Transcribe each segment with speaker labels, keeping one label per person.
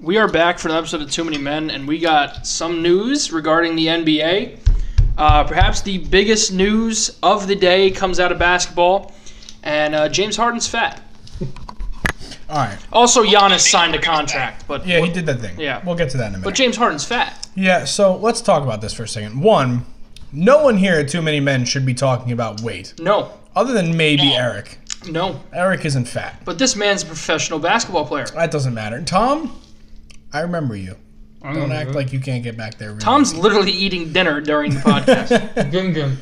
Speaker 1: We are back for another episode of Too Many Men, and we got some news regarding the NBA. Uh, perhaps the biggest news of the day comes out of basketball, and uh, James Harden's fat.
Speaker 2: All right.
Speaker 1: Also, Giannis signed a contract, but
Speaker 2: Yeah, he did that thing.
Speaker 1: Yeah.
Speaker 2: We'll get to that in a minute.
Speaker 1: but James Harden's fat.
Speaker 2: Yeah, so let's talk about this for a second. One, no one here at Too Many Men should be talking about weight,
Speaker 1: No,
Speaker 2: other than maybe Eric.
Speaker 1: no.
Speaker 2: Eric isn't fat.
Speaker 1: But this man's a professional basketball player.
Speaker 2: That doesn't matter. Tom, I remember you. Don't act like you can't get back there. Really.
Speaker 1: Tom's literally eating dinner during the podcast.
Speaker 3: Gum gum.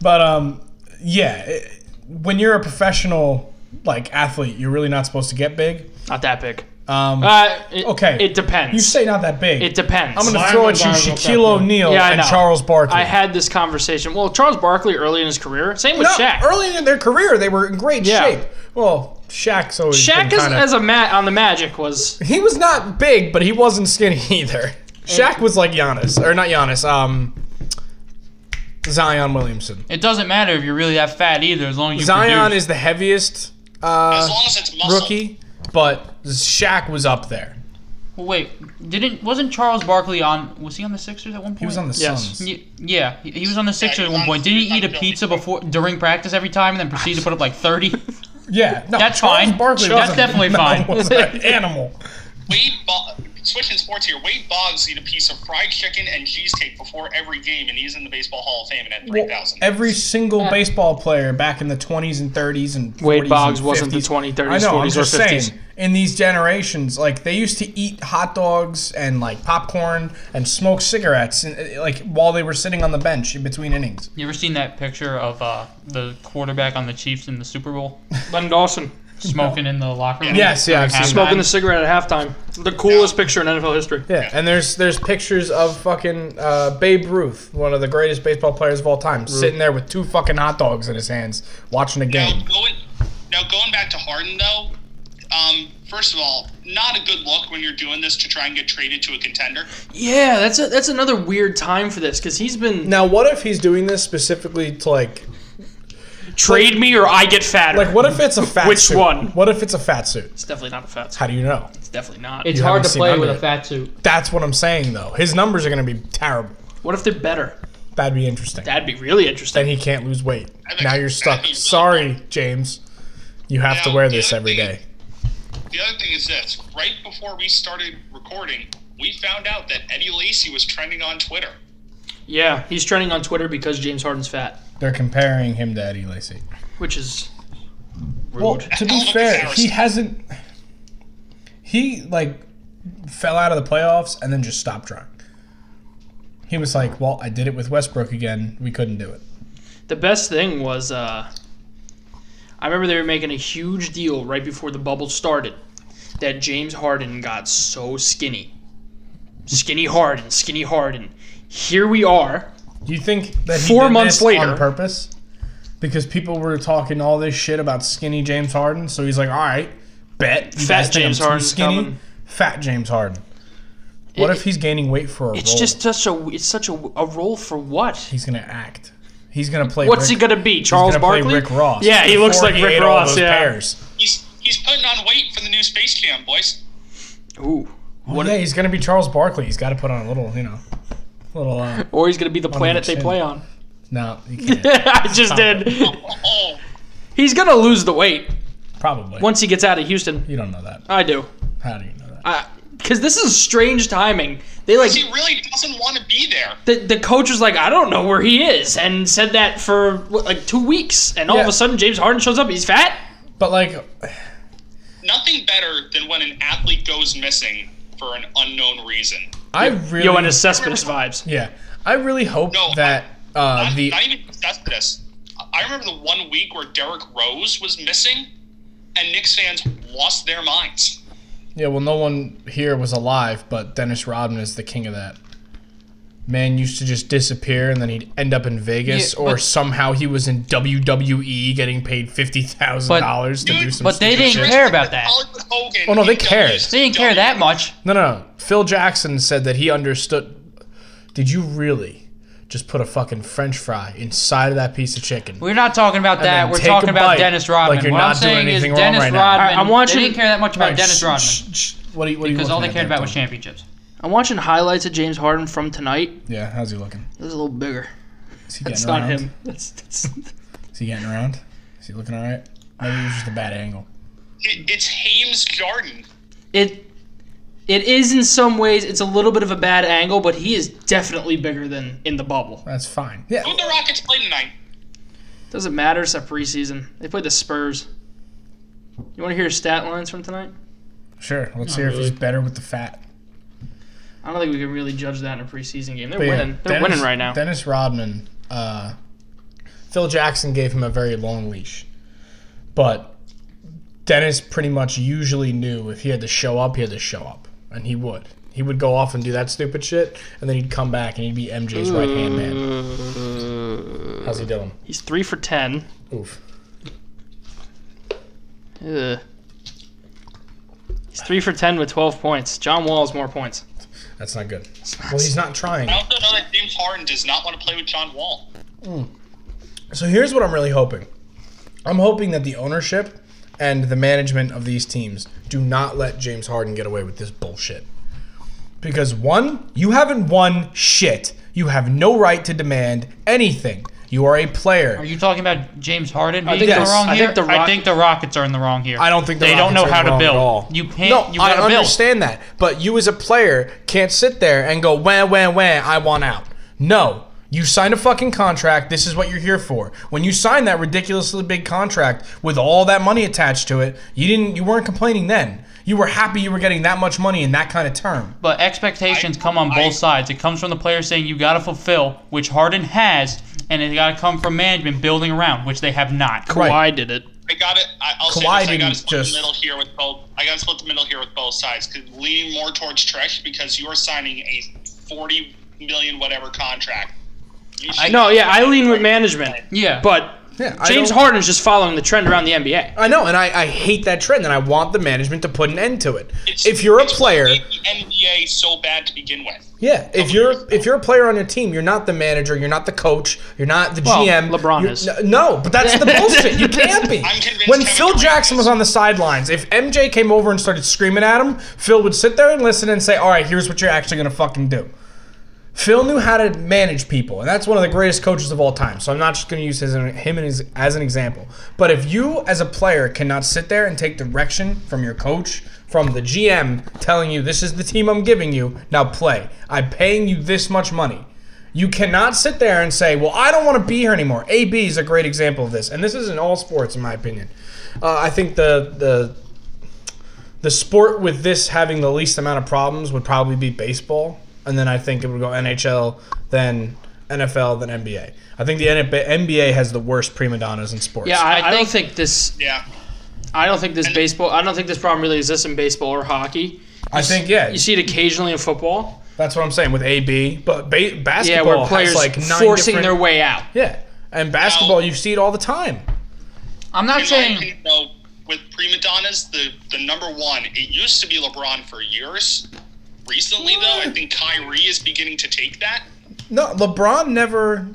Speaker 2: But um, yeah, it, when you're a professional like athlete, you're really not supposed to get big.
Speaker 1: Not that big.
Speaker 2: Um,
Speaker 1: Uh, it,
Speaker 2: Okay.
Speaker 1: It depends.
Speaker 2: you say not that big.
Speaker 1: it depends.
Speaker 2: I'm gonna
Speaker 3: Mine
Speaker 2: throw at
Speaker 3: was
Speaker 2: you
Speaker 3: Arnold
Speaker 2: Shaquille
Speaker 3: Beckham.
Speaker 2: O'Neal
Speaker 1: Yeah, I
Speaker 2: and
Speaker 1: know.
Speaker 2: Charles Barkley.
Speaker 1: I had this conversation. Well, Charles Barkley early in his career, same with
Speaker 2: no,
Speaker 1: Shaq.
Speaker 2: early in their career they were in great
Speaker 1: Yeah.
Speaker 2: shape. Well, Shaq's always
Speaker 1: Shaq
Speaker 2: been
Speaker 1: is,
Speaker 2: kinda,
Speaker 1: as a mat on the Magic was
Speaker 2: He was not big, but he wasn't skinny either. Shaq was like Giannis, or not Giannis. Um, Zion Williamson.
Speaker 3: It doesn't matter if you're really that fat either, as long as you
Speaker 2: Zion
Speaker 3: produce.
Speaker 2: is the heaviest uh,
Speaker 4: As long as it's muscle.
Speaker 2: rookie, but Shaq was up there.
Speaker 3: Well, wait, didn't wasn't Charles Barkley on? Was he on the Sixers at one point?
Speaker 2: He was on the
Speaker 1: Yes.
Speaker 2: Suns.
Speaker 3: Y- Yeah, he he was on the Sixers
Speaker 4: he
Speaker 3: at
Speaker 4: was
Speaker 3: one
Speaker 4: on-
Speaker 3: point. Didn't he
Speaker 4: on
Speaker 3: eat a
Speaker 4: Philly.
Speaker 3: pizza before during practice every time, and then proceed to put up like thirty?
Speaker 2: Yeah, no,
Speaker 3: That's
Speaker 2: Charles
Speaker 3: fine.
Speaker 2: Barkley
Speaker 3: That's
Speaker 2: wasn't-
Speaker 3: definitely
Speaker 2: no,
Speaker 3: fine.
Speaker 2: was an animal.
Speaker 4: Wade Bo- switching sports here. Wade Boggs eat a piece of fried chicken and cheesecake before every game, and he's in the Baseball Hall of Fame and at three thousand.
Speaker 2: Every single baseball player back in the 20s and 30s and 40s
Speaker 1: Wade Boggs
Speaker 2: and
Speaker 1: wasn't the
Speaker 2: 50s.
Speaker 1: 20s, 30s,
Speaker 2: I know, I'm
Speaker 1: 40s, or
Speaker 2: just
Speaker 1: 50s.
Speaker 2: saying, in these generations, like they used to eat hot dogs and like popcorn and smoke cigarettes, and, uh, like while they were sitting on the bench in between innings.
Speaker 3: you ever seen that picture of uh, the quarterback on the Chiefs in the Super Bowl
Speaker 1: Len Dawson
Speaker 3: smoking in the locker room?
Speaker 2: Yes, yeah, I've seen
Speaker 3: Halftime?
Speaker 2: that.
Speaker 1: smoking the cigarette at halftime. The coolest picture in NFL history.
Speaker 2: Yeah, and there's there's pictures of fucking uh, Babe Ruth, one of the greatest baseball players of all time, sitting there with two fucking hot dogs in his hands, watching a
Speaker 4: Now
Speaker 2: game.
Speaker 4: going, now going back to Harden though. Um, first of all, not a good look when you're doing this to try and get traded to a contender.
Speaker 1: Yeah, that's a, that's another weird time for this because he's been
Speaker 2: Now, what if he's doing this specifically to like
Speaker 1: trade me or I get fatter.
Speaker 2: like what if it's a fat
Speaker 1: Which
Speaker 2: suit?
Speaker 1: one?
Speaker 2: What if it's a fat suit?
Speaker 1: it's definitely not a fat.
Speaker 2: How do you know?
Speaker 1: It's definitely not.
Speaker 3: It's
Speaker 2: You
Speaker 3: hard
Speaker 2: haven't
Speaker 3: to
Speaker 2: seen
Speaker 3: play
Speaker 2: under
Speaker 3: with a
Speaker 2: it.
Speaker 3: fat suit.
Speaker 2: That's what I'm saying, though. His numbers are going to be terrible.
Speaker 1: what if they're better?
Speaker 2: That'd be interesting.
Speaker 1: That'd be really interesting.
Speaker 2: then he can't lose weight.
Speaker 4: think
Speaker 2: Now you're
Speaker 4: that'd
Speaker 2: stuck.
Speaker 4: be really
Speaker 2: Sorry, James. You have to
Speaker 4: Now,
Speaker 2: wear
Speaker 4: the
Speaker 2: this
Speaker 4: other
Speaker 2: every
Speaker 4: thing-
Speaker 2: day.
Speaker 4: The other thing is this: right before we started recording, we found out that Eddie Lacy was trending on Twitter.
Speaker 1: Yeah, he's trending on Twitter because James Harden's fat,
Speaker 2: They're comparing him to Eddie Lacy.
Speaker 1: which is rude.
Speaker 2: Well, to be
Speaker 4: Hell of a
Speaker 2: fair, he
Speaker 4: comparison.
Speaker 2: hasn't. He like fell out of the playoffs and then just stopped trying. He was like, "Well, I did it with Westbrook again. We couldn't do it."
Speaker 1: The best thing was, uh, I remember they were making a huge deal right before the bubble started that James Harden got so skinny. Skinny Harden, skinny Harden. Here we are.
Speaker 2: Do you think that he
Speaker 1: Four
Speaker 2: did
Speaker 1: months
Speaker 2: this
Speaker 1: later-
Speaker 2: on purpose? Because people were talking all this shit about skinny James Harden, so he's like, "All right, bet you
Speaker 1: Fat
Speaker 2: guys think I'm
Speaker 1: James
Speaker 2: too
Speaker 1: Harden's coming."
Speaker 2: fat James Harden." What
Speaker 1: It-
Speaker 2: if he's gaining weight for a
Speaker 1: It's
Speaker 2: role?
Speaker 1: just such a it's such a, a role for what?
Speaker 2: he's gonna act. He's gonna play.
Speaker 1: What's
Speaker 2: Rick,
Speaker 1: he gonna be? Charles
Speaker 2: he's gonna
Speaker 1: Barkley?
Speaker 2: Play Rick Ross.
Speaker 1: Yeah, he looks
Speaker 2: before
Speaker 1: like
Speaker 2: he
Speaker 1: Rick
Speaker 2: ate all
Speaker 1: Ross,
Speaker 2: those
Speaker 1: yeah.
Speaker 2: pears.
Speaker 4: He's he's putting on weight for the new Space Jam, boys.
Speaker 1: Ooh. What-
Speaker 2: yeah, he's gonna be Charles Barkley. He's got to put on a little, you know, little. Uh,
Speaker 1: Or he's gonna be the planet they
Speaker 2: chin.
Speaker 1: play on.
Speaker 2: no, he can't.
Speaker 1: I just did.
Speaker 4: Oh, oh,
Speaker 1: He's gonna lose the weight
Speaker 2: Probably.
Speaker 1: once he gets out of Houston.
Speaker 2: you don't know that.
Speaker 1: I do.
Speaker 2: How do you know that?
Speaker 1: Because this is strange timing. They like
Speaker 4: he really doesn't want to be there.
Speaker 1: the, the coach was like, I don't know where he is, and said that for what, like two weeks. And all of
Speaker 2: Yeah.
Speaker 1: a sudden, James Harden shows up. He's fat.
Speaker 2: But like,
Speaker 4: Nothing better than when an athlete goes missing for an unknown reason.
Speaker 2: I really.
Speaker 1: Yo, and his Cespedes vibes.
Speaker 2: Yeah, I really hope
Speaker 4: No,
Speaker 2: that uh,
Speaker 4: Not,
Speaker 2: the
Speaker 4: not even possessed this. I remember the one week where Derek Rose was missing, and Knicks fans lost their minds.
Speaker 2: yeah well no one here was alive, but Dennis Rodman is the king of that. Man used to just disappear and then he'd end up in Vegas,
Speaker 3: Yeah,
Speaker 2: or
Speaker 3: but-
Speaker 2: somehow he was in WWE getting paid fifty thousand dollars to
Speaker 3: But-
Speaker 2: do some.
Speaker 3: but they
Speaker 2: stupid
Speaker 3: didn't
Speaker 2: shit.
Speaker 3: care about that.
Speaker 4: Hollywood Hogan
Speaker 2: Oh, no, they
Speaker 4: in
Speaker 2: cared.
Speaker 4: WCW.
Speaker 3: They didn't care that much.
Speaker 2: No, no, no. Phil Jackson said that he understood. Did you really just put a fucking French fry inside of that piece of chicken.
Speaker 3: We're not talking about
Speaker 2: then
Speaker 3: that. We're
Speaker 2: take
Speaker 3: talking
Speaker 2: a
Speaker 3: about
Speaker 2: bite,
Speaker 3: Dennis Rodman.
Speaker 2: like you're
Speaker 3: what
Speaker 2: not
Speaker 3: I'm saying
Speaker 2: doing
Speaker 3: is
Speaker 2: anything wrong
Speaker 3: Dennis
Speaker 2: right now.
Speaker 3: Rodman.
Speaker 1: I- I want
Speaker 3: they
Speaker 1: you
Speaker 3: didn't
Speaker 1: to-
Speaker 3: care that much about
Speaker 2: Alright,
Speaker 3: Dennis
Speaker 2: shh,
Speaker 3: Rodman
Speaker 2: shh, shh. What do you? What do you?
Speaker 3: because all they
Speaker 2: looking at
Speaker 3: cared
Speaker 2: there,
Speaker 3: about was
Speaker 2: Tom?
Speaker 3: championships.
Speaker 1: I'm watching highlights of James Harden from tonight.
Speaker 2: Yeah, how's he looking?
Speaker 1: This is a little bigger.
Speaker 2: Is he
Speaker 1: That's
Speaker 2: getting
Speaker 1: not
Speaker 2: around?
Speaker 1: him. That's, that's
Speaker 2: Is he getting around? Is he looking all right? Maybe it was just a bad angle.
Speaker 4: It, it's Hames Jordan.
Speaker 1: it. It is in some ways. It's a little bit of a bad angle, but he is definitely bigger than in the bubble.
Speaker 2: That's fine. Yeah.
Speaker 4: Who the Rockets play tonight?
Speaker 1: Doesn't matter. It's a preseason. They played the Spurs. You want to hear his stat lines from tonight?
Speaker 2: Sure. Let's hear if he's better with the fat.
Speaker 1: I don't think we can really judge that in a preseason game. They're
Speaker 2: But yeah,
Speaker 1: winning. They're
Speaker 2: Dennis-
Speaker 1: winning right now.
Speaker 2: Dennis Rodman, uh, Phil Jackson gave him a very long leash, but Dennis pretty much usually knew if he had to show up, he had to show up, and he would. He would go off and do that stupid shit, and then he'd come back and he'd be MJ's right hand man. How's he doing?
Speaker 1: He's three for ten.
Speaker 2: Oof.
Speaker 1: Ugh. He's three for ten with twelve points. John Wall has more points.
Speaker 2: That's not good. Well, he's not trying.
Speaker 4: I also know that James Harden does not want to play with John Wall.
Speaker 2: So here's what I'm really hoping. I'm hoping that the ownership and the management of these teams do not let James Harden get away with this bullshit. Because one, you haven't won shit. You have no right to demand anything. You are a
Speaker 3: Are
Speaker 2: player.
Speaker 3: you talking about James Harden being
Speaker 1: think
Speaker 3: in the
Speaker 2: that's-
Speaker 3: wrong
Speaker 1: I
Speaker 3: here?
Speaker 1: think the
Speaker 3: I
Speaker 1: Rock-
Speaker 3: think the Rockets are in the wrong here.
Speaker 2: I don't think the
Speaker 3: they don't
Speaker 2: Rockets
Speaker 3: know
Speaker 2: are
Speaker 3: how to
Speaker 2: wrong at all.
Speaker 3: build. You can't.
Speaker 2: No,
Speaker 3: you
Speaker 2: I
Speaker 3: gotta build.
Speaker 2: understand that, but you as a player can't sit there and go wah wah wah. I want out. No, you signed a fucking contract. This is what you're here for. When you signed that ridiculously big contract with all that money attached to it, you didn't. You weren't complaining then. You were happy you were getting that much money in that kind of term.
Speaker 3: But expectations
Speaker 4: I-
Speaker 3: come on both
Speaker 4: I-
Speaker 3: sides. It comes from the player saying you got to fulfill, which Harden has, and it got to come from management building around, which they have not.
Speaker 1: Why
Speaker 2: Right.
Speaker 1: did it?
Speaker 4: I got it. I-
Speaker 2: Kawhi
Speaker 4: I'll say this. I got
Speaker 2: didn't
Speaker 4: to split
Speaker 2: just-
Speaker 4: the middle here with both. I got to split the middle here with both sides. Could lean more towards Trish because you are signing a forty million whatever contract. You should-
Speaker 1: No, yeah, I lean with management,
Speaker 3: Yeah,
Speaker 1: but
Speaker 2: Yeah, I
Speaker 1: James
Speaker 2: don't-
Speaker 1: Harden's just following the trend around the NBA.
Speaker 2: I know, and I, I hate that trend, and I want the management to put an end to it.
Speaker 4: It's-
Speaker 2: if you're a
Speaker 4: it's
Speaker 2: player,
Speaker 4: made the NBA so bad to begin with.
Speaker 2: Yeah, if you're if you're a player on your team, you're not the manager, you're not the coach, you're not the GM.
Speaker 1: LeBron
Speaker 2: You're-
Speaker 1: is.
Speaker 2: n- No, but that's the bullshit. You can't be.
Speaker 4: I'm convinced
Speaker 2: When
Speaker 4: Kevin
Speaker 2: Phil
Speaker 4: Durant
Speaker 2: Jackson
Speaker 4: is.
Speaker 2: was on the sidelines, if MJ came over and started screaming at him, Phil would sit there and listen and say, "All right, here's what you're actually gonna fucking do." Phil knew how to manage people, and that's one of the greatest coaches of all time. So I'm not just going to use his, him and his, as an example. But if you, as a player, cannot sit there and take direction from your coach, from the GM, telling you this is the team I'm giving you, now play. I'm paying you this much money. You cannot sit there and say, "Well, I don't want to be here anymore." AB is a great example of this, and this is in all sports, in my opinion. Uh, I think the the the sport with this having the least amount of problems would probably be baseball, and then I think it would go NHL, then NFL, then NBA. I think the NBA has the worst prima donnas in sports.
Speaker 1: Yeah, I,
Speaker 3: I
Speaker 1: I don't
Speaker 3: think-
Speaker 1: think this.
Speaker 4: Yeah.
Speaker 1: I don't think this baseball. I don't think this problem really exists in baseball or hockey.
Speaker 2: I think yeah,
Speaker 1: You see it occasionally in football.
Speaker 2: that's what I'm saying with AB, but ba-
Speaker 1: Yeah,
Speaker 2: basketball
Speaker 1: where
Speaker 2: has,
Speaker 1: players
Speaker 2: like nine
Speaker 1: forcing
Speaker 2: different-
Speaker 1: their way out.
Speaker 2: yeah, and basketball you see it all the time.
Speaker 3: I'm not
Speaker 4: In my
Speaker 3: saying.
Speaker 4: opinion, though, with prima donnas, the, the number one, it used to be LeBron for years. Recently, though, I think Kyrie is beginning to take that.
Speaker 2: No, LeBron never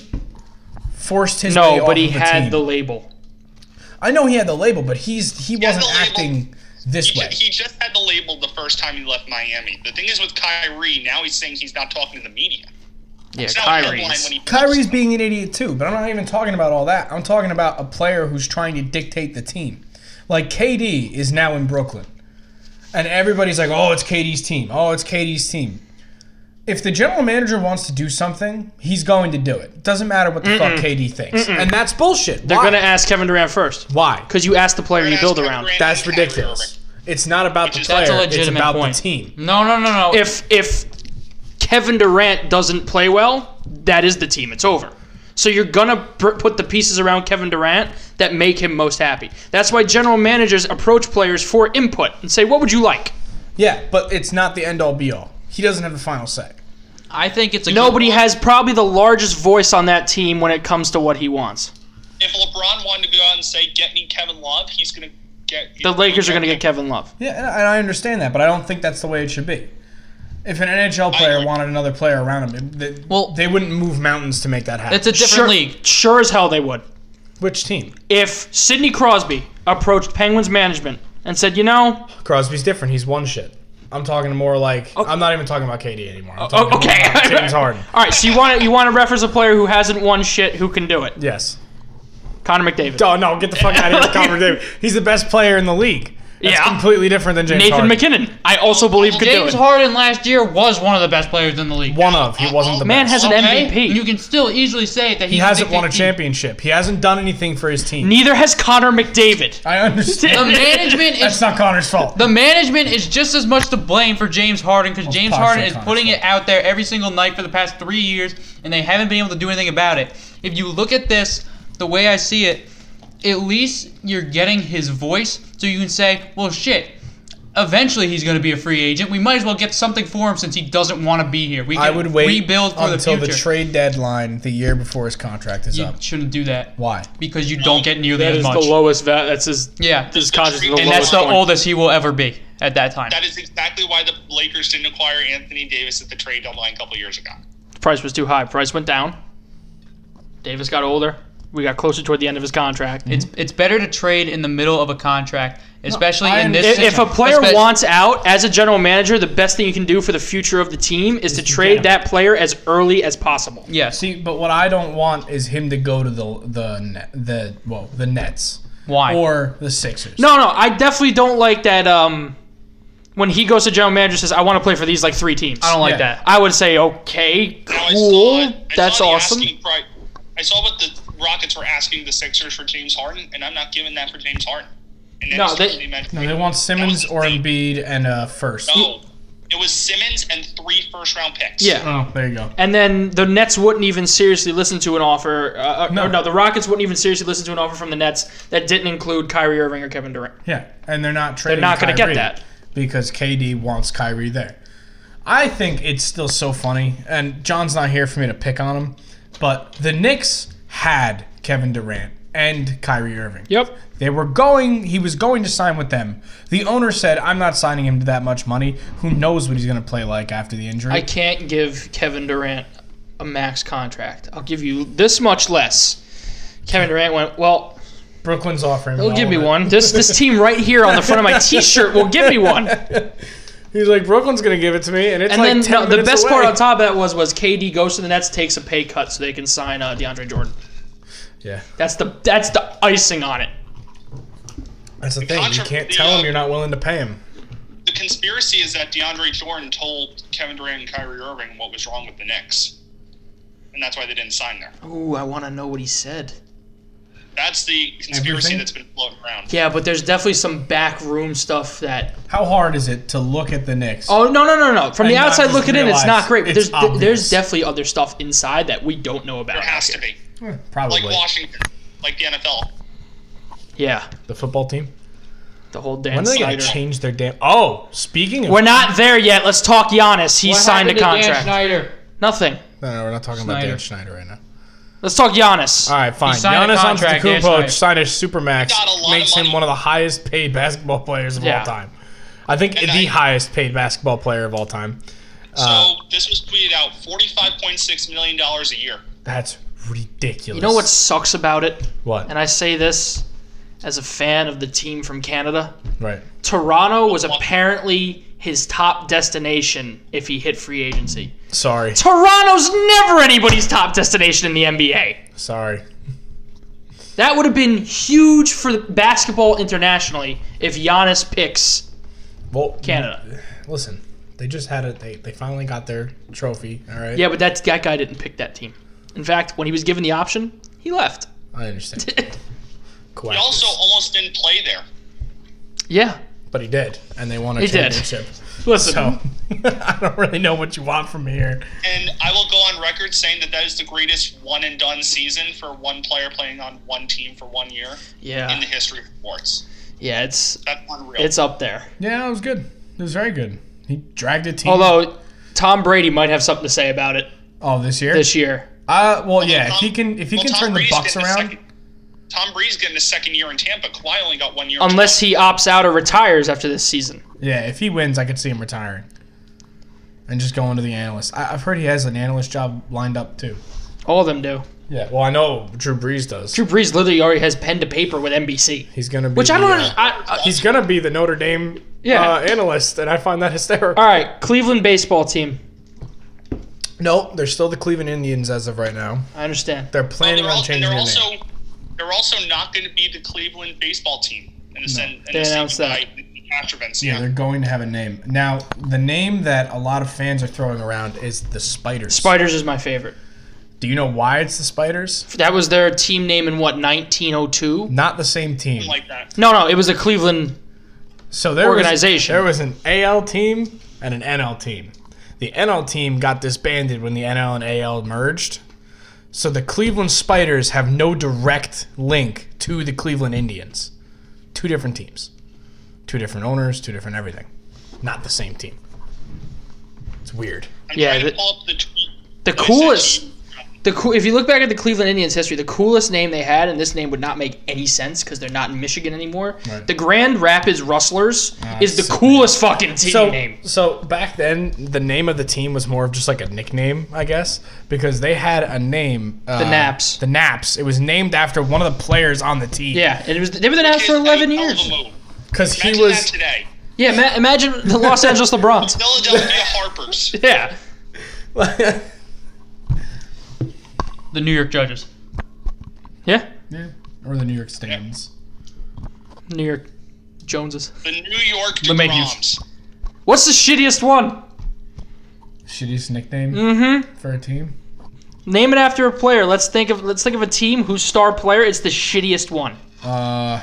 Speaker 2: forced his way
Speaker 1: No,
Speaker 2: off
Speaker 1: Oh, but he
Speaker 2: of the
Speaker 1: had
Speaker 2: team.
Speaker 1: the label.
Speaker 2: I know he had the label, but he's he
Speaker 4: had
Speaker 2: wasn't
Speaker 4: the label.
Speaker 2: acting this
Speaker 4: He,
Speaker 2: way.
Speaker 4: he just had the label the first time he left Miami. The thing is with Kyrie, now he's saying he's not talking to the media.
Speaker 1: Yeah,
Speaker 4: It's not a headline
Speaker 1: Kyrie's.
Speaker 4: when he
Speaker 2: Kyrie's being an idiot too, but I'm not even talking about all that. I'm talking about a player who's trying to dictate the team. Like KD is now in Brooklyn. And everybody's like, "Oh, it's KD's team. Oh, it's KD's team." If the general manager wants to do something, he's going to do it. Doesn't matter what the fuck KD thinks. And that's bullshit.
Speaker 1: They're
Speaker 2: Why?
Speaker 1: going to ask Kevin Durant first
Speaker 2: Why?
Speaker 1: because you asked the player you build around.
Speaker 2: That's ridiculous. It's not about the
Speaker 4: Which is-
Speaker 2: player.
Speaker 4: That's
Speaker 3: a
Speaker 2: it's
Speaker 3: legitimate
Speaker 2: about
Speaker 3: point.
Speaker 2: the team.
Speaker 3: No, no, no, no.
Speaker 1: If if Kevin Durant doesn't play well, that is the team. It's over. So you're gonna pr- put the pieces around Kevin Durant that make him most happy. That's why general managers approach players for input and say, "What would you like?"
Speaker 2: Yeah, but it's not the end all be all. He doesn't have the final say.
Speaker 3: I think it's a
Speaker 1: Nobody
Speaker 3: Good,
Speaker 1: has probably the largest voice on that team when it comes to what he wants.
Speaker 4: If LeBron wanted to go out and say, get me Kevin Love, he's going to get...
Speaker 1: The Lakers are gonna get Kevin Love.
Speaker 2: Yeah, and I and I understand that, but I don't think that's the way it should be. If an NHL player
Speaker 4: would-
Speaker 2: wanted another player around him, they,
Speaker 5: Well-
Speaker 2: they wouldn't move mountains to make that happen.
Speaker 5: It's a different
Speaker 1: sure,
Speaker 5: league.
Speaker 1: Sure as hell they would.
Speaker 2: Which team?
Speaker 1: If Sidney Crosby approached Penguins management and said, you know,
Speaker 2: Crosby's different. He's one shit. I'm talking more like I'm not even talking about KD anymore.
Speaker 1: oh,
Speaker 2: I'm talking
Speaker 1: okay,
Speaker 2: about James Harden.
Speaker 1: All right, so you want to, you want to reference a player who hasn't won shit who can do it?
Speaker 2: Yes.
Speaker 1: Connor McDavid.
Speaker 2: Oh no, get the fuck out of here, Connor McDavid. He's the best player in the league. That's
Speaker 1: Yeah.
Speaker 2: completely different than James
Speaker 1: Nathan
Speaker 2: Harden.
Speaker 1: McKinnon. I also believe could
Speaker 3: James
Speaker 1: do it.
Speaker 3: Harden last year was one of the best players in the league.
Speaker 2: One of he wasn't the
Speaker 1: Man has
Speaker 2: best.
Speaker 1: an
Speaker 3: okay?
Speaker 1: MVP.
Speaker 3: And you can still easily say that
Speaker 2: he hasn't won a championship. He hasn't done anything for his team.
Speaker 1: Neither has Connor McDavid.
Speaker 2: I understand.
Speaker 3: The management
Speaker 2: That's
Speaker 3: is
Speaker 2: not Connor's fault.
Speaker 3: the management is just as much to blame for James Harden because James
Speaker 2: fuck,
Speaker 3: Harden
Speaker 2: say
Speaker 3: is
Speaker 2: Connor's
Speaker 3: putting
Speaker 2: fault.
Speaker 3: it out there every single night for the past three years, and they haven't been able to do anything about it. If you look at this the way I see it, at least you're getting his voice, so you can say, "Well, shit." Eventually, he's going to be a free agent. We might as well get something for him since he doesn't want to be here. We can
Speaker 2: I would wait
Speaker 3: rebuild for
Speaker 2: until
Speaker 3: the
Speaker 2: the,
Speaker 3: future.
Speaker 2: trade deadline the year before his contract is
Speaker 3: you
Speaker 2: up.
Speaker 3: shouldn't do that
Speaker 2: Why?
Speaker 3: because you don't get nearly
Speaker 1: That
Speaker 3: as
Speaker 1: is
Speaker 3: much.
Speaker 1: the lowest. va- that's his.
Speaker 3: yeah,
Speaker 1: His contract is the
Speaker 3: and
Speaker 1: lowest
Speaker 3: that's the
Speaker 1: point.
Speaker 3: oldest he will ever be at that time.
Speaker 4: That is exactly why the Lakers didn't acquire Anthony Davis at the trade deadline a couple years ago.
Speaker 1: Price was too high. Price went down. Davis got older. We got closer toward the end of his contract.
Speaker 3: It's it's better to trade in the middle of a contract, especially
Speaker 2: I
Speaker 3: in this.
Speaker 1: If, if a
Speaker 3: system.
Speaker 1: player
Speaker 3: Espe-
Speaker 1: wants out as a general manager, the best thing you can do for the future of the team is to trade that player as early as possible.
Speaker 3: yes,
Speaker 2: See, but what I don't want is him to go to the the Ne- the well the Nets
Speaker 3: why?
Speaker 2: or the Sixers.
Speaker 1: No, no, I definitely don't like that. Um, when he goes to general manager, says I want to play for these like three teams.
Speaker 3: I don't like
Speaker 2: Yeah.
Speaker 3: that.
Speaker 1: I would say okay,
Speaker 4: Now, I
Speaker 1: cool,
Speaker 4: saw- I
Speaker 1: that's
Speaker 4: saw the
Speaker 1: awesome.
Speaker 4: asking pri- I saw what the Rockets were asking the Sixers for James Harden, and I'm not giving that for James Harden. And then
Speaker 1: No,
Speaker 4: it's
Speaker 1: they-
Speaker 4: totally meant-
Speaker 2: No, they want Simmons or Embiid and a first.
Speaker 4: No, it was Simmons and three first round picks.
Speaker 1: Yeah.
Speaker 2: Oh, there you go.
Speaker 1: And then the Nets wouldn't even seriously listen to an offer. Uh, no.
Speaker 2: No.
Speaker 1: no, the Rockets wouldn't even seriously listen to an offer from the Nets that didn't include Kyrie Irving or Kevin Durant.
Speaker 2: Yeah, and they're not trading.
Speaker 1: not gonna
Speaker 2: going
Speaker 1: get that.
Speaker 2: because KD wants Kyrie there. I think it's still so funny, and John's not here for me to pick on him, but the Knicks had Kevin Durant and Kyrie Irving.
Speaker 1: Yep.
Speaker 2: They were going. He was going to sign with them. The owner said, "I'm not signing him to that much money. Who knows what he's going to play like after the injury?"
Speaker 1: I can't give Kevin Durant a max contract. I'll give you this much less. Kevin Durant went, well,
Speaker 2: Brooklyn's offering.
Speaker 1: they'll give me one. This this team right here on the front of my T-shirt will give me one.
Speaker 2: He's like, Brooklyn's going to give it to me, and it's
Speaker 1: And
Speaker 2: like
Speaker 1: then
Speaker 2: 10
Speaker 1: no, the
Speaker 2: minutes
Speaker 1: best
Speaker 2: away.
Speaker 1: part on top of that was was KD goes to the Nets, takes a pay cut so they can sign uh, DeAndre Jordan.
Speaker 2: Yeah,
Speaker 1: That's the that's the icing on it.
Speaker 2: that's the thing. You
Speaker 4: contra-
Speaker 2: can't
Speaker 4: the,
Speaker 2: tell him
Speaker 4: uh,
Speaker 2: you're not willing to pay him.
Speaker 4: The conspiracy is that DeAndre Jordan told Kevin Durant and Kyrie Irving what was wrong with the Knicks, and that's why they didn't sign there.
Speaker 1: Ooh, I want to know what he said.
Speaker 4: That's the conspiracy
Speaker 2: Everything?
Speaker 4: that's been floating around.
Speaker 1: Yeah, but there's definitely some backroom stuff that.
Speaker 2: How hard is it to look at the Knicks?
Speaker 1: Oh no no no no! From the
Speaker 2: And not
Speaker 1: outside
Speaker 2: just
Speaker 1: looking in, it's
Speaker 2: realize
Speaker 1: not great. But there's
Speaker 2: it's
Speaker 1: there's
Speaker 2: obvious.
Speaker 1: definitely other stuff inside that we don't know about.
Speaker 4: There has to be,
Speaker 2: Probably
Speaker 4: like Washington, like the NFL.
Speaker 1: Yeah,
Speaker 2: the football team.
Speaker 1: the whole damn
Speaker 2: When are they going
Speaker 1: Snyder.
Speaker 2: to change their damn? Oh, speaking of,
Speaker 1: We're not there yet. Let's talk Giannis. He
Speaker 3: What
Speaker 1: signed a
Speaker 3: happened to Dan
Speaker 1: contract.
Speaker 3: Schneider?
Speaker 1: Nothing.
Speaker 2: no, no, we're not talking about
Speaker 3: Snyder.
Speaker 2: Dan Schneider right now.
Speaker 1: Let's talk Giannis.
Speaker 2: All right, fine.
Speaker 3: signed a
Speaker 2: Giannis
Speaker 3: contract, Dan Snyder.
Speaker 2: Antetokounmpo signed a supermax,
Speaker 4: Got a lot of
Speaker 2: makes him
Speaker 4: money.
Speaker 2: one of the highest paid basketball players of
Speaker 1: Yeah.
Speaker 2: all time. I think
Speaker 4: And
Speaker 2: the
Speaker 4: I-
Speaker 2: highest paid basketball player of all time. Uh,
Speaker 4: so this was tweeted out: forty-five point six million dollars a year.
Speaker 2: That's ridiculous.
Speaker 1: You know what sucks about it?
Speaker 2: What?
Speaker 1: And I say this as a fan of the team from Canada.
Speaker 2: right.
Speaker 1: Toronto was apparently his top destination if he hit free agency.
Speaker 2: Sorry.
Speaker 1: Toronto's never anybody's top destination in the NBA.
Speaker 2: Sorry.
Speaker 1: That would have been huge for the basketball internationally if Giannis picks
Speaker 2: Well,
Speaker 1: Canada.
Speaker 2: Listen, they just had it. They, they finally got their trophy. All right.
Speaker 1: Yeah, but that, that guy didn't pick that team. In fact, when he was given the option, he left.
Speaker 2: I understand. Quack.
Speaker 4: He also almost didn't play there.
Speaker 1: Yeah.
Speaker 2: but he did, and they won a
Speaker 1: He did.
Speaker 2: championship.
Speaker 1: Listen,
Speaker 2: So I don't really know what you want from me here.
Speaker 4: And I will go on record saying that that is the greatest one and done season for one player playing on one team for one year in
Speaker 1: yeah,
Speaker 2: Uh,
Speaker 4: the history of sports.
Speaker 1: yeah, it's
Speaker 4: That's unreal.
Speaker 1: it's up there.
Speaker 2: Yeah, it was good. It was very good. He dragged a team.
Speaker 1: Although Tom Brady might have something to say about it
Speaker 2: oh, this year.
Speaker 1: this year.
Speaker 2: uh, well, yeah.
Speaker 4: Tom-
Speaker 2: If he can, if he
Speaker 4: well,
Speaker 2: can
Speaker 4: Tom
Speaker 2: turn the
Speaker 4: Brady's
Speaker 2: Bucks
Speaker 4: getting his
Speaker 2: around,
Speaker 4: second- Tom Brady's getting his second year in Tampa. Kawhi only got one year.
Speaker 2: Um,
Speaker 4: in
Speaker 1: Unless he opts out or retires after this season.
Speaker 2: yeah. If he wins, I could see him retiring. and just going to the analyst. I, I've heard he has an analyst job lined up too.
Speaker 1: All of them do.
Speaker 2: Yeah. Well, I know Drew Brees does.
Speaker 1: Drew Brees literally already has pen to paper with NBC,
Speaker 2: He's gonna be.
Speaker 1: which I
Speaker 2: the,
Speaker 1: don't.
Speaker 2: uh,
Speaker 1: under- I, I-
Speaker 2: he's gonna be the Notre Dame
Speaker 1: Yeah.
Speaker 2: uh, analyst, and I find that hysterical.
Speaker 1: all right, Cleveland baseball team.
Speaker 2: Nope, they're still the Cleveland Indians as of right now.
Speaker 1: I understand.
Speaker 2: They're
Speaker 4: Well,
Speaker 2: planning
Speaker 4: they're,
Speaker 2: on
Speaker 4: al- and
Speaker 2: changing
Speaker 4: they're
Speaker 2: their
Speaker 4: also
Speaker 2: name.
Speaker 4: they're also not going to be the Cleveland baseball team in the sen- in
Speaker 1: They
Speaker 4: the
Speaker 1: announced
Speaker 4: same
Speaker 1: that.
Speaker 4: by the Astro Vents,
Speaker 2: Yeah, they're going to have a name now. The name that a lot of fans are throwing around is the Spiders.
Speaker 1: Spiders is my favorite.
Speaker 2: Do you know why it's the Spiders?
Speaker 1: That was their team name in what 1902.
Speaker 2: Not the same team.
Speaker 4: Something like that.
Speaker 1: No, no, it was the Cleveland.
Speaker 2: So there
Speaker 1: Organization.
Speaker 2: Was, there was an AL team and an NL team. The NL team got disbanded when the NL and AL merged. So the Cleveland Spiders have no direct link to the Cleveland Indians. Two different teams, two different owners, two different everything. Not the same team. It's weird.
Speaker 4: I'm
Speaker 1: Yeah,
Speaker 4: trying
Speaker 1: the-
Speaker 4: to pull up the tweet.
Speaker 1: The
Speaker 4: that I
Speaker 1: coolest.
Speaker 4: sent you.
Speaker 1: The cool, if you look back at the Cleveland Indians history, the coolest name they had, and this name would not make any sense because they're not in Michigan anymore.
Speaker 2: Right. Ah,
Speaker 1: The Grand Rapids Rustlers is the
Speaker 2: sick name.
Speaker 1: coolest fucking team
Speaker 2: So,
Speaker 1: name.
Speaker 2: so back then, the name of the team was more of just like a nickname, I guess, because they had a name. Uh,
Speaker 1: The Naps.
Speaker 2: The Naps. It was named after one of the players on the team.
Speaker 1: Yeah, and it was they were the Nats for
Speaker 4: Just a
Speaker 1: 11
Speaker 4: hell of a
Speaker 1: years.
Speaker 4: move.
Speaker 2: Because he
Speaker 4: Imagine that
Speaker 2: was.
Speaker 4: today.
Speaker 1: Yeah, ma- imagine the Los Angeles LeBrons.
Speaker 4: Philadelphia Harpers.
Speaker 1: Yeah,
Speaker 3: The New York Judges.
Speaker 1: yeah.
Speaker 2: yeah. Or the New York Stands.
Speaker 1: New York Joneses.
Speaker 4: The New York
Speaker 3: The Mayhews.
Speaker 4: DeGroms.
Speaker 1: What's the shittiest one?
Speaker 2: Shittiest nickname
Speaker 1: Mm-hmm.
Speaker 2: for a team.
Speaker 1: Name it after a player. Let's think of let's think of a team whose star player is the shittiest one.
Speaker 2: Uh,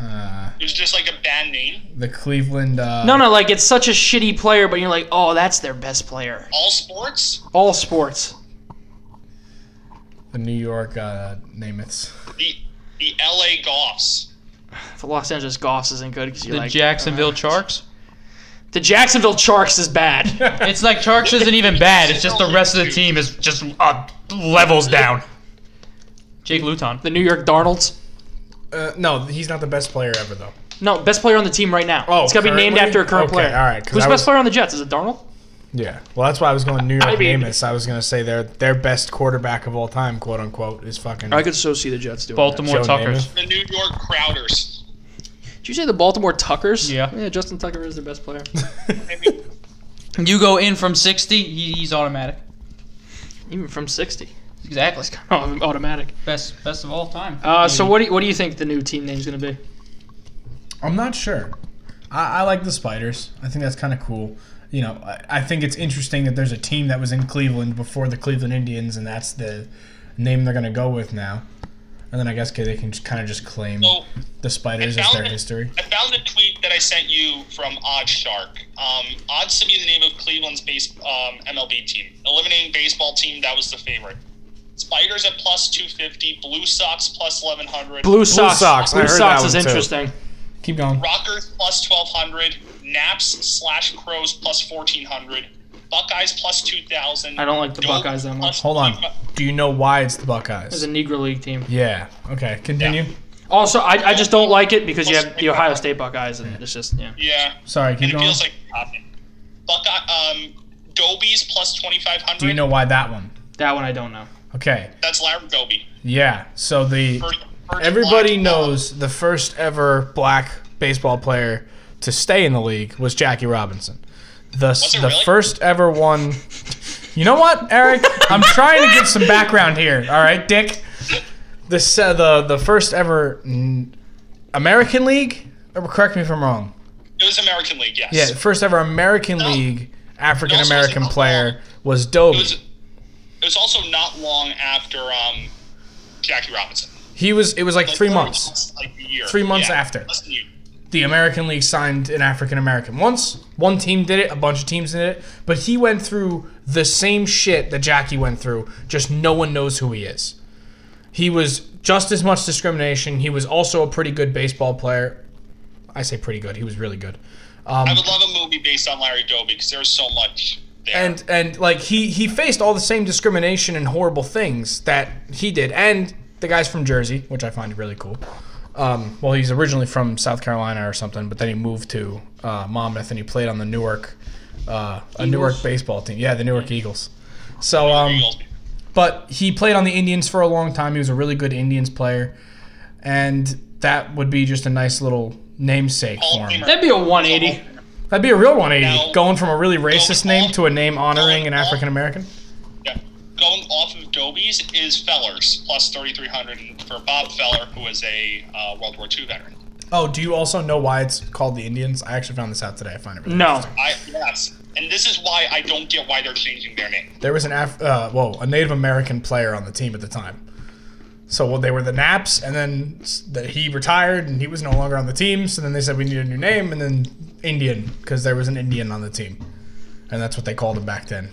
Speaker 2: uh,
Speaker 4: It was just like a bad name.
Speaker 2: the Cleveland. Uh,
Speaker 1: No, no, like it's such a shitty player, but you're like, oh, that's their best player.
Speaker 4: All sports.
Speaker 1: All sports.
Speaker 2: The New York uh, Namaths.
Speaker 4: The the LA Goffs.
Speaker 1: The Los Angeles Goffs isn't good because you're
Speaker 3: The
Speaker 1: like
Speaker 3: Jacksonville Sharks.
Speaker 1: the Jacksonville Sharks is bad.
Speaker 3: It's like Sharks isn't even bad. It's just the rest of the team is just uh, levels down. Jake Luton.
Speaker 1: the New York Darnolds.
Speaker 2: Uh, no, he's not the best player ever though.
Speaker 1: No, best player on the team right now.
Speaker 2: Oh,
Speaker 1: it's gotta be named
Speaker 2: currently?
Speaker 1: after a current
Speaker 2: Okay,
Speaker 1: player.
Speaker 2: all right, 'cause
Speaker 1: Who's
Speaker 2: I
Speaker 1: the
Speaker 2: was-
Speaker 1: best player on the Jets? Is it Darnold?
Speaker 2: Yeah. Well, that's why I was going New York
Speaker 1: I mean-
Speaker 2: Namaths. I was going to say their their best quarterback of all time, quote unquote, is fucking.
Speaker 1: I could so see the Jets doing.
Speaker 3: Baltimore
Speaker 2: Joe
Speaker 3: Tuckers.
Speaker 4: The New York Crowders.
Speaker 1: That. Did you say the Baltimore Tuckers?
Speaker 3: Yeah.
Speaker 1: Yeah, Justin Tucker is their best player.
Speaker 3: You go in from 60, he- he's automatic.
Speaker 1: Even from sixty.
Speaker 3: Exactly.
Speaker 1: Oh, automatic.
Speaker 3: Best best of all time.
Speaker 1: Uh, so what do you, what do you think the new team name's gonna be?
Speaker 2: I'm not sure. I, I like the spiders. I think that's kind of cool. You know, I, I think it's interesting that there's a team that was in Cleveland before the Cleveland Indians, and that's the name they're gonna go with now. And then I guess 'kay, they can kind of just claim
Speaker 4: So
Speaker 2: the spiders
Speaker 4: I
Speaker 2: as
Speaker 4: found
Speaker 2: their
Speaker 4: it.
Speaker 2: history.
Speaker 4: I found a tweet that I sent you from Odd Shark. Um, odds to be the name of Cleveland's base um, MLB team. Eliminating baseball team that was the favorite. Spiders at plus two fifty. Blue Sox plus eleven hundred.
Speaker 1: Blue Sox.
Speaker 2: Sox, I
Speaker 1: Blue
Speaker 2: heard
Speaker 1: Sox
Speaker 2: that
Speaker 1: is
Speaker 2: one too.
Speaker 1: interesting.
Speaker 2: Keep going.
Speaker 4: Rockers plus 1200, Naps slash Crows plus 1400, Buckeyes plus 2000.
Speaker 1: I don't like the
Speaker 4: Dolan
Speaker 1: Buckeyes that
Speaker 4: plus
Speaker 1: much.
Speaker 2: Hold on.
Speaker 4: 25
Speaker 2: Do you know why it's the
Speaker 1: It's
Speaker 2: Buckeyes?
Speaker 1: a Negro League team.
Speaker 2: yeah. Okay. Continue.
Speaker 1: Also, I, I just don't like it because you have the Ohio State Buckeyes, and it's just yeah.
Speaker 4: Yeah,
Speaker 2: Sorry.
Speaker 4: and
Speaker 2: Keep
Speaker 4: it
Speaker 2: going.
Speaker 4: feels like nothing. Buckeye, um, Dobies plus 2500.
Speaker 2: Do you know why that one?
Speaker 1: That one I don't know.
Speaker 2: Okay.
Speaker 4: That's Larry Doby.
Speaker 2: Yeah. So the
Speaker 4: First- first
Speaker 2: Everybody
Speaker 4: black-
Speaker 2: knows the first ever black baseball player to stay in the league was Jackie Robinson. The,
Speaker 4: it
Speaker 2: the
Speaker 4: really?
Speaker 2: first ever one. You know what, Eric? I'm trying to give some background here. All right, Dick. The se- the the first ever mm, American League. Or correct me if I'm wrong.
Speaker 4: It was American League, yes.
Speaker 2: Yeah, the first ever American League African American
Speaker 4: It also wasn't
Speaker 2: player
Speaker 4: long.
Speaker 2: was
Speaker 4: It
Speaker 2: Doby.
Speaker 4: was, it was also not long after um, Jackie Robinson.
Speaker 2: He was. It was like
Speaker 4: Like,
Speaker 2: three
Speaker 4: it
Speaker 2: months.
Speaker 4: was Like a year.
Speaker 2: Three months
Speaker 4: Yeah,
Speaker 2: after.
Speaker 4: less than you.
Speaker 2: the American League signed an African American. Once one team did it, a bunch of teams did it, but he went through the same shit that Jackie went through, just no one knows who he is. He was just as much discrimination. He was also a pretty good baseball player. I say pretty good, he was really good.
Speaker 4: I would love a movie based on Larry Doby because there's so much there.
Speaker 2: and and like he he faced all the same discrimination and horrible things that he did and the guy's from jersey which i find really cool um, well he's originally from south carolina or something but then he moved to uh, monmouth and he played on the newark uh, a Newark baseball team. Yeah, the Newark Eagles. So, um,
Speaker 4: Eagles.
Speaker 2: but he played on the Indians for a long time. He was a really good Indians player, and that would be just a nice little namesake
Speaker 4: Hall
Speaker 2: for
Speaker 4: of
Speaker 2: him.
Speaker 4: Famer.
Speaker 1: That'd be a 180.
Speaker 2: That'd be a real 180,
Speaker 4: Now-
Speaker 2: going from a really racist name to a name honoring an African American.
Speaker 4: Yeah. Going off of Dobies is Fellers plus thirty three hundred for Bob Feller, who is a uh, World War II veteran.
Speaker 2: Oh, do you also know why it's called the Indians? I actually found this out today. I find it really
Speaker 1: No.
Speaker 2: interesting.
Speaker 4: I yes, and this is why I don't get why they're changing their name.
Speaker 2: There was an Af- uh, well, a Native American player on the team at the time. So well, they were the Naps, and then s- that he retired, and he was no longer on the team. So then they said we need a new name, and then Indian because there was an Indian on the team, and that's what they called him back then.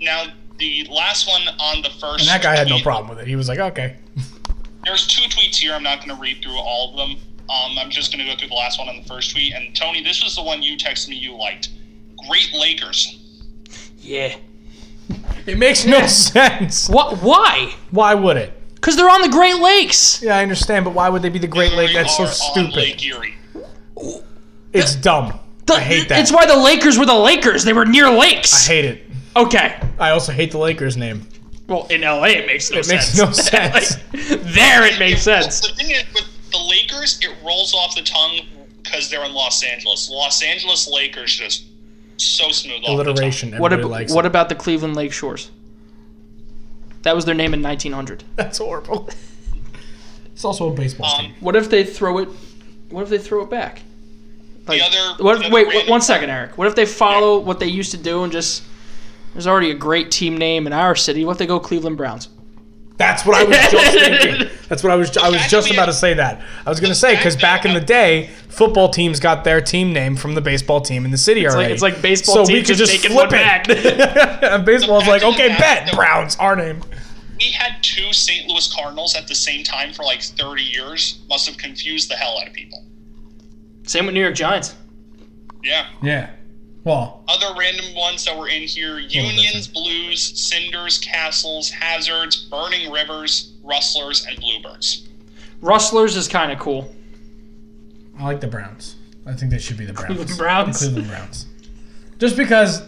Speaker 4: Now the last one on the first.
Speaker 2: And that guy had no
Speaker 4: tweet-
Speaker 2: problem with it. He was like, okay,
Speaker 4: There's two tweets here. I'm not going to read through all of them. Um, I'm just going to go through the last one on the first tweet. And Tony, this was the one you texted me you liked. Great Lakers.
Speaker 1: Yeah.
Speaker 2: it makes no sense.
Speaker 1: What? Why?
Speaker 2: Why would it?
Speaker 1: Because they're on the Great Lakes.
Speaker 2: Yeah, I understand, but why would they be the Great Lake?
Speaker 4: We
Speaker 2: That's so
Speaker 4: are on Lake
Speaker 2: stupid.
Speaker 4: Erie.
Speaker 2: It's dumb.
Speaker 1: The-
Speaker 2: I hate that.
Speaker 1: It's why the Lakers were the Lakers. They were near
Speaker 2: I
Speaker 1: lakes.
Speaker 2: hate it.
Speaker 1: okay.
Speaker 2: I also hate the Lakers name.
Speaker 1: Well, in LA, it makes no
Speaker 2: It
Speaker 1: sense.
Speaker 2: makes no sense.
Speaker 1: Like, there, it makes sense.
Speaker 4: The thing is, with the Lakers, it rolls off the tongue because they're in Los Angeles. Los Angeles Lakers just so smooth. off the tongue.
Speaker 2: Alliteration.
Speaker 1: What,
Speaker 2: Everybody
Speaker 1: ab-
Speaker 2: likes
Speaker 1: what
Speaker 2: it.
Speaker 1: about the Cleveland Lake Shores? That was their name in 1900.
Speaker 2: That's horrible. It's also a baseball team.
Speaker 4: Um,
Speaker 1: What if they throw it? What if they throw it back? Like,
Speaker 4: other-
Speaker 1: what if-
Speaker 4: the other
Speaker 1: wait,
Speaker 4: random-
Speaker 1: one second, Eric. What if they follow what they used to do and just? There's already a great team name in our city. What if they go Cleveland Browns?
Speaker 2: That's what I was just thinking. That's what I was. I was
Speaker 4: fact
Speaker 2: just
Speaker 4: that we
Speaker 2: about to
Speaker 4: have-
Speaker 2: say that. I was going to say because
Speaker 4: fact
Speaker 2: back
Speaker 4: that-
Speaker 2: in the day, football teams got their team name from the baseball team in the city
Speaker 1: It's like,
Speaker 2: already.
Speaker 1: it's like baseball team just, taking one back.
Speaker 2: and baseball's
Speaker 4: The
Speaker 2: like,
Speaker 4: fact of
Speaker 2: okay,
Speaker 4: the matter
Speaker 2: bet
Speaker 4: that-
Speaker 2: Browns our name.
Speaker 4: we had two St. Louis Cardinals at the same time for like 30 years. Must have confused the hell out of people.
Speaker 1: Same with New York Giants.
Speaker 4: Yeah.
Speaker 2: Yeah. Well,
Speaker 4: Other random ones that were in here
Speaker 1: Oh,
Speaker 4: Unions, Blues, Cinders, Castles, Hazards, Burning Rivers, Rustlers, and Bluebirds.
Speaker 1: Rustlers is kind of cool.
Speaker 2: I like the Browns. I think they should be the Browns.
Speaker 1: Cleveland Browns.
Speaker 2: The Cleveland Browns. Just because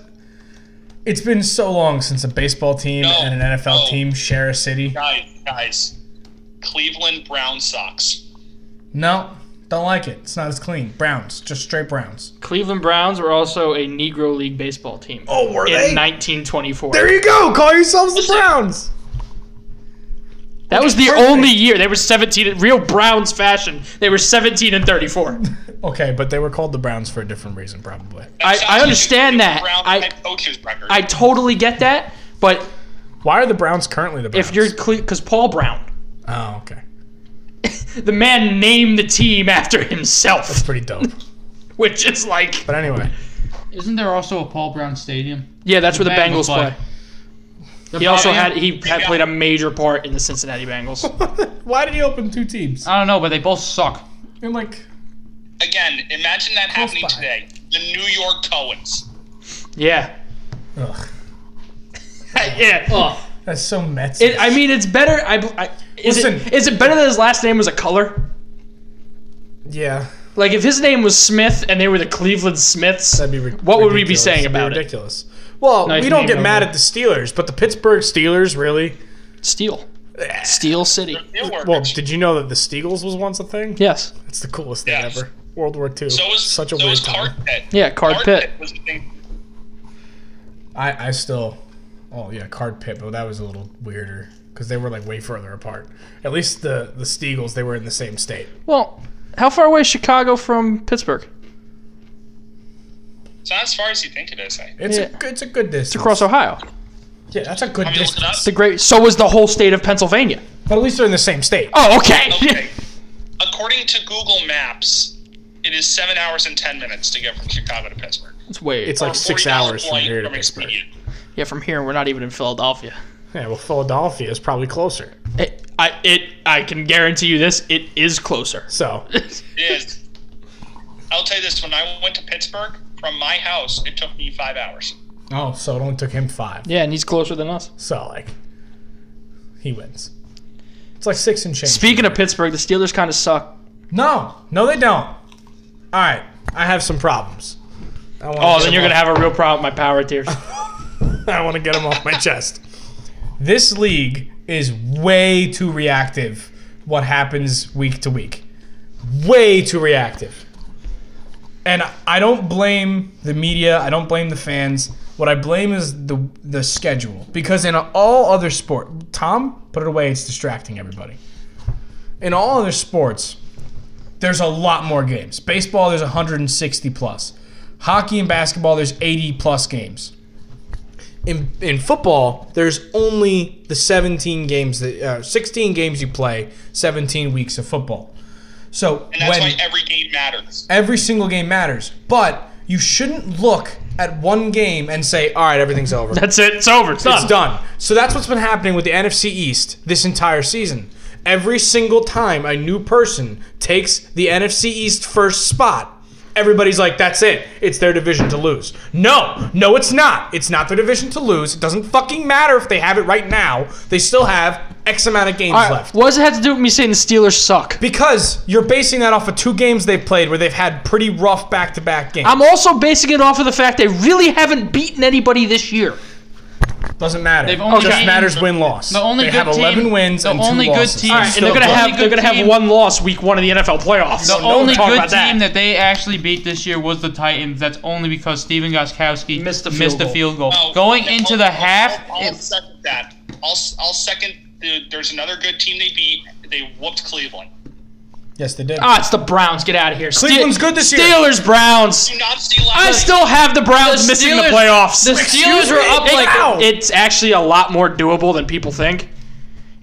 Speaker 2: it's been so long since a baseball team
Speaker 4: No,
Speaker 2: and an NFL
Speaker 4: no.
Speaker 2: team share a city.
Speaker 4: Guys, guys, Cleveland Brown Sox.
Speaker 2: No, don't like it. It's not as clean. Browns, just straight Browns.
Speaker 1: Cleveland Browns were also a Negro League baseball team
Speaker 2: Oh, were
Speaker 1: in 1924.
Speaker 2: There you go. Call yourselves the Browns.
Speaker 1: that was the
Speaker 2: perfect.
Speaker 1: only year they were 17. Real Browns fashion. They were 17 and 34.
Speaker 2: Okay, but they were called the Browns for a different reason, probably.
Speaker 1: I- I
Speaker 4: sounds like a
Speaker 1: understand
Speaker 4: Cleveland
Speaker 1: that.
Speaker 4: Brown
Speaker 1: I-
Speaker 4: head coach's record.
Speaker 1: I totally get that, but
Speaker 2: Why are the Browns currently the Browns?
Speaker 1: if you're because Paul Brown,
Speaker 2: oh, okay,
Speaker 1: the man named the team after himself,
Speaker 2: pretty dope.
Speaker 1: which is like
Speaker 2: But anyway,
Speaker 3: Isn't there also a Paul Brown Stadium?
Speaker 1: yeah, that's where the
Speaker 3: Bengals
Speaker 1: Bengals
Speaker 3: play.
Speaker 1: play. He also
Speaker 3: Bengals-
Speaker 1: had he had played a major part in the Cincinnati Bengals.
Speaker 2: why did you open two
Speaker 1: Uh,
Speaker 2: teams?
Speaker 3: I don't know, but they both suck.
Speaker 2: I'm like,
Speaker 4: Again, imagine that happening
Speaker 2: by.
Speaker 4: today. The New York Coens.
Speaker 1: Yeah,
Speaker 2: ugh,
Speaker 1: yeah.
Speaker 2: that's so Mets.
Speaker 1: It, I mean, it's better. I, I is
Speaker 2: Listen.
Speaker 1: it is it better that his last name was a color?
Speaker 2: yeah,
Speaker 1: Like if his name was Smith and they were the Cleveland Smiths,
Speaker 2: that'd be. ri-
Speaker 1: what would we be
Speaker 2: ridiculous.
Speaker 1: saying
Speaker 2: That'd be
Speaker 1: about it?
Speaker 2: ridiculous. Well,
Speaker 1: Nice
Speaker 2: we don't
Speaker 1: name,
Speaker 2: get
Speaker 1: though,
Speaker 2: mad
Speaker 1: man.
Speaker 2: at the Steelers, but the Pittsburgh Steelers really. Eh,
Speaker 1: Steel, Steel City.
Speaker 4: It works.
Speaker 2: Well, did you know that the Steagles was once a thing?
Speaker 1: Yes.
Speaker 2: It's the coolest thing
Speaker 4: Yes.
Speaker 2: ever. World War II.
Speaker 4: so was
Speaker 2: Such a
Speaker 4: so
Speaker 2: weird
Speaker 4: was
Speaker 2: time.
Speaker 4: Card Pit.
Speaker 1: Yeah, Card
Speaker 4: Card
Speaker 1: Pitt.
Speaker 4: Pit was a thing.
Speaker 2: I, I still, oh yeah, card pit, but that was a little weirder because they were like way further apart. At least the the Steagles, they were in the same state.
Speaker 1: Well, how far away is Chicago from Pittsburgh?
Speaker 4: It's not as far as you think it is. I,
Speaker 2: It's
Speaker 1: Yeah.
Speaker 2: a good, it's a good distance.
Speaker 1: Across Ohio.
Speaker 2: yeah, that's a good
Speaker 4: I mean, look it up.
Speaker 2: distance.
Speaker 1: The great. So was the whole state of Pennsylvania.
Speaker 2: But at least they're in the same state.
Speaker 1: Oh, okay.
Speaker 4: Okay. According to Google Maps, it is seven hours and ten minutes to get from Chicago to Pittsburgh.
Speaker 1: it's way.
Speaker 2: It's like
Speaker 4: Or
Speaker 2: six
Speaker 4: $40
Speaker 2: hours from
Speaker 4: flight
Speaker 2: here to
Speaker 4: from
Speaker 2: Pittsburgh.
Speaker 4: Expedia.
Speaker 1: yeah, from here we're not even in Philadelphia.
Speaker 2: Yeah, well, Philadelphia is probably closer.
Speaker 1: It, I it I can guarantee you this. It is closer.
Speaker 2: So
Speaker 4: It is. I'll tell you this: when I went to Pittsburgh from my house, it took me five hours.
Speaker 2: oh, so it only took him five.
Speaker 1: Yeah, and he's closer than us.
Speaker 2: So like, he wins. It's like six and change.
Speaker 1: Speaking of Pittsburgh, the Steelers kind of suck.
Speaker 2: no, no, they don't. All right, I have some problems. I wanna
Speaker 1: Oh,
Speaker 2: get
Speaker 1: then
Speaker 2: him
Speaker 1: you're gonna
Speaker 2: off-
Speaker 1: have a real problem with my power tiers.
Speaker 2: I want to get him off my chest. This league is way too reactive. What happens week to week, way too reactive. And I don't blame the media. I don't blame the fans. What I blame is the the schedule because in all other sport, Tom, put it away. It's distracting everybody. In all other sports, there's a lot more games. Baseball, there's 160 plus. Hockey and basketball, there's 80 plus games in in football, there's only the 17 games that uh, 16 games you play, 17 weeks of football. So
Speaker 4: And that's
Speaker 2: when
Speaker 4: why every game matters.
Speaker 2: every single game matters, but you shouldn't look at one game and say, "All right, everything's over."
Speaker 1: That's it. It's over. It's done.
Speaker 2: It's done. So that's what's been happening with the NFC East this entire season. Every single time a new person takes the NFC East first spot, everybody's like, that's it. It's their division to lose. No, no, it's not. It's not their division to lose. It doesn't fucking matter if they have it right now. They still have X amount of games
Speaker 1: All right,
Speaker 2: left.
Speaker 1: What does it have to do with me saying the Steelers suck?
Speaker 2: Because you're basing that off of two games they've played where they've had pretty rough back to back games.
Speaker 1: I'm also basing it off of the fact they really haven't beaten anybody this year.
Speaker 2: doesn't matter.
Speaker 3: They've only
Speaker 2: it just
Speaker 3: beaten-
Speaker 2: matters win loss.
Speaker 3: the only
Speaker 2: they
Speaker 3: good
Speaker 2: have 11
Speaker 3: team-
Speaker 2: wins
Speaker 3: the
Speaker 2: and two
Speaker 3: only good
Speaker 2: losses.
Speaker 3: team- All right, and
Speaker 1: And they're gonna
Speaker 3: Still
Speaker 1: have
Speaker 3: good
Speaker 1: they're gonna have
Speaker 3: team.
Speaker 1: one loss week one of the NFL playoffs.
Speaker 3: The
Speaker 1: So no one
Speaker 3: only
Speaker 1: talk
Speaker 3: good
Speaker 1: about
Speaker 3: team that. they actually beat this year was the Titans. That's only because Steven Goskowski
Speaker 1: Missed
Speaker 3: missed
Speaker 1: the
Speaker 3: the
Speaker 1: field goal.
Speaker 3: goal.
Speaker 4: Oh,
Speaker 3: Going
Speaker 4: okay,
Speaker 3: into
Speaker 4: I'll-
Speaker 3: the
Speaker 4: I'll-
Speaker 3: half,
Speaker 4: I'll, I'll
Speaker 3: it-
Speaker 4: second that. I'll, s- I'll second. The, there's another good team they beat. They whooped Cleveland.
Speaker 2: Yes, they did.
Speaker 1: Ah, it's the Browns. Get out of here. Ste-
Speaker 2: Cleveland's good this year.
Speaker 1: Steelers, Browns.
Speaker 4: Do not see.
Speaker 1: I still have the Browns
Speaker 3: The
Speaker 1: missing the
Speaker 3: Steelers-
Speaker 1: playoffs.
Speaker 3: the Steelers were up
Speaker 1: It-
Speaker 3: like-
Speaker 2: Ow.
Speaker 1: it's actually a lot more doable than people think.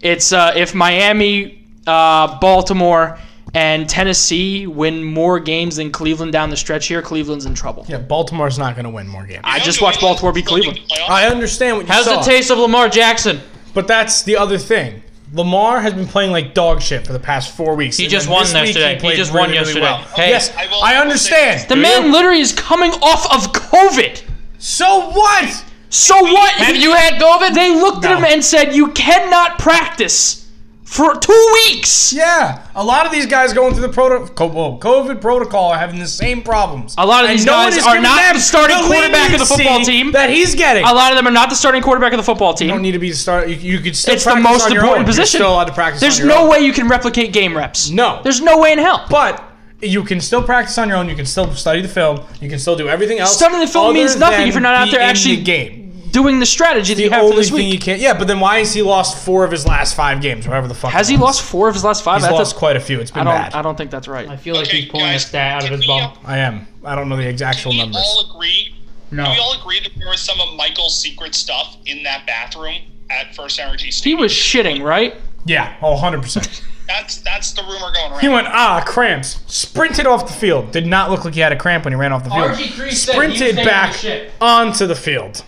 Speaker 1: It's uh, if Miami, uh, Baltimore, and Tennessee win more games than Cleveland down the stretch here, Cleveland's in trouble.
Speaker 2: Yeah, Baltimore's not going to win more games.
Speaker 1: I just watched Baltimore beat Cleveland.
Speaker 2: I understand what you
Speaker 3: how's
Speaker 2: saw,
Speaker 3: the taste of Lamar Jackson?
Speaker 2: but that's the other thing. Lamar has been playing like dog shit for the past four weeks.
Speaker 3: He
Speaker 2: and
Speaker 3: just
Speaker 2: then
Speaker 3: won
Speaker 2: this week
Speaker 3: yesterday. He
Speaker 2: played
Speaker 3: just won yesterday. Hey.
Speaker 2: yes, I,
Speaker 4: I will- I will
Speaker 2: understand.
Speaker 4: say-
Speaker 1: The man literally is coming off of COVID.
Speaker 2: so what?
Speaker 1: So what?
Speaker 3: Have you had COVID?
Speaker 1: They looked
Speaker 2: No.
Speaker 1: at him and said, "You cannot practice for two weeks."
Speaker 2: Yeah, a lot of these guys going through the proto- well, COVID protocol are having the same problems.
Speaker 1: A lot of
Speaker 2: And
Speaker 1: these
Speaker 2: no one
Speaker 1: guys
Speaker 2: is
Speaker 1: are
Speaker 2: giving
Speaker 1: not
Speaker 2: them
Speaker 1: the starting quarterback of the football
Speaker 2: leniency
Speaker 1: team.
Speaker 2: that he's getting.
Speaker 1: A lot of them are not the starting quarterback of the football team.
Speaker 2: you don't need to be the start. You, you could still
Speaker 1: it's the
Speaker 2: practice
Speaker 1: most
Speaker 2: on your
Speaker 1: important
Speaker 2: own.
Speaker 1: position.
Speaker 2: You're still allowed to practice.
Speaker 1: There's
Speaker 2: on your
Speaker 1: no
Speaker 2: own.
Speaker 1: way you can replicate game reps.
Speaker 2: No.
Speaker 1: There's no way in hell.
Speaker 2: But you can still practice on your own. You can still study the film. You can still do everything else.
Speaker 1: Studying the film
Speaker 2: other
Speaker 1: means nothing
Speaker 2: than
Speaker 1: if you're not out
Speaker 2: be
Speaker 1: there
Speaker 2: in
Speaker 1: actually-
Speaker 2: the game.
Speaker 1: Doing the strategy that
Speaker 2: The
Speaker 1: you have for
Speaker 2: only
Speaker 1: this
Speaker 2: thing you
Speaker 1: week.
Speaker 2: can't. Yeah, but then why has he lost four of his last five games? Whatever the fuck.
Speaker 1: Has
Speaker 2: it
Speaker 1: he
Speaker 2: was.
Speaker 1: lost four of his last five?
Speaker 2: He's
Speaker 1: That's a-
Speaker 2: lost quite a few. It's been
Speaker 1: I don't.
Speaker 2: bad.
Speaker 1: I
Speaker 2: I,
Speaker 1: don't think that's right.
Speaker 3: I feel like
Speaker 4: Okay,
Speaker 3: he's pulling
Speaker 4: guys,
Speaker 3: a stat out
Speaker 4: can
Speaker 3: of his
Speaker 4: we, uh,
Speaker 3: bum.
Speaker 2: am. I don't know the actual
Speaker 4: we
Speaker 2: numbers.
Speaker 4: all agree.
Speaker 3: No.
Speaker 4: We all agree that there was some of Michael's secret stuff in that bathroom at First Energy
Speaker 1: He
Speaker 4: Stadium.
Speaker 1: was shitting, right?
Speaker 2: yeah, oh, 100 percent.
Speaker 4: That's that's the rumor going around.
Speaker 2: He went ah cramps. Sprinted off the field. Did not look like he had a cramp when he ran off the field.
Speaker 3: RG3 said he was
Speaker 2: Sprinted
Speaker 3: taking a
Speaker 2: back
Speaker 3: shit.
Speaker 2: onto the field.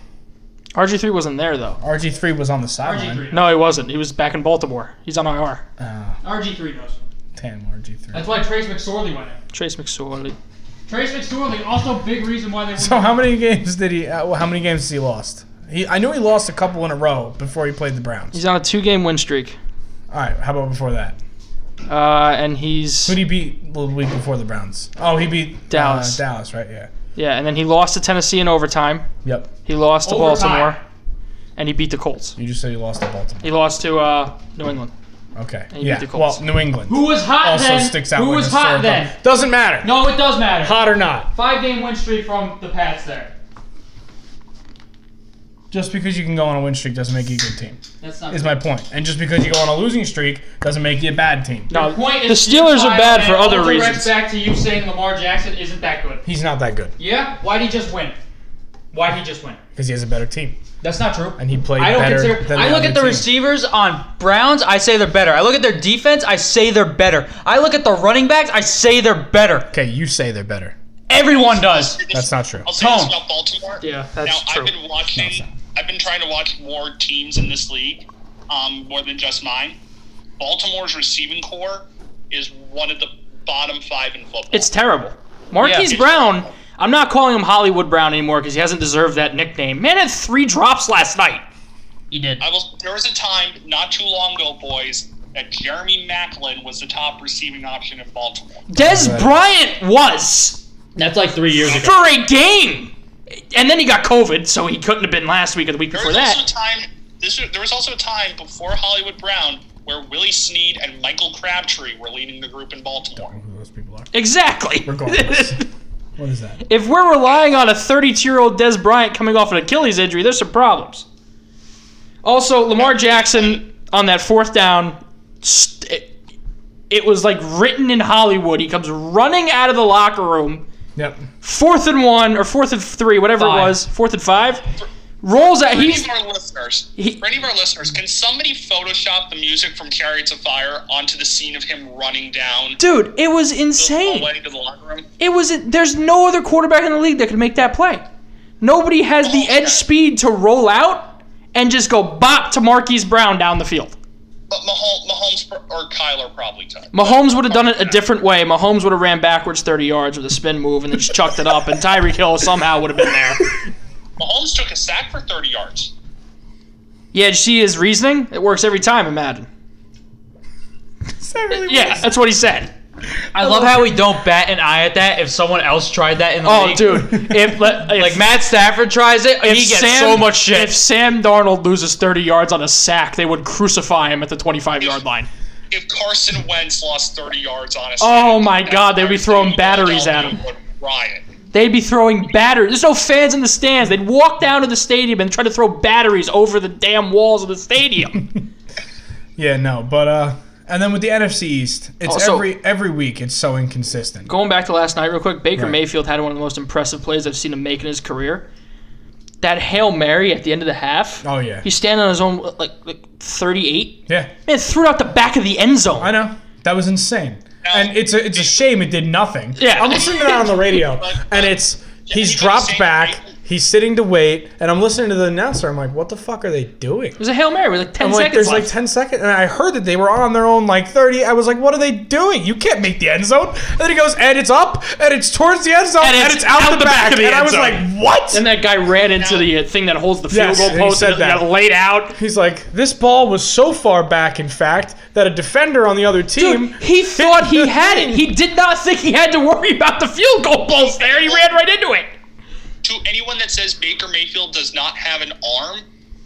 Speaker 1: RG3 wasn't there though.
Speaker 2: RG three was on the sideline.
Speaker 1: No, he wasn't. He was back in Baltimore. He's on IR.
Speaker 2: Uh,
Speaker 3: RG3 knows.
Speaker 2: Damn RG three.
Speaker 3: That's why Trace McSorley went in.
Speaker 1: Trace McSorley.
Speaker 3: Trace McSorley also big reason why they.
Speaker 2: So how many games did he? Uh, how many games has he lost? He, I knew he lost a couple in a row before he played the Browns.
Speaker 1: He's on a two-game win streak,
Speaker 2: All right, how about before that?
Speaker 1: uh, and he's
Speaker 2: Who did he beat the week before the Browns? Oh, he beat uh,
Speaker 1: Dallas.
Speaker 2: Dallas, right? Yeah.
Speaker 1: yeah, and then he lost to Tennessee in overtime.
Speaker 2: Yep.
Speaker 1: He lost to
Speaker 3: Overtime.
Speaker 1: Baltimore, and he beat the Colts.
Speaker 2: You just said he lost to Baltimore.
Speaker 1: He lost to uh, New England.
Speaker 2: Okay.
Speaker 1: beat
Speaker 2: Yeah.
Speaker 1: the Colts.
Speaker 2: Well, New England
Speaker 3: Who was hot
Speaker 2: also
Speaker 3: then?
Speaker 2: sticks out.
Speaker 3: Who
Speaker 2: like
Speaker 3: was
Speaker 2: a sore
Speaker 3: hot
Speaker 2: thumb.
Speaker 3: then?
Speaker 2: Doesn't matter.
Speaker 3: No, it does matter.
Speaker 2: Hot or not.
Speaker 3: Five game win streak from the Pats there.
Speaker 2: Just because you can go on a win streak doesn't make you a good team.
Speaker 3: That's not.
Speaker 2: Is my point. And just because you go on a losing streak doesn't make you a bad team.
Speaker 1: No,
Speaker 3: The point
Speaker 1: the
Speaker 3: is
Speaker 1: Steelers
Speaker 3: you
Speaker 1: are bad
Speaker 3: and
Speaker 1: for
Speaker 3: it all
Speaker 1: other
Speaker 3: directs
Speaker 1: reasons.
Speaker 3: Back to you saying Lamar Jackson isn't that good.
Speaker 2: He's not that good
Speaker 3: Yeah. Why'd he just win? Why'd he just win?
Speaker 2: because he has a better team
Speaker 3: That's not true.
Speaker 2: and he played
Speaker 3: I don't
Speaker 2: better
Speaker 3: consider.
Speaker 2: than
Speaker 3: I look
Speaker 2: other
Speaker 3: at the
Speaker 2: team.
Speaker 3: receivers on Browns. I say they're better. I look at their defense. I say they're better. I look at the running backs. I say they're better.
Speaker 2: Okay, you say they're better.
Speaker 3: Everyone does.
Speaker 2: That's not true.
Speaker 4: I'll say this
Speaker 3: Tone.
Speaker 4: about Baltimore.
Speaker 1: Yeah, that's
Speaker 4: now,
Speaker 1: true.
Speaker 4: I've been watching. I've been trying to watch more teams in this league, um, more than just mine. Baltimore's receiving core is one of the bottom five in football.
Speaker 1: It's terrible. Marquise
Speaker 3: Yeah.
Speaker 1: Brown. I'm not calling him Hollywood Brown anymore because he hasn't deserved that nickname. Man had three drops last night.
Speaker 3: He did.
Speaker 4: I was there was a time not too long ago, boys, that Jeremy Macklin was the top receiving option in Baltimore.
Speaker 1: Des Bryant was.
Speaker 5: That's like three years ago.
Speaker 1: for a game. And then he got COVID, so he couldn't have been last week or the week
Speaker 4: There
Speaker 1: before
Speaker 4: was also a
Speaker 1: that.
Speaker 4: time. This was, there was also a time before Hollywood Brown where Willie Snead and Michael Crabtree were leading the group in Baltimore.
Speaker 2: Who those people are?
Speaker 1: Exactly.
Speaker 2: Regardless. What is that?
Speaker 1: if we're relying on a 32-year-old Des Bryant coming off an Achilles injury, there's some problems. Also, Lamar Jackson on that fourth down, st- it, it was like written in Hollywood. He comes running out of the locker room,
Speaker 2: Yep.
Speaker 1: fourth and one or fourth and three, whatever it
Speaker 3: Five.
Speaker 1: was, fourth and five, rolls out.
Speaker 4: For any
Speaker 1: He's
Speaker 4: of our listeners,
Speaker 1: He-
Speaker 4: for any of our listeners, can somebody Photoshop the music from Carrier to Fire onto the scene of him running down
Speaker 1: dude, it was
Speaker 4: the
Speaker 1: insane.
Speaker 4: hallway to the locker room?
Speaker 1: It was there's no other quarterback in the league that could make that play. Nobody has the edge speed to roll out and just go bop to Marquise Brown down the field.
Speaker 4: But Mahomes, Mahomes pr- or Kyler probably could.
Speaker 1: Mahomes would have done it a different way. Mahomes would have ran backwards 30 yards with a spin move and then just chucked it up, and Tyreek Hill somehow would have been there.
Speaker 4: Mahomes took a sack for 30 yards.
Speaker 1: Yeah, did you see his reasoning? It works every time, imagine. Yeah, that's what he said.
Speaker 3: I love how we don't bat an eye at that if someone else tried that in the
Speaker 1: Oh,
Speaker 3: league.
Speaker 1: dude. If, let- if-
Speaker 3: Like Matt Stafford tries it,
Speaker 1: if
Speaker 3: he gets so much shit.
Speaker 1: If Sam Darnold loses 30 yards on a sack, they would crucify him at the 25 yard line.
Speaker 4: If Carson Wentz lost 30 yards on a
Speaker 1: Oh
Speaker 4: sack,
Speaker 1: my
Speaker 4: that
Speaker 1: God, they'd be throwing batteries at
Speaker 4: Philadelphia would Riot.
Speaker 1: They'd be throwing batteries. There's no fans in the stands. They'd walk down to the stadium and try to throw batteries over the damn walls of the stadium.
Speaker 2: Yeah, no, but uh, and then with the NFC East, it's
Speaker 1: Also-
Speaker 2: every every week. It's so inconsistent.
Speaker 1: going back to last night real quick, Baker
Speaker 2: Right.
Speaker 1: Mayfield had one of the most impressive plays I've seen him make in his career. That Hail Mary at the end of the half.
Speaker 2: Oh yeah,
Speaker 1: He's standing on his own like, like 38.
Speaker 2: yeah,
Speaker 1: Man, threw it out the back of the end zone.
Speaker 2: I know that was insane, and it's a it's a shame it did nothing.
Speaker 1: Yeah.
Speaker 2: I'm listening to that on the radio, and it's he's
Speaker 4: he
Speaker 2: dropped
Speaker 4: was
Speaker 2: back,
Speaker 4: saying-
Speaker 2: he's sitting to wait, and I'm listening to the announcer. I'm like, what the fuck are they doing?
Speaker 1: It was a Hail Mary with like 10
Speaker 2: I'm like,
Speaker 1: seconds
Speaker 2: there's like
Speaker 1: left.
Speaker 2: 10 seconds, and I heard that they were on their own like 30. I was like, what are they doing? You can't make the end zone. And then he goes, and it's up, and it's towards the end zone, and, it's, out, the, back.
Speaker 1: of the
Speaker 2: and I
Speaker 1: end
Speaker 2: was
Speaker 1: zone.
Speaker 2: like, what?
Speaker 1: and that guy ran into the uh, thing that holds the field
Speaker 2: Yes,
Speaker 1: goal
Speaker 2: he
Speaker 1: post
Speaker 2: said
Speaker 1: and it got
Speaker 2: that.
Speaker 1: laid out.
Speaker 2: He's like, this ball was so far back, in fact, that a defender on the other team.
Speaker 1: Dude, he thought he had it. He did not think he had to worry about the field goal post there. He ran right into it.
Speaker 4: To anyone that says Baker Mayfield does not have an arm,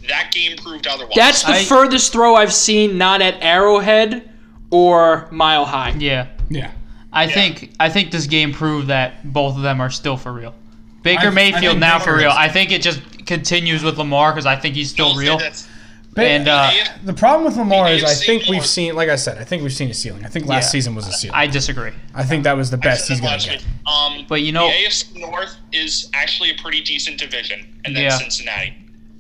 Speaker 4: that game proved otherwise.
Speaker 1: That's the
Speaker 3: I-
Speaker 1: furthest throw I've seen, not at Arrowhead or Mile High.
Speaker 3: yeah.
Speaker 2: yeah.
Speaker 3: I think I think this game proved that both of them are still for real. Baker
Speaker 2: I- I
Speaker 3: Mayfield
Speaker 2: think
Speaker 3: now
Speaker 2: Baker
Speaker 3: for real.
Speaker 2: is-
Speaker 3: I think it just continues with Lamar because I think he's still real.
Speaker 4: That's-
Speaker 3: And uh,
Speaker 2: The problem with Lamar is I
Speaker 4: AFC
Speaker 2: think we've
Speaker 4: North.
Speaker 2: seen, like I said, I think we've seen a ceiling. I think last
Speaker 3: Yeah.
Speaker 2: season was a ceiling. I,
Speaker 3: I disagree.
Speaker 2: think that was the best he's going to
Speaker 4: Last
Speaker 2: get.
Speaker 4: week. Um,
Speaker 3: But you know-
Speaker 4: the AFC North is actually a pretty decent division, and then
Speaker 3: Yeah.
Speaker 4: Cincinnati.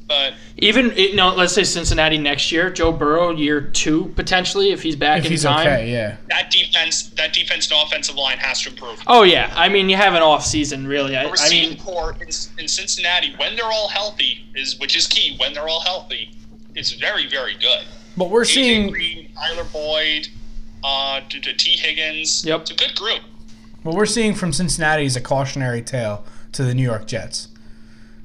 Speaker 4: But
Speaker 1: Even you know, let's say Cincinnati next year, Joe Burrow year two potentially if he's back
Speaker 2: If
Speaker 1: in
Speaker 2: he's
Speaker 1: time.
Speaker 2: okay, yeah.
Speaker 4: that defense, that defense and offensive line has to improve.
Speaker 1: Oh yeah, I mean you have an off season really. I,
Speaker 4: The
Speaker 1: I
Speaker 4: receiving
Speaker 1: mean
Speaker 4: core in, in Cincinnati, when they're all healthy, is which is key. When they're all healthy, is very very good.
Speaker 2: But we're
Speaker 4: AJ
Speaker 2: seeing
Speaker 4: Green, Tyler Boyd, uh, T. T. Higgins.
Speaker 1: Yep.
Speaker 4: it's a good group.
Speaker 2: what we're seeing from Cincinnati is a cautionary tale to the New York Jets.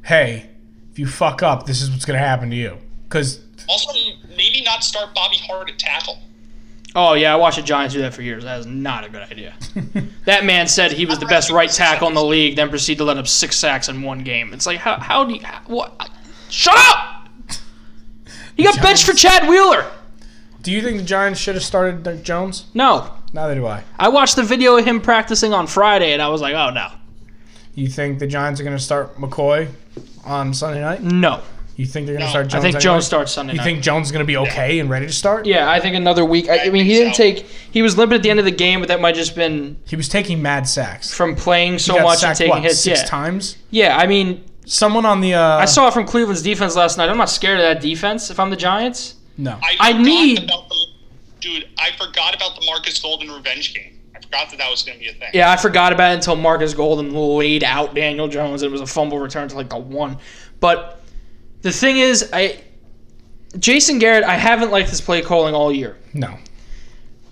Speaker 2: Hey, if you fuck up, this is what's going to happen to you. Because
Speaker 4: Also, maybe not start Bobby Hart at tackle.
Speaker 1: oh yeah, I watched the Giants do that for years. That is not a good idea. that man said he was the best right tackle in the league, then proceeded to let up six sacks in one game. It's like how how do you how, what? Shut up! He got benched for Chad Wheeler.
Speaker 2: do you think the Giants should have started Doug Jones?
Speaker 1: No,
Speaker 2: Neither do I.
Speaker 1: I watched the video of him practicing on Friday, and I was like, oh no,
Speaker 2: You think the Giants are going to start McCoy on Sunday night?
Speaker 1: no.
Speaker 2: You think they're going to start Jones?
Speaker 1: I think
Speaker 2: anyway?
Speaker 1: Jones starts Sunday
Speaker 2: You
Speaker 1: night.
Speaker 2: think Jones is going to be okay and ready to start?
Speaker 1: Yeah, I think another week. I, I mean, he didn't
Speaker 4: think so.
Speaker 1: take. He was limited at the end of the game, but that might just been
Speaker 2: He was taking mad sacks.
Speaker 1: from playing so
Speaker 2: He got
Speaker 1: much and
Speaker 2: sacked,
Speaker 1: taking
Speaker 2: what,
Speaker 1: hits.
Speaker 2: six
Speaker 1: Yeah,
Speaker 2: times.
Speaker 1: yeah. I mean,
Speaker 2: Someone on the uh,
Speaker 1: I saw it from Cleveland's defense last night. I'm not scared of that defense. If I'm the Giants,
Speaker 2: no.
Speaker 1: I
Speaker 4: forgot
Speaker 1: need-
Speaker 4: about the, dude. I forgot about the Marcus Golden revenge game. I forgot that that was going to be a thing.
Speaker 1: yeah, I forgot about it until Marcus Golden laid out Daniel Jones. It was a fumble return to like the one. But the thing is, I Jason Garrett, I haven't liked his play calling all year.
Speaker 2: no.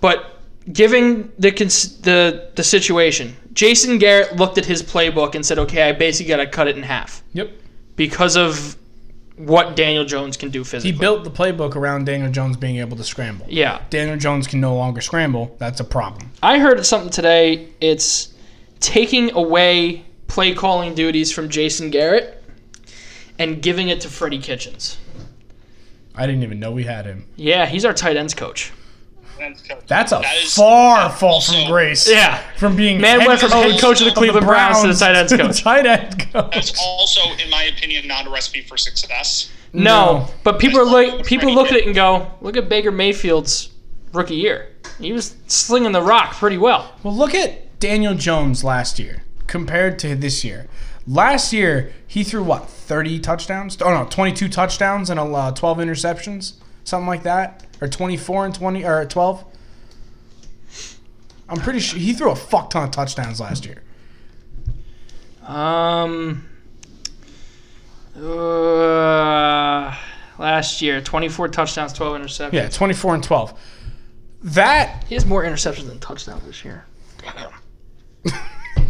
Speaker 1: But given the cons- the the situation, Jason Garrett looked at his playbook and said, "Okay, I basically got to cut it in half."
Speaker 2: Yep.
Speaker 1: because of what Daniel Jones can do
Speaker 2: He
Speaker 1: physically.
Speaker 2: built the playbook around Daniel Jones being able to scramble.
Speaker 1: yeah,
Speaker 2: Daniel Jones can no longer scramble. That's a problem.
Speaker 1: I heard something today. It's taking away play calling duties from Jason Garrett and giving it to Freddie Kitchens.
Speaker 2: I didn't even know we had him.
Speaker 1: Yeah, he's our tight ends coach.
Speaker 2: That's a
Speaker 4: That is-
Speaker 2: far
Speaker 4: that
Speaker 2: fall from
Speaker 4: also-
Speaker 2: grace.
Speaker 1: Yeah.
Speaker 2: From being
Speaker 1: Man
Speaker 2: head
Speaker 1: went from head coach of the Cleveland Browns to the tight ends
Speaker 2: to the
Speaker 1: coach.
Speaker 2: tight end coach.
Speaker 4: That's also, in my opinion, not a recipe for success.
Speaker 1: No,
Speaker 2: No.
Speaker 1: but people are like people
Speaker 4: Freddie
Speaker 1: look at it
Speaker 4: Kitchens.
Speaker 1: and go, look at Baker Mayfield's rookie year. He was slinging the rock pretty well.
Speaker 2: Well, look at Daniel Jones last year compared to this year. Last year, he threw what, 30 touchdowns? Oh, no, 22 touchdowns and uh, 12 interceptions, something like that. Or 24 and 20, or 12. I'm pretty sure he threw a fuck ton of touchdowns last year.
Speaker 1: Um, uh, last year, 24 touchdowns, 12 interceptions.
Speaker 2: Yeah, 24 and 12. That.
Speaker 1: He has more interceptions than touchdowns this year.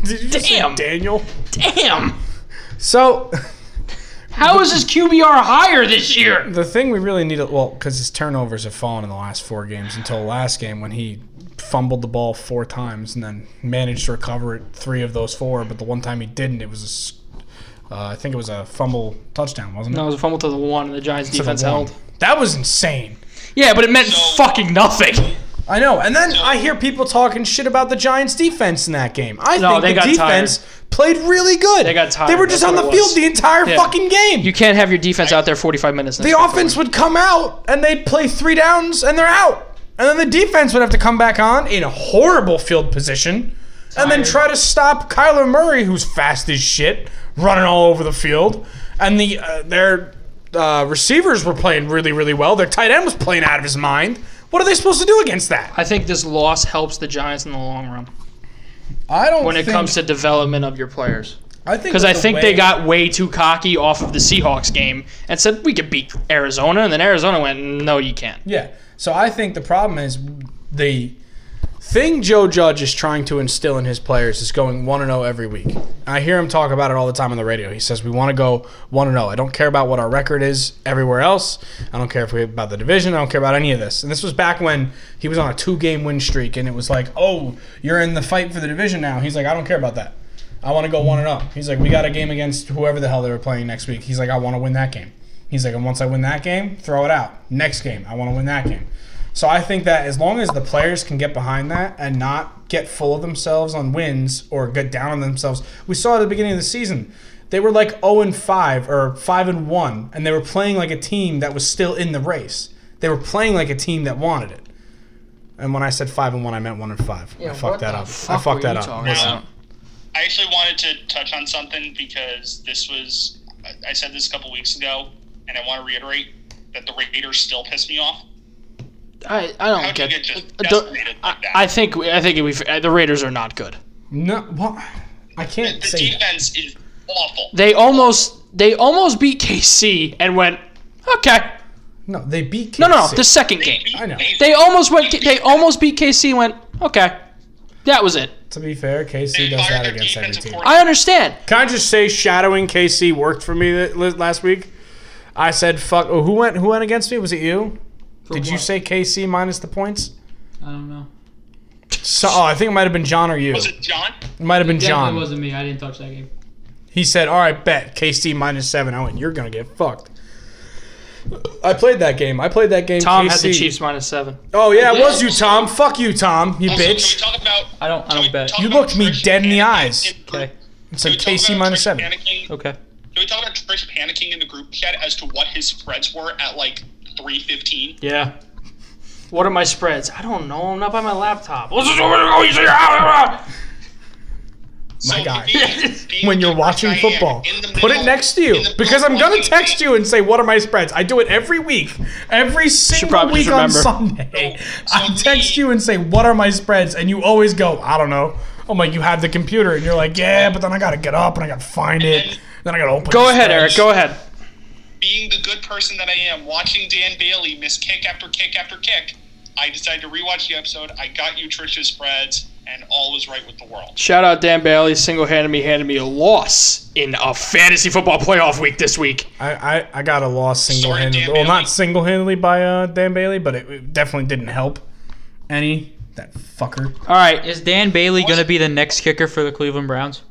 Speaker 2: Did you just say
Speaker 1: Damn.
Speaker 2: Daniel?
Speaker 1: Damn!
Speaker 2: So,
Speaker 1: How is his QBR higher this year?
Speaker 2: the thing we really need to. Well, because his turnovers have fallen in the last four games until last game when he fumbled the ball four times and then managed to recover it three of those four, but the one time he didn't, it was a s uh, I think it was a fumble touchdown, wasn't it?
Speaker 1: That was a fumble to the one, and the Giants
Speaker 2: To the
Speaker 1: defense
Speaker 2: one.
Speaker 1: held.
Speaker 2: That was insane.
Speaker 1: Yeah, but it meant fucking nothing.
Speaker 2: I know. And then I hear people talking shit about the Giants' defense in that game. I
Speaker 1: No,
Speaker 2: think
Speaker 1: they
Speaker 2: the
Speaker 1: got
Speaker 2: defense played really good.
Speaker 1: They got tired,
Speaker 2: They were just
Speaker 1: that's
Speaker 2: on the
Speaker 1: what it
Speaker 2: field
Speaker 1: was.
Speaker 2: the entire
Speaker 1: Yeah.
Speaker 2: fucking game.
Speaker 1: You can't have your defense out there 45 minutes.
Speaker 2: the offense would come out and they'd play three downs and they're out. And then the defense would have to come back on in a horrible field position and then
Speaker 1: Tired.
Speaker 2: try to stop Kyler Murray, who's fast as shit, running all over the field. And the uh, their uh, receivers were playing really, really well. Their tight end was playing out of his mind. What are they supposed to do against that?
Speaker 1: I think this loss helps the Giants in the long run
Speaker 2: I don't.
Speaker 1: when it comes to development of your players.
Speaker 2: I think
Speaker 1: Because I think they got way too cocky off of the Seahawks game and said, we could beat Arizona. And then Arizona went, no, you can't.
Speaker 2: Yeah. So I think the problem is the thing Joe Judge is trying to instill in his players is going 1 0 every week. I hear him talk about it all the time on the radio. He says, We want to go 1 0. I don't care about what our record is everywhere else. I don't care if we about the division. I don't care about any of this. And this was back when he was on a two game win streak and it was like, Oh, you're in the fight for the division now. He's like, I don't care about that. I want to go 1 0. He's like, We got a game against whoever the hell they were playing next week. He's like, I want to win that game. He's like, and once I win that game, throw it out. Next game, I want to win that game. So I think that as long as the players can get behind that and not get full of themselves on wins or get down on themselves, we saw at the beginning of the season they were like 0 and 5 or 5 and 1, and they were playing like a team that was still in the race. They were playing like a team that wanted it. And when I said 5 and 1, I meant 1 and 5. I
Speaker 1: what
Speaker 2: fucked that
Speaker 1: the
Speaker 2: up. I
Speaker 1: fuck
Speaker 2: fucked
Speaker 1: were
Speaker 2: that
Speaker 1: you
Speaker 2: up.
Speaker 1: talking
Speaker 2: Listen.
Speaker 1: about?
Speaker 4: I actually wanted to touch on something because this was, I- I said this a couple weeks ago, and I want to reiterate that the Raiders still piss me off.
Speaker 1: I, I don't
Speaker 4: How'd you
Speaker 1: get,
Speaker 4: get just
Speaker 1: I don't-
Speaker 4: decimated
Speaker 1: I,
Speaker 4: like that?
Speaker 1: I think we- I think we the Raiders are not good.
Speaker 2: No, well, I
Speaker 4: The
Speaker 2: can't say that.
Speaker 4: defense is awful.
Speaker 1: They almost they almost beat KC and went okay.
Speaker 2: No, they beat
Speaker 1: No, no, no,
Speaker 2: KC.
Speaker 1: the second game.
Speaker 4: Beat
Speaker 2: I know.
Speaker 4: Patriots.
Speaker 1: They almost went. They almost beat KC. and Went okay. That was it.
Speaker 2: To be fair, KC
Speaker 4: They
Speaker 2: does
Speaker 4: fired
Speaker 2: that
Speaker 4: their
Speaker 2: against every
Speaker 4: defensive
Speaker 2: team.
Speaker 4: coordinator.
Speaker 1: I understand.
Speaker 2: Can I just say shadowing KC worked for me th- li- last week? I said fuck. Oh, who went? Who went against me? Was it you? Did you
Speaker 1: what?
Speaker 2: say KC minus the points?
Speaker 3: I don't know.
Speaker 2: So, oh, I think it might have been John or you.
Speaker 4: Was it John?
Speaker 2: It might have been
Speaker 3: Definitely
Speaker 2: John.
Speaker 3: wasn't me. I didn't touch that game.
Speaker 2: He said, "All right, bet KC minus seven. I went. You're gonna get fucked. I played that game. I played that game.
Speaker 1: Tom
Speaker 2: KC.
Speaker 1: had the Chiefs minus seven.
Speaker 2: Oh yeah, it was you, Tom. Fuck you, Tom. You
Speaker 4: Also,
Speaker 2: bitch.
Speaker 4: Can we talk about?
Speaker 3: I don't. I
Speaker 4: can we
Speaker 3: don't bet.
Speaker 4: talk
Speaker 2: You
Speaker 4: about
Speaker 2: looked me
Speaker 4: Trish
Speaker 2: dead in the
Speaker 4: panicking
Speaker 2: eyes.
Speaker 4: in group?
Speaker 1: Okay.
Speaker 2: It
Speaker 4: Can
Speaker 2: said
Speaker 4: we talk
Speaker 2: KC
Speaker 4: about
Speaker 2: minus
Speaker 4: Trish
Speaker 2: seven.
Speaker 4: panicking-
Speaker 1: Okay.
Speaker 4: Can we talk about Trish panicking in the group chat as to what his spreads were at like three fifteen?
Speaker 1: Yeah. What are my spreads? I don't know. I'm not by my laptop.
Speaker 2: Oh,
Speaker 4: My
Speaker 2: God. when you're watching football. Put it next to you because I'm gonna text you and say, "What are my spreads?" I do it every week, every single
Speaker 1: probably
Speaker 2: week
Speaker 1: just
Speaker 2: on
Speaker 1: remember.
Speaker 2: Sunday. I
Speaker 4: so
Speaker 2: text
Speaker 4: me-
Speaker 2: you and say, "What are my spreads?" And you always go, "I don't know." I'm like, "You have the computer," and you're like, "Yeah," but then I gotta get up and I gotta find it.
Speaker 4: then-
Speaker 2: Then I gotta open.
Speaker 1: Go
Speaker 2: the
Speaker 1: ahead,
Speaker 2: spreads.
Speaker 1: Eric. Go ahead.
Speaker 4: being the good person that I am, watching Dan Bailey miss kick after kick after kick, I decided to rewatch the episode. I got you Trisha's spreads, and all was right with the world.
Speaker 1: Shout out Dan Bailey. Single handedly handed me a loss in a fantasy football playoff week this week.
Speaker 2: I, I, I got a loss single
Speaker 4: Dan
Speaker 2: handedly. Well,
Speaker 4: Bailey.
Speaker 2: not single handedly by uh, Dan Bailey, but it, it definitely didn't help any. that fucker.
Speaker 1: All right.
Speaker 3: Is Dan Bailey going to be the next kicker for the Cleveland Browns?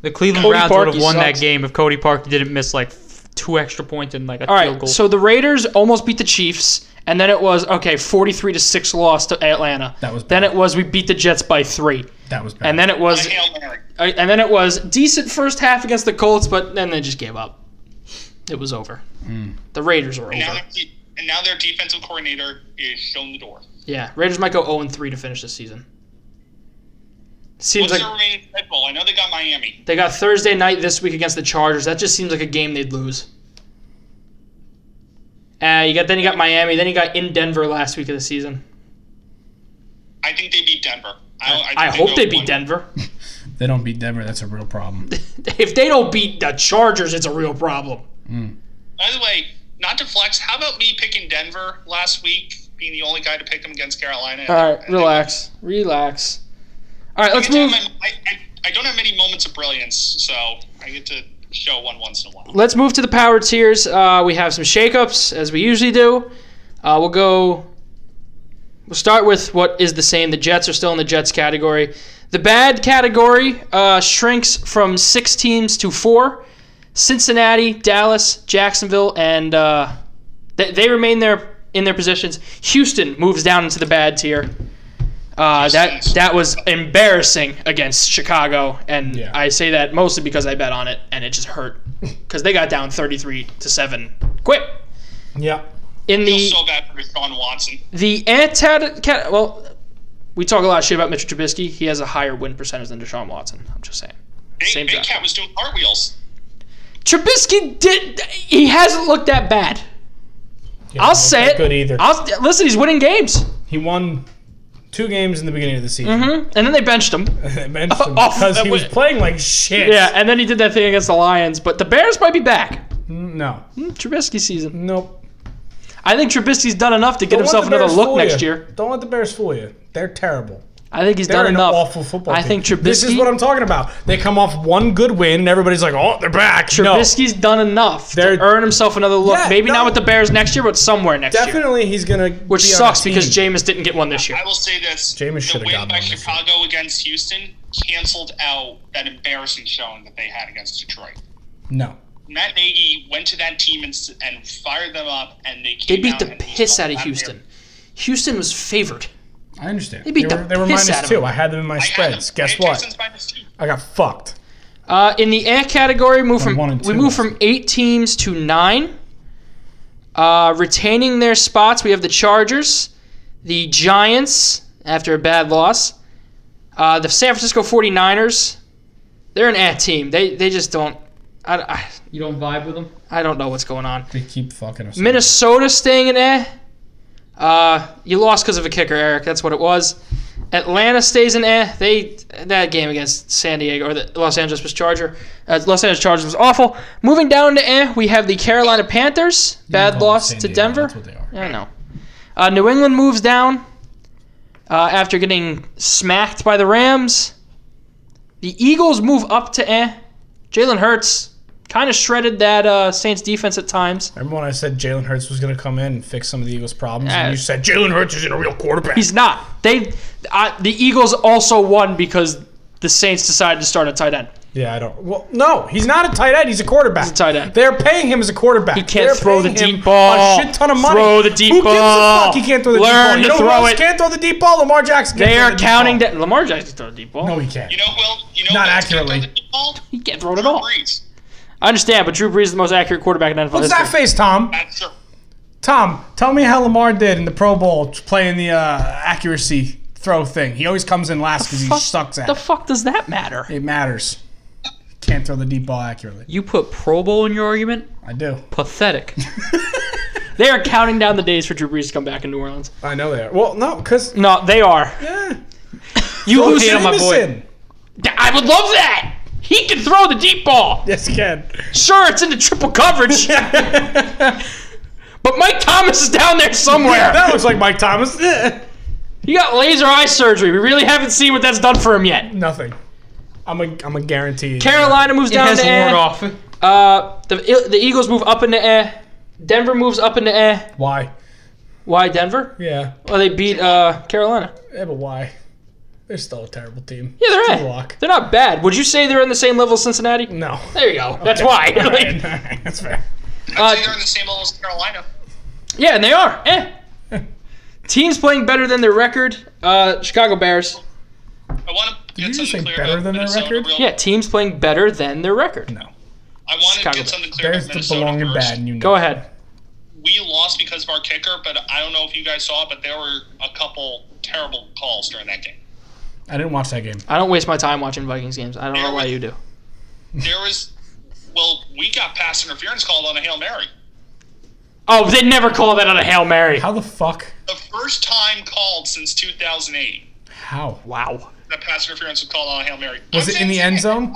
Speaker 3: The Cleveland
Speaker 1: Cody
Speaker 3: Browns would have
Speaker 1: Parkey
Speaker 3: won that
Speaker 1: sucks.
Speaker 3: game if Cody Park didn't miss like f- two extra points and like a
Speaker 1: All
Speaker 3: field
Speaker 1: right.
Speaker 3: goal.
Speaker 1: So the Raiders almost beat the Chiefs, and then it was okay, forty-three to six loss to Atlanta.
Speaker 2: That was
Speaker 1: Then
Speaker 2: bad.
Speaker 1: it was we beat the Jets by three,
Speaker 2: That was bad.
Speaker 1: and then it was
Speaker 4: Hail Mary.
Speaker 1: uh, and then it was decent first half against the Colts, but then they just gave up. It was over.
Speaker 2: Hmm.
Speaker 1: The Raiders were
Speaker 4: Now
Speaker 1: over.
Speaker 4: their de- and now their defensive coordinator is shown the door.
Speaker 1: Yeah, Raiders might go zero and three to finish the season. Seems
Speaker 4: What's
Speaker 1: like
Speaker 4: their remaining schedule? I know they got Miami.
Speaker 1: they got Thursday night this week against the Chargers. That just seems like a game they'd lose. Uh, you got then you got Miami, then you got in Denver last week of the season.
Speaker 4: I think they beat Denver. I,
Speaker 1: I
Speaker 4: think
Speaker 1: hope
Speaker 4: go
Speaker 1: they beat
Speaker 4: one-
Speaker 1: Denver.
Speaker 2: they don't beat Denver. That's a real problem.
Speaker 1: if they don't beat the Chargers, it's a real problem.
Speaker 4: By the way, not to flex, how about me picking Denver last week, being the only guy to pick them against Carolina?
Speaker 1: All right,
Speaker 4: And-
Speaker 1: relax, relax. All right,
Speaker 4: I,
Speaker 1: let's
Speaker 4: get to
Speaker 1: move.
Speaker 4: have my- I, I, I don't have many moments of brilliance, so I get to show one once in a while.
Speaker 1: Let's move to the power tiers. Uh, we have some shakeups as we usually do. Uh, we'll go. We'll start with what is the same. The Jets are still in the Jets category. The bad category uh, shrinks from six teams to four. Cincinnati, Dallas, Jacksonville, and uh, they, they remain there in their positions. Houston moves down into the bad tier. Uh, that that was embarrassing against Chicago, and
Speaker 2: Yeah.
Speaker 1: I say that mostly because I bet on it, and it just hurt because they got down thirty-three to seven quick.
Speaker 2: yeah.
Speaker 1: In
Speaker 4: I
Speaker 1: the
Speaker 4: feel so bad for Deshaun Watson.
Speaker 1: the anti cat well, we talk a lot of shit about Mitchell Trubisky. He has a higher win percentage than Deshaun Watson. I'm just saying.
Speaker 4: Big,
Speaker 1: Same
Speaker 4: Big
Speaker 1: job.
Speaker 4: Cat was doing cartwheels.
Speaker 1: Trubisky did. He hasn't looked that bad.
Speaker 2: Yeah,
Speaker 1: I'll
Speaker 2: not
Speaker 1: say
Speaker 2: that
Speaker 1: it.
Speaker 2: Good either.
Speaker 1: I'll, listen, he's winning games,
Speaker 2: he won two games in the beginning of the season.
Speaker 1: Hmm? and then they benched him.
Speaker 2: They benched him
Speaker 1: Off
Speaker 2: because
Speaker 1: Mm-hmm. Oh, that
Speaker 2: he was
Speaker 1: way.
Speaker 2: playing like shit.
Speaker 1: Yeah, and then he did that thing against the Lions. But the Bears might be back. Hmm,
Speaker 2: No.
Speaker 1: Trubisky season.
Speaker 2: Nope.
Speaker 1: I think Trubisky's done enough to get
Speaker 2: Don't let
Speaker 1: himself
Speaker 2: the
Speaker 1: another
Speaker 2: Bears
Speaker 1: look
Speaker 2: fool
Speaker 1: next
Speaker 2: you.
Speaker 1: year.
Speaker 2: Don't let the Bears fool you. They're terrible.
Speaker 1: I think he's
Speaker 2: They're
Speaker 1: done
Speaker 2: an
Speaker 1: enough.
Speaker 2: awful football
Speaker 1: I
Speaker 2: team.
Speaker 1: think Trubisky.
Speaker 2: This is what I'm talking about. They come off one good win, and everybody's like, "Oh, they're back." no,
Speaker 1: Trubisky's done enough to
Speaker 2: They're-
Speaker 1: earn himself another look.
Speaker 2: Yeah,
Speaker 1: Maybe not
Speaker 2: no.
Speaker 1: with the Bears next year, but somewhere next year.
Speaker 2: definitely he's gonna.
Speaker 1: Which
Speaker 2: be on
Speaker 1: sucks
Speaker 2: a team.
Speaker 1: because Jameis didn't get one this year.
Speaker 4: I will say this:
Speaker 2: Jameis
Speaker 4: the
Speaker 2: should've
Speaker 4: win
Speaker 2: gotten
Speaker 4: by
Speaker 2: one this year.
Speaker 4: Chicago against Houston canceled out that embarrassing showing that they had against Detroit.
Speaker 2: No.
Speaker 4: Matt Nagy went to that team and, s- and fired them up, and they
Speaker 1: They
Speaker 4: came
Speaker 1: beat
Speaker 4: out
Speaker 1: the
Speaker 4: and
Speaker 1: piss
Speaker 4: they
Speaker 1: out of
Speaker 4: felt
Speaker 1: Houston. Houston was favored.
Speaker 2: I understand.
Speaker 1: They beat
Speaker 2: they
Speaker 1: the
Speaker 2: were, they were
Speaker 1: piss out
Speaker 2: minus
Speaker 1: of
Speaker 2: two.
Speaker 1: them.
Speaker 2: I had them in my
Speaker 4: I had
Speaker 2: spreads.
Speaker 4: them.
Speaker 2: Guess
Speaker 4: Ray
Speaker 2: what?
Speaker 4: Jackson's minus two.
Speaker 2: I got fucked.
Speaker 1: Uh, in the ant category, move from
Speaker 2: one and
Speaker 1: we
Speaker 2: two.
Speaker 1: move from eight teams to nine. Uh, retaining their spots, we have the Chargers, the Giants after a bad loss, uh, the San Francisco 49ers. They're an ant team. They they just don't. I, I,
Speaker 3: you don't vibe with them.
Speaker 1: I don't know what's going on.
Speaker 2: They keep fucking us.
Speaker 1: Minnesota staying in eh. Uh, you lost because of a kicker, Eric. That's what it was. Atlanta stays in eh. They that game against San Diego or the Los Angeles was Charger. Uh, Los Angeles Chargers was awful. Moving down to eh, we have the Carolina Panthers. Bad loss to Denver.
Speaker 2: That's what they are.
Speaker 1: I know. Uh, New England moves down uh, after getting smacked by the Rams. The Eagles move up to eh. Jalen Hurts kind of shredded that uh, Saints defense at times.
Speaker 2: Remember when I said Jalen Hurts was going to come in and fix some of the Eagles' problems,
Speaker 1: Yeah.
Speaker 2: and you said Jalen Hurts isn't a real quarterback.
Speaker 1: He's not. They, uh, the Eagles also won because the Saints decided to start a tight end.
Speaker 2: yeah, I don't. Well, no, he's not a tight end. He's a quarterback. He's a
Speaker 1: tight end.
Speaker 2: They're paying him as a quarterback. He
Speaker 1: can't
Speaker 2: They're
Speaker 1: throw the
Speaker 2: paying him
Speaker 1: deep ball.
Speaker 2: A shit ton of money.
Speaker 1: Throw the deep
Speaker 2: Who gives a
Speaker 1: ball.
Speaker 2: fuck? He can't throw the
Speaker 1: Learn to
Speaker 2: deep ball. You know
Speaker 1: throw
Speaker 2: who else
Speaker 1: it.
Speaker 2: can't throw the deep ball. Lamar Jackson. Can't
Speaker 1: They
Speaker 2: throw
Speaker 1: are
Speaker 2: the deep
Speaker 1: counting
Speaker 2: ball.
Speaker 1: that Lamar Jackson throw a deep ball.
Speaker 2: No, he can't.
Speaker 4: You know, Will. You know,
Speaker 2: Not
Speaker 4: who else can't
Speaker 2: accurately.
Speaker 4: throw the deep ball?
Speaker 1: he can't throw it at all.
Speaker 4: Brees.
Speaker 1: I understand, but Drew Brees is the most accurate quarterback in NFL
Speaker 2: What's
Speaker 1: history.
Speaker 2: that face, Tom?
Speaker 4: That's true.
Speaker 2: Tom, tell me how Lamar did in the Pro Bowl playing the uh, accuracy throw thing. He always comes in last because he
Speaker 1: Fuck,
Speaker 2: sucks at
Speaker 1: The
Speaker 2: it.
Speaker 1: fuck does that matter?
Speaker 2: it matters. Can't throw the deep ball accurately.
Speaker 3: You put Pro Bowl in your argument?
Speaker 2: I do.
Speaker 3: Pathetic.
Speaker 1: They are counting down the days for Drew Brees to come back in New Orleans.
Speaker 2: I know they are. Well, no, because
Speaker 1: No, they are.
Speaker 2: yeah,
Speaker 1: You
Speaker 2: Go
Speaker 1: lose.
Speaker 2: Jameson.
Speaker 1: I would love that. He can throw the deep ball.
Speaker 2: Yes, he can.
Speaker 1: Sure, it's into triple coverage,
Speaker 2: that
Speaker 1: but Mike Thomas is down there somewhere.
Speaker 2: looks like Mike Thomas. Eh.
Speaker 1: He got laser eye surgery. We really haven't seen what that's done for him yet.
Speaker 2: Nothing. I'm a I'm a guarantee.
Speaker 1: Carolina moves down
Speaker 3: has
Speaker 1: to eh.
Speaker 3: worn off.
Speaker 1: Uh, the the Eagles move up into air. Denver moves up into air.
Speaker 2: Why?
Speaker 1: Why Denver?
Speaker 2: Yeah.
Speaker 1: Well, they beat uh, Carolina.
Speaker 2: Yeah, but why? They're still a terrible team.
Speaker 1: Yeah, they're
Speaker 2: Two
Speaker 1: at.
Speaker 2: walk.
Speaker 1: They're not bad. Would you say they're on the same level as Cincinnati?
Speaker 2: No.
Speaker 1: There you go. That's why.
Speaker 2: All
Speaker 1: Like,
Speaker 2: right, all right, That's fair.
Speaker 1: Uh,
Speaker 4: they're in the same level as Carolina.
Speaker 1: yeah, and they are. Eh. Teams playing better than their record. Uh, Chicago Bears.
Speaker 4: I want to
Speaker 2: you
Speaker 4: get
Speaker 2: just
Speaker 4: something
Speaker 2: say
Speaker 4: clear
Speaker 2: better
Speaker 4: about
Speaker 2: than their
Speaker 4: Minnesota
Speaker 2: record?
Speaker 4: real-
Speaker 1: Yeah, teams playing better than their record.
Speaker 2: No.
Speaker 4: I want to
Speaker 1: Chicago
Speaker 4: get something clear
Speaker 2: Bears
Speaker 4: about
Speaker 2: that
Speaker 4: Minnesota
Speaker 2: belong in
Speaker 4: first.
Speaker 2: bad, and you know.
Speaker 1: Go ahead.
Speaker 4: We lost because of our kicker, but I don't know if you guys saw, it, but there were a couple terrible calls during that game.
Speaker 2: I didn't watch that game.
Speaker 1: I don't waste my time watching Vikings games. I don't know why you do.
Speaker 4: There was, well, we got pass interference called on a hail mary.
Speaker 1: Oh, they never call that on a hail mary.
Speaker 2: How the fuck?
Speaker 4: The first time called since 2008
Speaker 2: How?
Speaker 1: Wow.
Speaker 4: that pass interference was called on a hail mary.
Speaker 2: Was
Speaker 4: I'm
Speaker 2: it
Speaker 4: saying
Speaker 2: in the
Speaker 4: it's-
Speaker 2: end zone?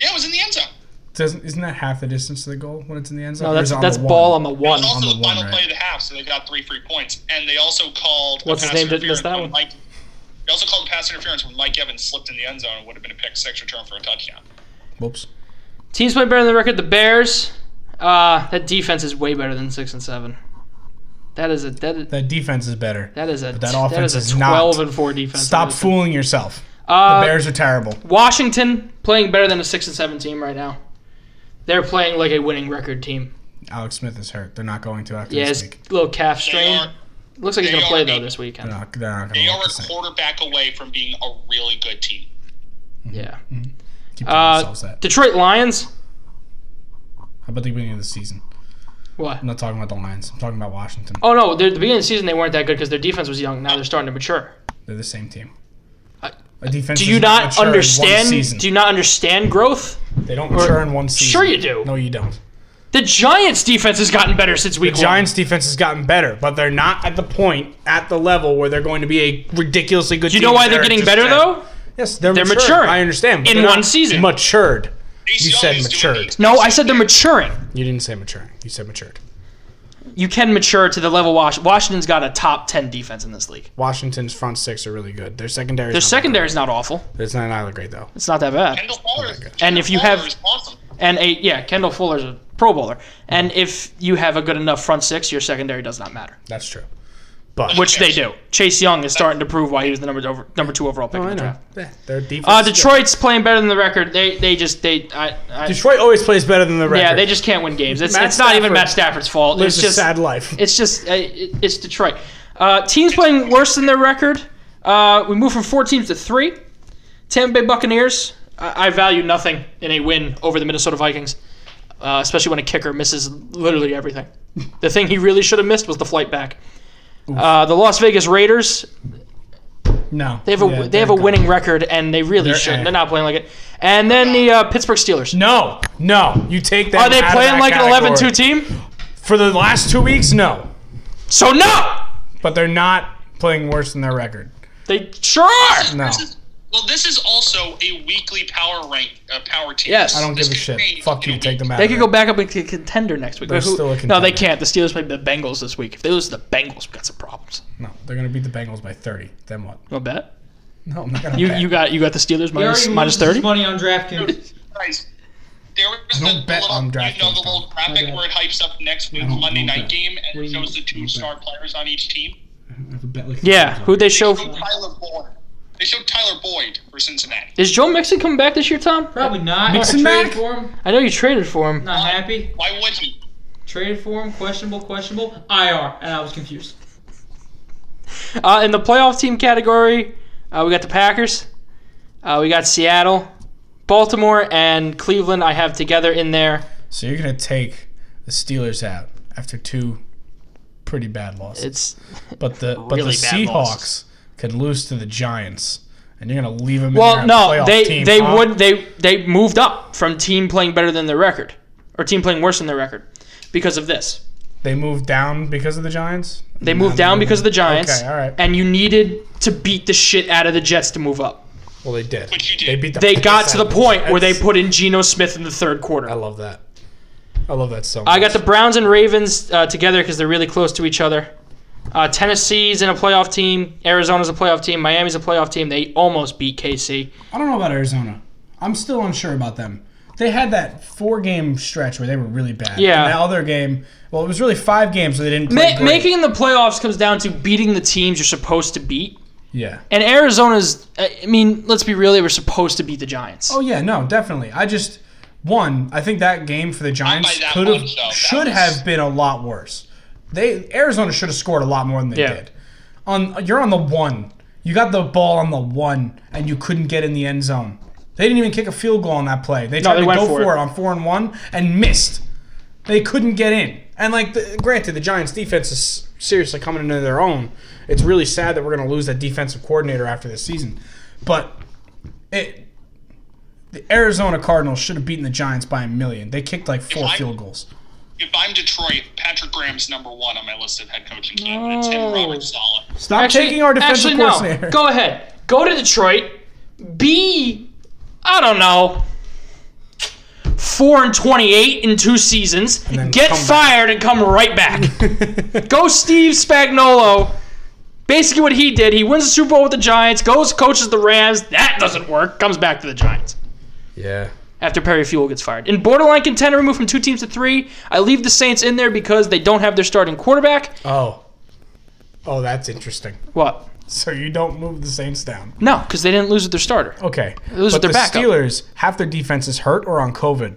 Speaker 4: Yeah, it was in the end zone.
Speaker 2: Doesn't isn't that half the distance to the goal when it's in the end zone?
Speaker 1: No,
Speaker 2: Or
Speaker 1: that's
Speaker 2: is it on
Speaker 1: that's
Speaker 2: the one?
Speaker 1: ball on the
Speaker 4: It
Speaker 1: one.
Speaker 4: was also
Speaker 2: on
Speaker 4: the,
Speaker 2: the one,
Speaker 4: final
Speaker 2: right?
Speaker 4: play of the half, so they got three free points. And they also called. a
Speaker 1: What's his
Speaker 4: pass
Speaker 1: name didn't miss
Speaker 4: interference
Speaker 1: that one?
Speaker 4: when Mike, they also called a pass interference when Mike Evans slipped in the end zone and would have been a pick six return for a touchdown.
Speaker 2: Whoops.
Speaker 1: Teams playing better than the record. The Bears. Uh, that defense is way better than six and seven. That is a that is,
Speaker 2: That defense is better.
Speaker 1: that is a
Speaker 2: that
Speaker 1: that
Speaker 2: offense
Speaker 1: is a
Speaker 2: is not.
Speaker 1: twelve and four defense.
Speaker 2: Stop fooling yourself.
Speaker 1: Uh,
Speaker 2: the Bears are terrible.
Speaker 1: Washington playing better than a six and seven team right now. They're playing like a winning record team.
Speaker 2: Alex Smith is hurt. They're not going to after
Speaker 1: Yeah,
Speaker 2: this
Speaker 1: his
Speaker 2: week.
Speaker 1: little calf
Speaker 4: They
Speaker 1: strain.
Speaker 4: are,
Speaker 1: Looks like he's
Speaker 4: they
Speaker 1: gonna play
Speaker 4: are
Speaker 1: though
Speaker 4: the-
Speaker 1: this weekend.
Speaker 2: They're not, they're not going
Speaker 4: they
Speaker 2: to
Speaker 4: are
Speaker 2: look
Speaker 4: a
Speaker 2: the same.
Speaker 4: quarterback away from being a really good team.
Speaker 1: Yeah.
Speaker 2: Keep telling
Speaker 1: Uh,
Speaker 2: themselves that.
Speaker 1: Detroit Lions.
Speaker 2: How about the beginning of the season?
Speaker 1: What?
Speaker 2: I'm not talking about the Lions. I'm talking about Washington.
Speaker 1: Oh no! they're- At the beginning of the season, they weren't that good because their defense was young. Now they're starting to mature.
Speaker 2: They're the same team.
Speaker 1: I-
Speaker 2: A defense
Speaker 1: Do you
Speaker 2: doesn't
Speaker 1: not
Speaker 2: mature in one season.
Speaker 1: understand? Do you not understand growth?
Speaker 2: they don't mature in one season.
Speaker 1: Sure you do.
Speaker 2: No, you don't.
Speaker 1: The Giants' defense has gotten better since week one.
Speaker 2: Giants defense has gotten better, but they're not at the point, at the level where they're going to be a ridiculously good.
Speaker 1: Do you know why they're getting better though?
Speaker 2: Yes, they're,
Speaker 1: They're
Speaker 2: matured.
Speaker 1: maturing.
Speaker 2: I understand. but
Speaker 1: In
Speaker 2: they're not
Speaker 1: one season.
Speaker 2: matured.
Speaker 4: Chase
Speaker 2: You
Speaker 4: Young
Speaker 2: said
Speaker 4: is doing
Speaker 2: matured.
Speaker 4: the-
Speaker 1: No, I said they're maturing.
Speaker 2: You didn't say maturing. You said matured.
Speaker 1: You can mature to the level Wash- Washington's got a top ten defense in this league.
Speaker 2: Washington's front six are really good. Their secondary.
Speaker 1: Their secondary's not awful.
Speaker 2: It's not either great though.
Speaker 1: It's not that bad.
Speaker 2: Oh
Speaker 4: Kendall Fuller.
Speaker 1: And if you
Speaker 4: Fuller
Speaker 1: have-
Speaker 4: is awesome.
Speaker 1: And a yeah, Kendall Fuller's a Pro Bowler. And if you have a good enough front six, your secondary does not matter,
Speaker 2: That's true. But
Speaker 1: which they do. Chase Young is starting to prove why he was the number over, number two overall pick
Speaker 2: Oh,
Speaker 1: in
Speaker 2: I
Speaker 1: the
Speaker 2: know.
Speaker 1: draft.
Speaker 2: Yeah, Their defense.
Speaker 1: Uh,
Speaker 2: is good.
Speaker 1: Detroit's playing better than the record. They they just they I, I
Speaker 2: Detroit always plays better than the record.
Speaker 1: yeah they just can't win games. It's,
Speaker 2: Matt
Speaker 1: it's not even
Speaker 2: Stafford
Speaker 1: Matt Stafford's fault.
Speaker 2: lives
Speaker 1: it's
Speaker 2: a
Speaker 1: just
Speaker 2: sad life.
Speaker 1: It's just uh, it, it's Detroit. Uh, teams playing worse than their record. Uh, we move from four teams to three. Tampa Bay Buccaneers. I, I value nothing in a win over the Minnesota Vikings, uh, especially when a kicker misses literally everything. the thing he really should have missed was the flight back. Uh, the Las Vegas Raiders.
Speaker 2: no.
Speaker 1: They have a
Speaker 2: Yeah,
Speaker 1: they have a
Speaker 2: they're good.
Speaker 1: winning record and they really
Speaker 2: They're
Speaker 1: shouldn't.
Speaker 2: eh.
Speaker 1: They're not playing like it. And then the uh, Pittsburgh Steelers.
Speaker 2: No, no. You take that.
Speaker 1: Are they playing like an 11-2 team?
Speaker 2: For the last two weeks, no.
Speaker 1: So no,
Speaker 2: But they're not playing worse than their record.
Speaker 1: they sure are.
Speaker 2: No.
Speaker 4: This is, well, this is also a weekly power rank, uh, power team.
Speaker 1: Yes.
Speaker 2: I don't give a shit. Fuck you. Take them out.
Speaker 1: They
Speaker 2: of
Speaker 1: could
Speaker 2: it.
Speaker 1: go back up into contender next week.
Speaker 2: They're
Speaker 1: But who-
Speaker 2: still a
Speaker 1: No, they
Speaker 2: contender.
Speaker 1: can't. The Steelers play the Bengals this week. If they lose to the Bengals, we got some problems.
Speaker 2: No, they're gonna beat the Bengals by 30. Then what?
Speaker 1: You want to bet?
Speaker 2: No, I'm not gonna.
Speaker 1: You
Speaker 2: bet.
Speaker 1: you got you got the Steelers
Speaker 3: They
Speaker 1: minus
Speaker 3: already
Speaker 1: minus
Speaker 3: lose this
Speaker 1: thirty.
Speaker 3: Money on DraftKings.
Speaker 4: Guys, there was
Speaker 2: don't
Speaker 4: the,
Speaker 2: bet
Speaker 4: little,
Speaker 2: on
Speaker 4: you know,
Speaker 2: DraftKings,
Speaker 4: the little
Speaker 2: Tom.
Speaker 4: graphic where it hypes up next week's
Speaker 5: don't-
Speaker 4: Monday
Speaker 5: I don't
Speaker 4: night
Speaker 5: bet.
Speaker 4: game and
Speaker 5: What do
Speaker 4: it
Speaker 5: you
Speaker 4: shows the
Speaker 5: mean?
Speaker 4: two
Speaker 5: I don't
Speaker 4: star players on each team.
Speaker 5: have a bet like
Speaker 1: Yeah, who they show?
Speaker 4: They showed Tyler Boyd. They showed Tyler Boyd for Cincinnati.
Speaker 1: Is Joe Mixon coming back this year, Tom?
Speaker 3: Probably not.
Speaker 2: Mix and back?
Speaker 3: Traded for him.
Speaker 1: I know you traded for him.
Speaker 3: Not happy.
Speaker 4: Why would he?
Speaker 3: Traded for him. Questionable. Questionable. IR. And I was confused.
Speaker 1: Uh, in the playoff team category, uh, we got the Packers, uh, we got Seattle, Baltimore, and Cleveland. I have together in there.
Speaker 2: So you're gonna take the Steelers out after two pretty bad losses,
Speaker 1: It's
Speaker 2: but the but
Speaker 1: really
Speaker 2: the
Speaker 1: bad
Speaker 2: Seahawks
Speaker 1: losses.
Speaker 2: could lose to the Giants, and you're gonna leave them.
Speaker 1: well,
Speaker 2: in there
Speaker 1: no, they they would they they moved up from team playing better than their record or team playing worse than their record because of this.
Speaker 2: They moved down because of the Giants.
Speaker 1: They moved down because of the Giants.
Speaker 2: Okay, all right.
Speaker 1: And you needed to beat the shit out of the Jets to move up.
Speaker 2: Well, they did.
Speaker 4: Which you did.
Speaker 2: They beat. The
Speaker 1: They
Speaker 2: piss
Speaker 1: got to
Speaker 2: out
Speaker 1: the
Speaker 2: of
Speaker 1: point where they
Speaker 2: Jets.
Speaker 1: put in Geno Smith in the third
Speaker 2: I
Speaker 1: quarter.
Speaker 2: love that. I love that so much.
Speaker 1: I got the Browns and Ravens uh, together because they're really close to each other. Uh, Tennessee's in a playoff team. Arizona's a playoff team. Miami's a playoff team. They almost beat KC.
Speaker 5: I don't know about Arizona. I'm still unsure about them.
Speaker 2: They had that four game stretch where they were really bad.
Speaker 1: Yeah.
Speaker 2: And that other game, well, it was really five games where they didn't play.
Speaker 1: Ma-
Speaker 2: great.
Speaker 1: making the playoffs comes down to beating the teams you're supposed to beat.
Speaker 2: Yeah.
Speaker 1: And Arizona's, uh, I mean, let's be real, they were supposed to beat the Giants.
Speaker 2: Oh yeah, no, definitely. I just one. I think that game for the Giants
Speaker 4: that
Speaker 2: could have
Speaker 4: much, though. That
Speaker 2: should
Speaker 4: was-
Speaker 2: have been a lot worse. They Arizona should have scored a lot more than they
Speaker 1: Yeah.
Speaker 2: did. On you're on the one. You got the ball on the one, and you couldn't get in the end zone. They didn't even kick a field goal on that play. They tried
Speaker 1: they
Speaker 2: to
Speaker 1: went
Speaker 2: go
Speaker 1: for
Speaker 2: for
Speaker 1: it.
Speaker 2: it. on four and one and missed. They couldn't get in. And like, the, granted, the Giants' defense is seriously coming into their own. It's really sad that we're going to lose that defensive coordinator after this season, but it the Arizona Cardinals should have beaten the Giants by a million. They kicked like four
Speaker 4: If I-
Speaker 2: field goals.
Speaker 4: If I'm Detroit, Patrick Graham's number one on my list of head coaching candidates, and Robert Sala.
Speaker 2: Stop taking our defensive
Speaker 1: actually,
Speaker 2: coordinator.
Speaker 1: No. Go ahead. Go to Detroit. Be, I don't know, four and twenty-eight in two seasons.
Speaker 2: then
Speaker 1: Get
Speaker 2: come back.
Speaker 1: fired and come right back. go, Steve Spagnolo. Basically, what he did, he wins the Super Bowl with the Giants, goes coaches the Rams. That doesn't work. Comes back to the Giants
Speaker 2: yeah.
Speaker 1: after Perry Fuel gets fired. In borderline contender, removed from two teams to three. I leave the Saints in there because they don't have their starting quarterback.
Speaker 2: Oh. Oh, that's interesting.
Speaker 1: What?
Speaker 2: So you don't move the Saints down.
Speaker 1: No, because they didn't lose with their starter.
Speaker 2: Okay.
Speaker 1: Those are
Speaker 2: but
Speaker 1: their
Speaker 2: the
Speaker 1: backup.
Speaker 2: Steelers, half their defense is hurt or on COVID.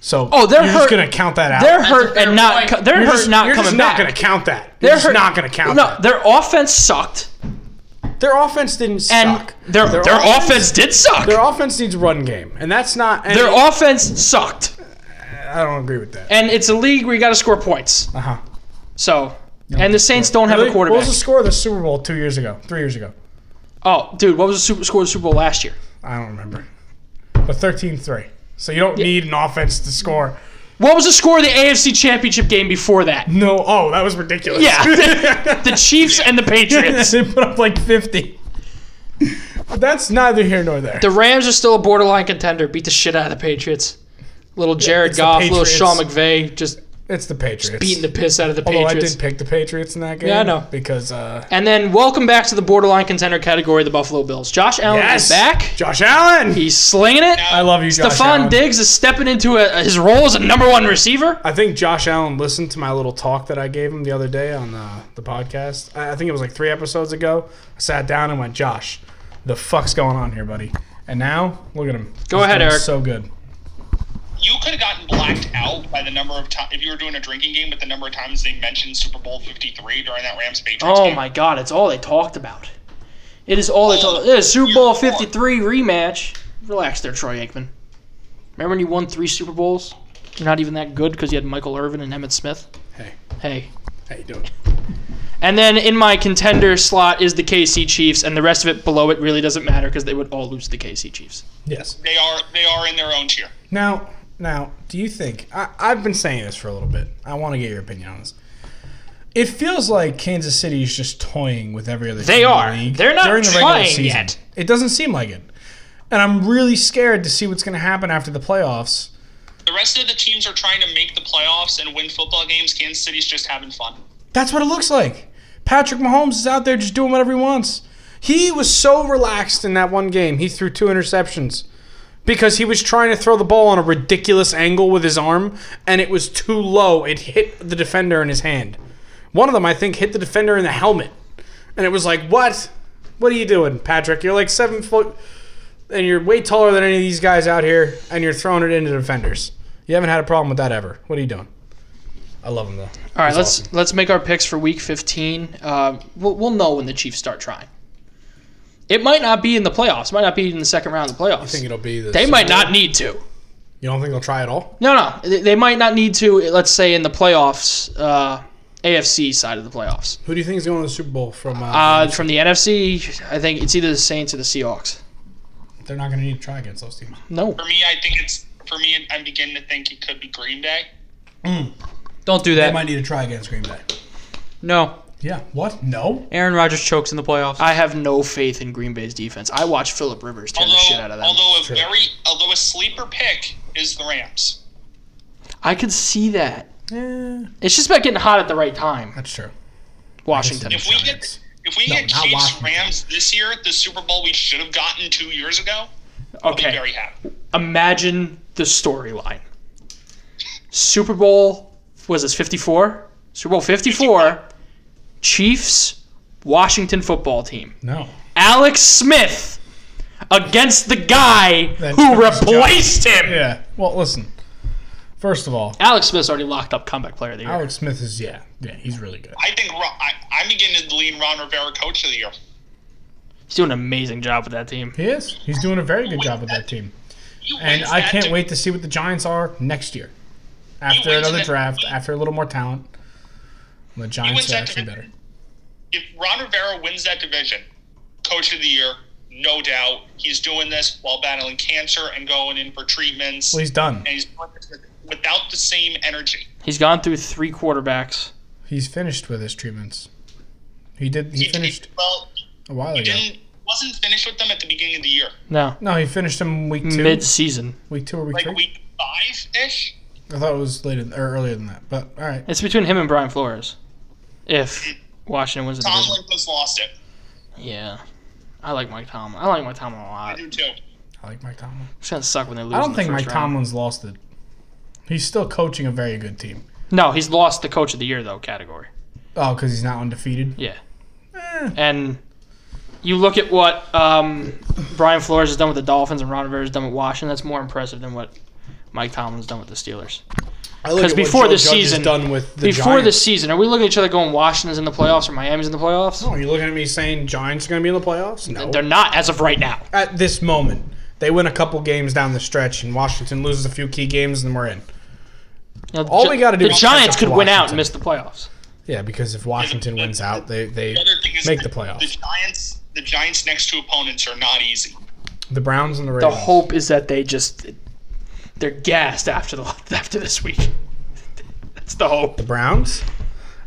Speaker 2: So
Speaker 1: Oh, they're
Speaker 2: you're
Speaker 1: hurt.
Speaker 2: just gonna count that out.
Speaker 1: They're
Speaker 3: That's a
Speaker 1: hurt
Speaker 3: fair
Speaker 1: and not.
Speaker 3: point.
Speaker 1: co- They're
Speaker 2: you're
Speaker 1: hurt
Speaker 2: just,
Speaker 1: not
Speaker 2: you're
Speaker 1: coming
Speaker 2: just
Speaker 1: back.
Speaker 2: not gonna count that. You're
Speaker 1: they're
Speaker 2: just
Speaker 1: hurt-
Speaker 2: not gonna count
Speaker 1: No,
Speaker 2: that.
Speaker 1: their offense sucked,
Speaker 2: Their offense didn't
Speaker 1: and
Speaker 2: suck.
Speaker 1: their their, offense, did suck.
Speaker 2: their
Speaker 1: Their,
Speaker 2: offense needs run game, and that's not. And
Speaker 1: offense sucked,
Speaker 2: I don't agree with that.
Speaker 1: and it's a league where you got to score points.
Speaker 2: Uh huh.
Speaker 1: So, and the Saints don't have a
Speaker 2: What was
Speaker 1: quarterback.
Speaker 2: the score of the Super Bowl two years ago, three years ago?
Speaker 1: Oh, dude, what was the super, score of the Super Bowl last year?
Speaker 2: I don't remember. But 13-3. So you don't need an offense to score.
Speaker 1: What was the score of the AFC Championship game before that?
Speaker 2: No. Oh, that was ridiculous.
Speaker 1: Yeah, the Chiefs and the Patriots.
Speaker 2: they put up like fifty. But that's neither here nor there.
Speaker 1: The Rams are still a borderline contender. Beat the shit out of the Patriots. Little Jared
Speaker 2: it's the
Speaker 1: Goff, little
Speaker 2: Patriots.
Speaker 1: Sean McVay, just
Speaker 2: it's the Patriots.
Speaker 1: beating the piss out of the
Speaker 2: Although
Speaker 1: Patriots.
Speaker 2: I did pick the Patriots in that game.
Speaker 1: Yeah, I know.
Speaker 2: Because uh,
Speaker 1: And then welcome back to the borderline contender category, the Buffalo Bills. Josh Allen is Oh, back.
Speaker 2: Josh Allen.
Speaker 1: He's slinging it. Uh,
Speaker 2: I love you, Josh
Speaker 1: Stephon
Speaker 2: Allen.
Speaker 1: Diggs is stepping into a, his role as a number one receiver.
Speaker 2: I think Josh Allen listened to my little talk that I gave him the other day on uh, the podcast. I, I think it was like three episodes ago. I sat down and went, Josh, the fuck's going on here, buddy? And now look at him.
Speaker 1: Go
Speaker 2: He's
Speaker 1: ahead,
Speaker 2: doing
Speaker 1: Eric.
Speaker 2: So good.
Speaker 4: You could have gotten blacked out by the number of times if you were doing a drinking game, but the number of times they mentioned Super Bowl Fifty Three during that Rams Patriots
Speaker 1: Oh
Speaker 4: game.
Speaker 1: my God, it's all they talked about. It is all they talked about. It is Super Bowl 53 rematch. Relax there, Troy Aikman. Remember when you won three Super Bowls? You're not even that good because you had Michael Irvin and Emmett Smith?
Speaker 2: Hey,
Speaker 1: Hey.
Speaker 2: how you doing?
Speaker 1: And then in my contender slot is the KC Chiefs, and the rest of it below it really doesn't matter because they would all lose to the KC Chiefs.
Speaker 2: Yes.
Speaker 4: They are they are in their own tier.
Speaker 2: Now, now, do you think I, I've been saying this for a little bit? I want to get your opinion on this. It feels like Kansas City is just toying with every other.
Speaker 1: They
Speaker 2: team in the
Speaker 1: are.
Speaker 2: league
Speaker 1: They're not
Speaker 2: during the regular
Speaker 1: trying
Speaker 2: season.
Speaker 1: yet.
Speaker 2: It doesn't seem like it, and I'm really scared to see what's going to happen after the playoffs.
Speaker 4: The rest of the teams are trying to make the playoffs and win football games. Kansas City's just having fun.
Speaker 2: That's what it looks like. Patrick Mahomes is out there just doing whatever he wants. He was so relaxed in that one game. He threw two interceptions because he was trying to throw the ball on a ridiculous angle with his arm, and it was too low. It hit the defender in his hand. One of them, I think, hit the defender in the helmet, and it was like, "What? What are you doing, Patrick? You're like seven foot, and you're way taller than any of these guys out here, and you're throwing it into defenders. You haven't had a problem with that ever. What are you doing?" I love him though.
Speaker 1: All right, let's let's make our picks for Week 15. Uh, we'll, we'll know when the Chiefs start trying. It might not be in the playoffs. Might not be in the second round of the playoffs.
Speaker 2: think it'll be the
Speaker 1: they
Speaker 2: Super
Speaker 1: might
Speaker 2: Bowl?
Speaker 1: not need to.
Speaker 2: You don't think they'll try at all?
Speaker 1: No, no, they, they might not need to. Let's say in the playoffs, uh, AFC side of the playoffs.
Speaker 2: Who do you think is going to the Super Bowl from? Uh,
Speaker 1: Uh, from the NFC, I think it's either the Saints or the Seahawks.
Speaker 2: they're not going to need to try against those teams.
Speaker 1: No,
Speaker 4: For me, I think it's for me. I'm beginning to think it could be Green Bay.
Speaker 3: Don't do
Speaker 2: Mm. They
Speaker 3: that.
Speaker 2: might need to try against Green Bay.
Speaker 3: no.
Speaker 2: Yeah. What? No.
Speaker 3: Aaron Rodgers chokes in the playoffs.
Speaker 1: I have no faith in Green Bay's defense. I watch Philip Rivers tear the shit out of
Speaker 4: Although,
Speaker 1: them.
Speaker 4: although a very although a sleeper pick is the Rams.
Speaker 1: I could see that.
Speaker 2: Yeah,
Speaker 1: It's just about getting hot at the right time.
Speaker 2: that's true.
Speaker 1: Washington.
Speaker 4: If we get if we
Speaker 2: No,
Speaker 4: get
Speaker 2: not
Speaker 4: Chiefs
Speaker 2: Washington.
Speaker 4: Rams this year, the Super Bowl we should have gotten two years ago, I'll be
Speaker 1: Okay.
Speaker 4: very happy.
Speaker 1: imagine the storyline. Super Bowl was this 54? Super Bowl 54, Chiefs, Washington football team.
Speaker 2: No.
Speaker 1: Alex Smith against the guy
Speaker 2: That
Speaker 1: who
Speaker 2: took his job.
Speaker 1: replaced him.
Speaker 2: Yeah. Well, listen. First of all,
Speaker 1: Alex Smith's already locked up comeback player of the year.
Speaker 2: Alex Smith is yeah, yeah, he's really good.
Speaker 4: I think Ro- I, I'm beginning to lean Ron Rivera coach of the year.
Speaker 1: He's doing an amazing job with that team.
Speaker 2: He is. He's doing a very good job with that team.
Speaker 4: He
Speaker 2: And
Speaker 4: wins
Speaker 2: I
Speaker 4: that
Speaker 2: can't
Speaker 4: div-
Speaker 2: wait to see what the Giants are next year. After
Speaker 4: wins
Speaker 2: another
Speaker 4: that-
Speaker 2: draft, after a little more talent. The Giants
Speaker 4: wins
Speaker 2: are
Speaker 4: that
Speaker 2: actually better.
Speaker 4: division. If Ron Rivera wins that division, coach of the year, no doubt. He's doing this while battling cancer and going in for treatments.
Speaker 2: Well, he's done.
Speaker 4: and he's doing this with- without the same energy.
Speaker 1: He's gone through three quarterbacks.
Speaker 2: He's finished with his treatments. He did. He
Speaker 4: He,
Speaker 2: finished Oh,
Speaker 4: well.
Speaker 2: a while
Speaker 4: He
Speaker 2: ago.
Speaker 4: didn't wasn't finished with them at the beginning of the year,
Speaker 1: No,
Speaker 2: No, he finished him week two.
Speaker 1: mid season.
Speaker 2: Week two or week
Speaker 4: like
Speaker 2: three?
Speaker 4: week five ish.
Speaker 2: I thought it was later or earlier than that. But all right.
Speaker 1: It's between him and Brian Flores. If Washington wins the
Speaker 4: Tom
Speaker 1: division.
Speaker 4: Lincoln's lost it.
Speaker 1: Yeah. I like Mike Tomlin. I like Mike Tomlin a
Speaker 4: I
Speaker 1: lot.
Speaker 4: do too.
Speaker 2: I like Mike Tomlin.
Speaker 1: It's gonna suck when they lose.
Speaker 2: I
Speaker 1: in
Speaker 2: don't
Speaker 1: the
Speaker 2: think
Speaker 1: first
Speaker 2: Mike
Speaker 1: round.
Speaker 2: Tomlin's lost it. He's still coaching a very good team.
Speaker 1: No, he's lost the coach of the year though category.
Speaker 2: Oh, because he's not undefeated.
Speaker 1: Yeah.
Speaker 2: Eh.
Speaker 1: And you look at what um, Brian Flores has done with the Dolphins and Ron Rivera's done with Washington. That's more impressive than what Mike Tomlin's done with the Steelers. Because before the season,
Speaker 2: done with the
Speaker 1: before
Speaker 2: Giants.
Speaker 1: this season, are we looking at each other going Washington's in the playoffs or Miami's in the playoffs?
Speaker 2: Oh, are you looking at me saying Giants are going to be in the playoffs? No.
Speaker 1: They're not as of right now.
Speaker 2: At this moment, they win a couple games down the stretch, and Washington loses a few key games, and then we're in.
Speaker 1: You know,
Speaker 2: All
Speaker 1: Gi-
Speaker 2: we gotta do
Speaker 1: The
Speaker 2: is catch
Speaker 1: Giants
Speaker 2: up
Speaker 1: could
Speaker 2: to
Speaker 1: win out
Speaker 2: Washington.
Speaker 1: and miss the playoffs.
Speaker 2: Yeah, because if Washington wins out, they they
Speaker 4: The other thing is
Speaker 2: make the
Speaker 4: that The
Speaker 2: playoffs.
Speaker 4: Giants, the Giants' next two opponents are not easy.
Speaker 2: The Browns and the
Speaker 1: The
Speaker 2: Ravens.
Speaker 1: hope is that they just they're gassed after the after this week. That's the hope.
Speaker 2: The Browns?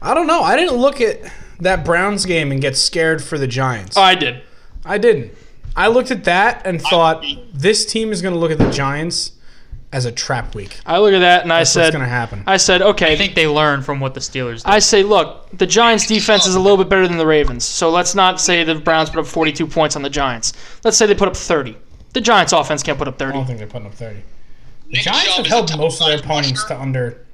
Speaker 2: I don't know. I didn't look at that Browns game and get scared for the Giants.
Speaker 1: I did.
Speaker 2: I didn't. I looked at that and thought this team is going to look at the Giants as a trap week.
Speaker 1: I look at that and I
Speaker 2: What's
Speaker 1: said,
Speaker 2: going to happen?
Speaker 1: I said, okay.
Speaker 3: I think they learned from what the Steelers did.
Speaker 1: I say, look, the Giants' defense is a little bit better than the Ravens, so let's not say the Browns put up 42 points on the Giants. Let's say they put up 30. The Giants' offense can't put up
Speaker 2: I don't
Speaker 1: 30.
Speaker 2: think they're putting up 30.
Speaker 4: Nick
Speaker 2: Giants
Speaker 4: Chubb
Speaker 2: have
Speaker 4: is a
Speaker 2: held
Speaker 4: top
Speaker 2: most of their
Speaker 4: five
Speaker 2: opponents
Speaker 4: rusher.
Speaker 2: to under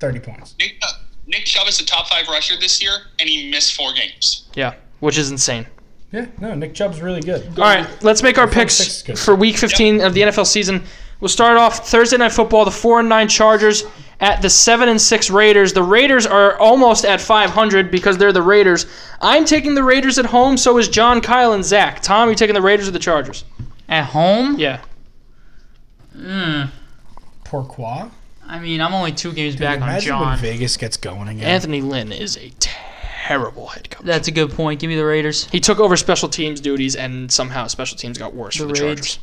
Speaker 2: 30 points.
Speaker 4: Nick, Nick Chubb is a top five rusher this year, and he missed four games.
Speaker 1: Yeah, which is insane.
Speaker 2: Yeah, no, Nick Chubb's really good.
Speaker 1: All right, let's make our
Speaker 2: six
Speaker 1: picks
Speaker 2: is good.
Speaker 1: for Week 15 of the NFL season. We'll start off Thursday Night Football. The four and nine Chargers at the seven and six Raiders. The Raiders are almost at 500 because they're the Raiders. I'm taking the Raiders at home. So is John, Kyle, and Zach. Tom, you taking the Raiders or the Chargers?
Speaker 3: At home?
Speaker 1: Yeah.
Speaker 3: Mm,
Speaker 2: Pourquoi?
Speaker 3: I mean, I'm only two games back on
Speaker 2: Imagine when
Speaker 3: John.
Speaker 2: Vegas gets going again.
Speaker 1: Anthony Lynn is a terrible head coach.
Speaker 3: That's a good point. Give me the Raiders.
Speaker 1: He took over special teams duties, and somehow special teams got worse for
Speaker 3: The
Speaker 1: the
Speaker 3: Raids.
Speaker 1: Chargers.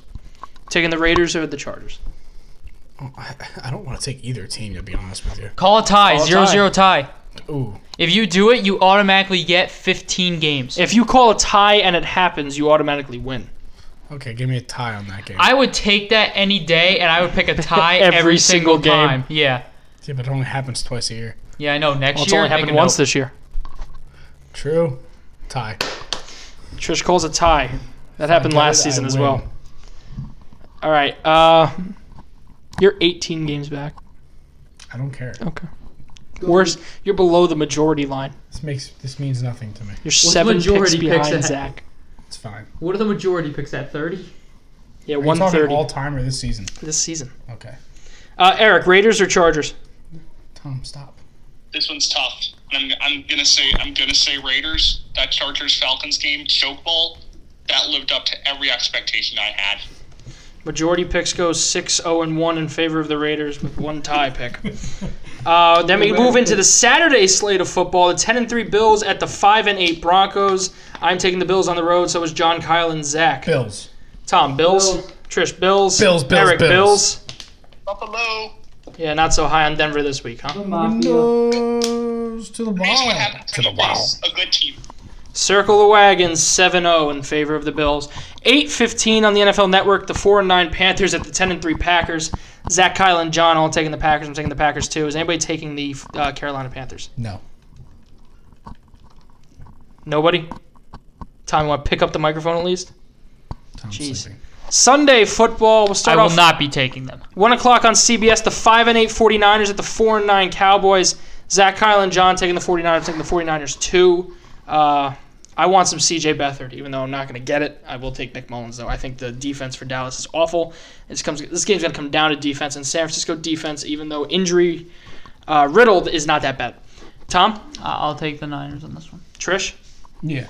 Speaker 1: Taking the Raiders or the Chargers?
Speaker 2: Oh, I, I don't want to take either team, to be honest with you.
Speaker 3: Call a tie.
Speaker 1: Call a
Speaker 3: Zero
Speaker 1: tie.
Speaker 3: zero tie.
Speaker 2: Ooh.
Speaker 3: If you do it, you automatically get 15 games.
Speaker 1: If you call a tie and it happens, you automatically win.
Speaker 2: Okay, give me a tie on that game.
Speaker 3: I would take that any day, and I would pick a tie
Speaker 1: Every
Speaker 3: every,
Speaker 1: single game.
Speaker 3: time. Yeah,
Speaker 2: yeah, but it only happens twice a year.
Speaker 3: yeah, I know. Next
Speaker 1: Well, it's
Speaker 3: year,
Speaker 1: only
Speaker 3: make
Speaker 1: happened
Speaker 3: a
Speaker 1: once
Speaker 3: note.
Speaker 1: this year.
Speaker 2: True. Tie.
Speaker 1: Trish calls a tie. That happened
Speaker 2: get
Speaker 1: last
Speaker 2: it, I
Speaker 1: season as
Speaker 2: win.
Speaker 1: well. All right. Uh, you're 18 games back.
Speaker 2: I don't care.
Speaker 1: Okay. Worse, you're below the majority line.
Speaker 2: This makes this means nothing to me.
Speaker 1: You're seven picks
Speaker 3: majority picks
Speaker 1: behind
Speaker 3: at?
Speaker 1: Zach.
Speaker 2: It's fine.
Speaker 3: What are the majority picks at? 30.
Speaker 1: Yeah,
Speaker 2: One talking
Speaker 1: 130
Speaker 2: all time or this season?
Speaker 1: this season.
Speaker 2: Okay.
Speaker 1: Uh, Eric, Raiders or Chargers?
Speaker 2: Tom, stop.
Speaker 4: This one's tough. I'm, I'm gonna say I'm gonna say Raiders. That Chargers Falcons game, choke bowl, that lived up to every expectation I had.
Speaker 1: Majority picks go 6 0 and 1 in favor of the Raiders with one tie pick. Uh, then we move into the Saturday slate of football. The 10 and 3 Bills at the 5 and 8 Broncos. I'm taking the Bills on the road, so is John, Kyle, and Zach.
Speaker 2: Bills.
Speaker 1: Tom, Bills. Trish, Bills.
Speaker 2: Bills, Bills,
Speaker 1: Eric,
Speaker 2: Bills.
Speaker 1: Bills.
Speaker 4: Buffalo.
Speaker 1: Yeah, not so high on Denver this week, huh?
Speaker 2: Windows to the
Speaker 4: Here's what
Speaker 2: wall.
Speaker 4: happens
Speaker 2: Oh, To
Speaker 4: when
Speaker 2: the
Speaker 4: you
Speaker 2: wall.
Speaker 4: face a good team.
Speaker 1: Circle the wagons, 7 0 in favor of the Bills. 8 15 on the NFL Network, the 4 9 Panthers at the 10 3 Packers. Zach, Kyle, and John all taking the Packers. I'm taking the Packers too. Is anybody taking the uh, Carolina Panthers?
Speaker 2: No.
Speaker 1: Nobody? Tom, you want to pick up the microphone at least?
Speaker 2: Tom's
Speaker 1: Jeez.
Speaker 2: sleeping.
Speaker 1: Sunday football. We'll
Speaker 3: I
Speaker 1: start
Speaker 3: will
Speaker 1: off
Speaker 3: not be taking them.
Speaker 1: one o'clock on CBS. The five and eight 49ers at the four and nine Cowboys. Zach Kyle and John taking the 49ers, taking the 49ers two. Uh, I want some CJ Beathard, even though I'm not going to get it. I will take Nick Mullins though. I think the defense for Dallas is awful. This comes this game's going to come down to defense and San Francisco defense, even though injury uh, riddled, is not that bad. Tom,
Speaker 3: I- I'll take the Niners on this one.
Speaker 1: Trish,
Speaker 2: Yeah.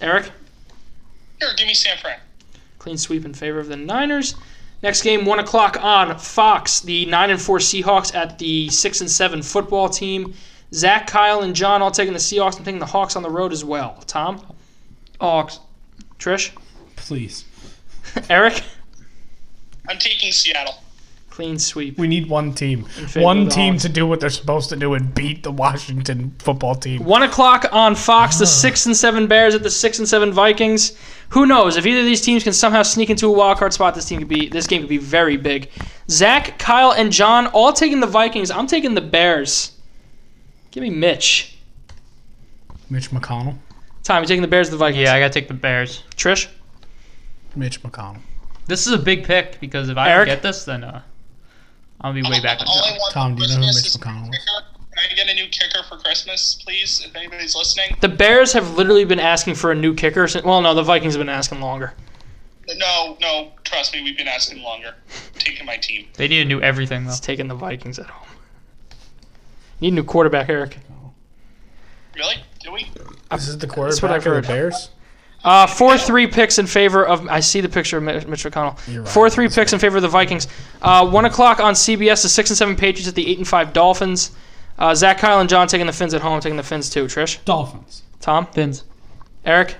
Speaker 1: Eric.
Speaker 4: Here, give me San Fran.
Speaker 1: clean sweep in favor of the Niners. Next game, one o'clock on Fox. The nine and four Seahawks at the six and seven football team. Zach, Kyle, and John all taking the Seahawks and taking the Hawks on the road as well. Tom,
Speaker 3: Hawks.
Speaker 1: Trish,
Speaker 2: Please.
Speaker 1: Eric,
Speaker 4: I'm taking Seattle.
Speaker 1: clean sweep.
Speaker 2: We need one team.
Speaker 1: favor of
Speaker 2: One
Speaker 1: the
Speaker 2: team
Speaker 1: Hawks.
Speaker 2: to do what they're supposed to do and beat the Washington football team.
Speaker 1: One o'clock on Fox. The six and seven Bears at the six and seven Vikings. Who knows if either of these teams can somehow sneak into a wild card spot? This team could be. This game could be very big. Zach, Kyle, and John all taking the Vikings. I'm taking the Bears. Give me Mitch.
Speaker 2: Mitch McConnell.
Speaker 1: Tom, you taking the Bears or the Vikings?
Speaker 3: Yeah, I gotta take the Bears.
Speaker 1: Trish?
Speaker 2: Mitch McConnell.
Speaker 3: This is a big pick because if I
Speaker 1: Eric?
Speaker 3: don't get this, then uh, I'll be way back on
Speaker 4: All I
Speaker 3: top.
Speaker 4: want
Speaker 2: Tom,
Speaker 4: for
Speaker 2: do you know who
Speaker 4: Christmas
Speaker 2: Mitch
Speaker 4: is a
Speaker 2: McConnell is?
Speaker 4: kicker. Can I get a new kicker for Christmas, please? If anybody's listening.
Speaker 1: The Bears have literally been asking for a new kicker since. Well, no, the Vikings have been asking longer.
Speaker 4: No, no, trust me, we've been asking longer. Taking my team.
Speaker 3: They need to do everything though.
Speaker 1: It's taking the Vikings at home. Need a new quarterback, Eric.
Speaker 4: Really? Do we?
Speaker 2: This is the
Speaker 1: what I've
Speaker 2: quarterback for
Speaker 1: heard.
Speaker 2: the Bears.
Speaker 1: Uh, four three picks in favor of. I see the picture of Mi- Mitch McConnell.
Speaker 2: You're right.
Speaker 1: Four three picks in favor of the Vikings. Uh, one o'clock on CBS. The six and seven Patriots at the eight and five Dolphins. Uh, Zach, Kyle, and John taking the Fins at home. Taking the Fins too. Trish,
Speaker 2: Dolphins.
Speaker 1: Tom,
Speaker 3: Fins.
Speaker 1: Eric.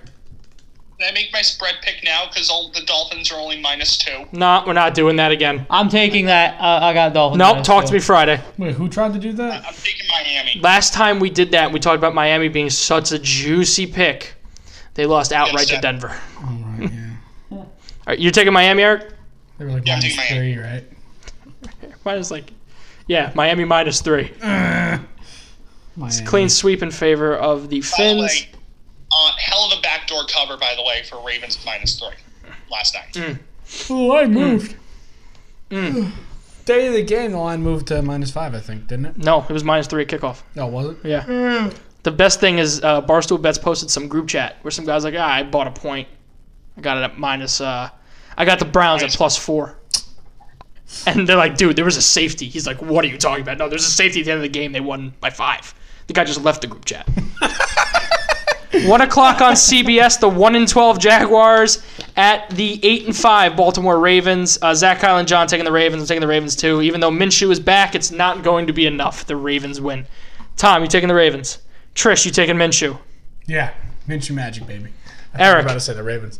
Speaker 4: Can I make my spread pick now? Because the Dolphins are only minus two.
Speaker 1: Nah, we're not doing that again.
Speaker 3: I'm taking that. Uh, I got Dolphins.
Speaker 1: Nope. Talk to me Friday.
Speaker 2: Wait, who tried to do that?
Speaker 4: I'm taking Miami.
Speaker 1: Last time we did that, we talked about Miami being such a juicy pick. They lost outright to
Speaker 4: Yes,
Speaker 1: Denver. All
Speaker 2: All right, yeah.
Speaker 1: right, you're taking Miami, Eric?
Speaker 2: They were like
Speaker 4: Yeah, I'm
Speaker 2: minus
Speaker 4: taking
Speaker 2: three, right?
Speaker 1: Minus like, yeah, Miami minus three.
Speaker 2: Miami.
Speaker 1: Clean sweep in favor of the
Speaker 4: By Mm-hmm. the
Speaker 1: Finns.
Speaker 4: way, uh, hell of a backdoor cover, by the way, for Ravens minus three last night.
Speaker 2: Mm. The line moved. Hmm. Day of the game, the line moved to minus five, I think, didn't it?
Speaker 1: No, it was minus three at kickoff.
Speaker 2: No, was it?
Speaker 1: Yeah. The best thing is uh, Barstool Bets posted some group chat where some guys like, ah, I bought a point. I got it at minus. Uh, I got the Browns at plus four. And they're like, dude, there was a safety. He's like, what are you talking about? No, there's a safety at the end of the game. They won by five. The guy just left the group chat. One o'clock on CBS. The one in twelve Jaguars at the eight and five Baltimore Ravens. Uh, Zach Kyle and John taking the Ravens. I'm taking the Ravens too. Even though Minshew is back, it's not going to be enough. The Ravens win. Tom, you taking the Ravens? Trish, you taking Minshew?
Speaker 2: Yeah. Minshew Magic, baby. I
Speaker 1: Eric.
Speaker 2: was about to say the Ravens.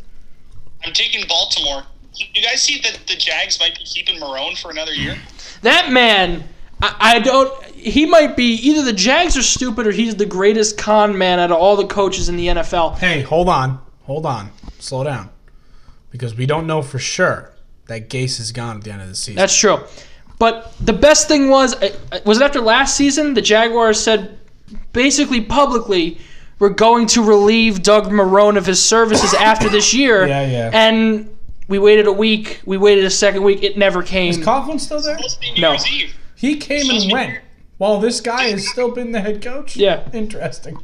Speaker 4: I'm taking Baltimore. You guys see that the Jags might be keeping Marone for another year?
Speaker 1: That man, I, I don't. He might be either the Jags are stupid or he's the greatest con man out of all the coaches in the NFL.
Speaker 2: Hey, hold on. Hold on. Slow down. Because we don't know for sure that Gase is gone at the end of the season.
Speaker 1: That's true. But the best thing was, uh, uh, was it after last season? The Jaguars said basically publicly, we're going to relieve Doug Marone of his services after this year.
Speaker 2: Yeah, yeah.
Speaker 1: And we waited a week. We waited a second week. It never came.
Speaker 2: is Coughlin still there?
Speaker 4: Supposed to be New
Speaker 1: No.
Speaker 4: Year's Eve.
Speaker 2: He came and went. While this guy has still been the head coach?
Speaker 1: Yeah.
Speaker 2: Interesting.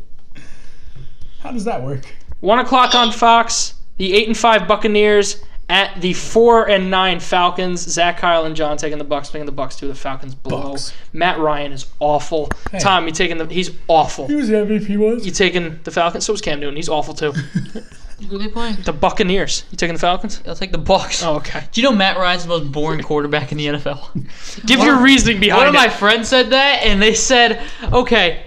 Speaker 2: How does that work?
Speaker 1: One o'clock on Fox. The eight and five Buccaneers at the four and nine Falcons. Zach Kyle and John taking the Bucks, taking the Bucks to the Falcons blow.
Speaker 2: Bucks.
Speaker 1: Matt Ryan is awful. Tom, you taking the? He's awful.
Speaker 2: Who's the MVP was?
Speaker 1: You taking the Falcons? So was Cam Newton. He's awful too.
Speaker 3: Who are they playing?
Speaker 1: The Buccaneers. You taking the Falcons?
Speaker 3: I'll take the Bucks.
Speaker 1: Oh, okay.
Speaker 3: Do you know Matt Ryan's the most boring quarterback in the NFL?
Speaker 1: Give your reasoning
Speaker 3: One of
Speaker 1: behind
Speaker 3: my
Speaker 1: it.
Speaker 3: friends said that, and they said, okay,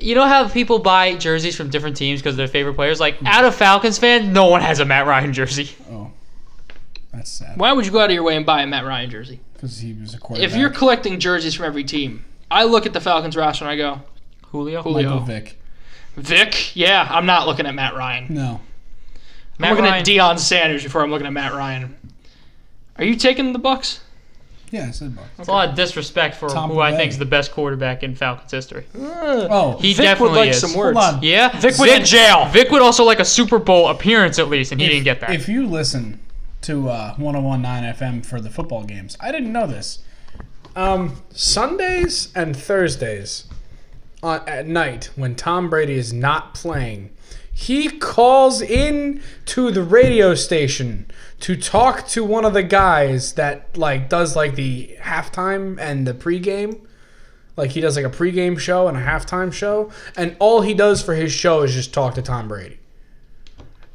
Speaker 3: you know how people buy jerseys from different teams because their favorite players? Like, out of Falcons fan, no one has a Matt Ryan jersey.
Speaker 2: Oh. That's sad.
Speaker 1: Why would you go out of your way and buy a Matt Ryan jersey?
Speaker 2: Because he was a quarterback.
Speaker 1: If you're collecting jerseys from every team, I look at the Falcons roster and I go,
Speaker 3: Julio?
Speaker 2: Michael
Speaker 1: Julio,
Speaker 2: Vick.
Speaker 1: Vic. Yeah, I'm not looking at Matt Ryan.
Speaker 2: No.
Speaker 1: I'm
Speaker 3: Matt
Speaker 1: looking
Speaker 3: Ryan.
Speaker 1: at Deion Sanders before I'm looking at Matt Ryan. Are you taking the Bucks?
Speaker 2: Yeah, I said Buck.
Speaker 3: It's a lot of disrespect for
Speaker 2: Tom
Speaker 3: who I
Speaker 2: Brady.
Speaker 3: think is the best quarterback in Falcons history.
Speaker 2: Oh.
Speaker 3: He
Speaker 1: Vic
Speaker 3: definitely
Speaker 1: would like
Speaker 3: is.
Speaker 1: some words.
Speaker 2: Hold on.
Speaker 3: Yeah,
Speaker 1: Vic went to jail.
Speaker 3: Vic would also like a Super Bowl appearance at least, and he didn't get that.
Speaker 2: If you listen
Speaker 5: to uh, 101.9 FM for the football games. I didn't know this.
Speaker 2: Um, Sundays and Thursdays uh, at night, when Tom Brady is not playing, he calls in to the radio station to talk to one of the guys that like does like the halftime and the pregame. Like he does like a pregame show and a halftime show, and all he does for his show is just talk to Tom Brady.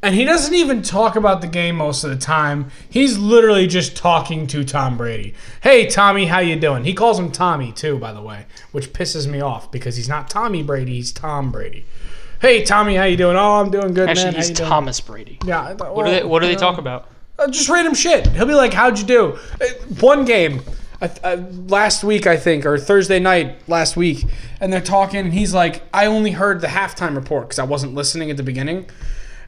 Speaker 2: And he doesn't even talk about the game most of the time. He's literally just talking to Tom Brady. Hey Tommy, how you doing? He calls him Tommy too, by the way, which pisses me off because he's not Tommy Brady, he's Tom Brady. Hey Tommy, how you doing? Oh, I'm doing good,
Speaker 1: Actually,
Speaker 2: man. How
Speaker 1: he's
Speaker 2: you doing?
Speaker 1: Thomas Brady.
Speaker 2: Yeah. I thought-
Speaker 3: What do they, what do they
Speaker 2: well,
Speaker 3: talk about?
Speaker 2: uh, just random shit. He'll be like, "How'd you do?" Uh, One game, uh, uh, last week I think, or Thursday night last week, and they're talking, and he's like, "I only heard the halftime report because I wasn't listening at the beginning,"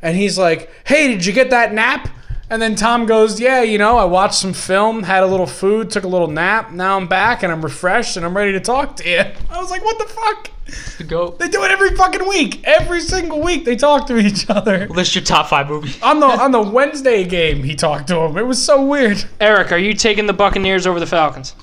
Speaker 2: and he's like, "Hey, did you get that nap?" And then Tom goes, "Yeah, you know, I watched some film, had a little food, took a little nap. Now I'm back and I'm refreshed and I'm ready to talk to you." I was like, "What the fuck?"
Speaker 3: The goat.
Speaker 2: They do it every fucking week. Every single week they talk to each other.
Speaker 3: List your top five movie.
Speaker 2: On the on the Wednesday game, he talked to him. It was so weird.
Speaker 1: Eric, are you taking the Buccaneers over the Falcons?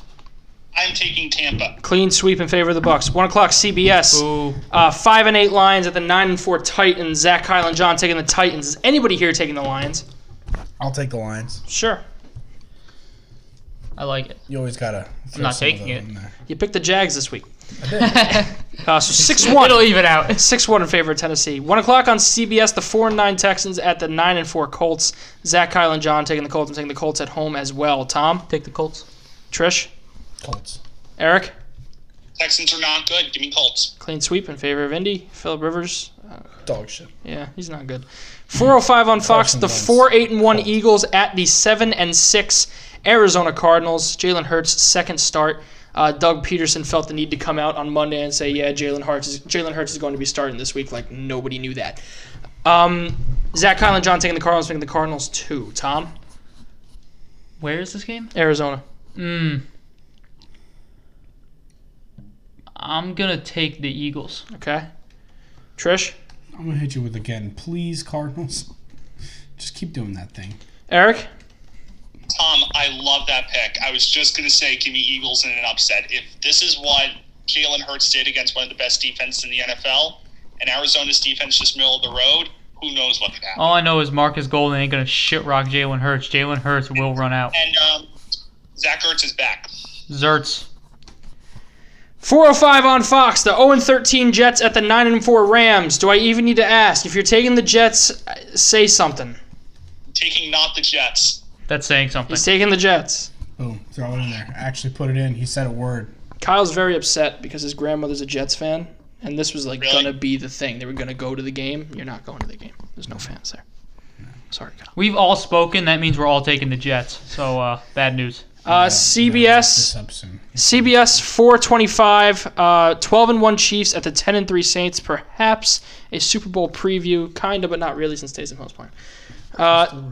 Speaker 4: I'm taking Tampa.
Speaker 1: Clean sweep in favor of the Bucks. One o'clock CBS.
Speaker 3: Ooh.
Speaker 1: Uh, five and eight Lions at the nine and four Titans. Zach Kyle and John taking the Titans. Is anybody here taking the Lions?
Speaker 5: I'll take the Lions.
Speaker 1: Sure.
Speaker 3: I like it.
Speaker 5: You always gotta. I'm
Speaker 3: not taking it.
Speaker 1: You picked the Jags this week. Uh, so six one.
Speaker 3: It'll even out.
Speaker 1: Six one in favor of Tennessee. One o'clock on CBS. The four and nine Texans at the nine and four Colts. Zach Kyle and John taking the Colts. I'm taking the Colts at home as well. Tom,
Speaker 3: Take the Colts.
Speaker 1: Trish,
Speaker 5: Colts.
Speaker 1: Eric,
Speaker 4: Texans are not good. Give me Colts.
Speaker 1: clean sweep in favor of Indy. Philip Rivers.
Speaker 5: Dog shit.
Speaker 1: Yeah, he's not good. 405 on Fox. The
Speaker 5: Carson Wentz.
Speaker 1: four eight and one Eagles at the seven and six Arizona Cardinals. Jalen Hurts second start. Uh, Doug Peterson felt the need to come out on Monday and say, "Yeah, Jalen Hurts is Jalen Hurts is going to be starting this week." Like nobody knew that. Um, Zach Kyle and John taking the Cardinals, taking the Cardinals too. Tom,
Speaker 3: Where is this game?
Speaker 1: Arizona.
Speaker 3: Mm. I'm gonna take the Eagles.
Speaker 1: Okay. Trish,
Speaker 5: I'm gonna hit you with again. Please, Cardinals. Just keep doing that thing.
Speaker 1: Eric,
Speaker 4: Tom, I love that pick. I was just going to say, give me Eagles in an upset. If this is what Jalen Hurts did against one of the best defenses in the NFL, and Arizona's defense just middle of the road, who knows what could happen.
Speaker 3: All I know is Marcus Golden ain't gonna shit rock Jalen Hurts. Jalen Hurts will run out.
Speaker 4: And um, Zach Ertz is back.
Speaker 3: Zerts.
Speaker 1: 405 on Fox, the 0 13 Jets at the 9 4 Rams. Do I even need to ask? If you're taking the Jets, uh, say something.
Speaker 4: Taking not the Jets.
Speaker 3: That's saying something.
Speaker 1: He's taking the Jets.
Speaker 5: Boom. Throw it in there. Actually, put it in. He said a word.
Speaker 1: Kyle's very upset because his grandmother's a Jets fan, and this was like
Speaker 4: Really?
Speaker 1: gonna be the thing. They were gonna go to the game. You're not going to the game. There's no fans there. Sorry, Kyle.
Speaker 3: We've all spoken. That means we're all taking the Jets. So uh, bad news.
Speaker 1: Uh,
Speaker 5: This
Speaker 1: CBS,
Speaker 5: up soon.
Speaker 1: CBS 425, uh, 12 and 1 Chiefs at the 10 and 3 Saints. Perhaps a Super Bowl preview, kinda, but not really, since Taysom Hill's playing. Uh,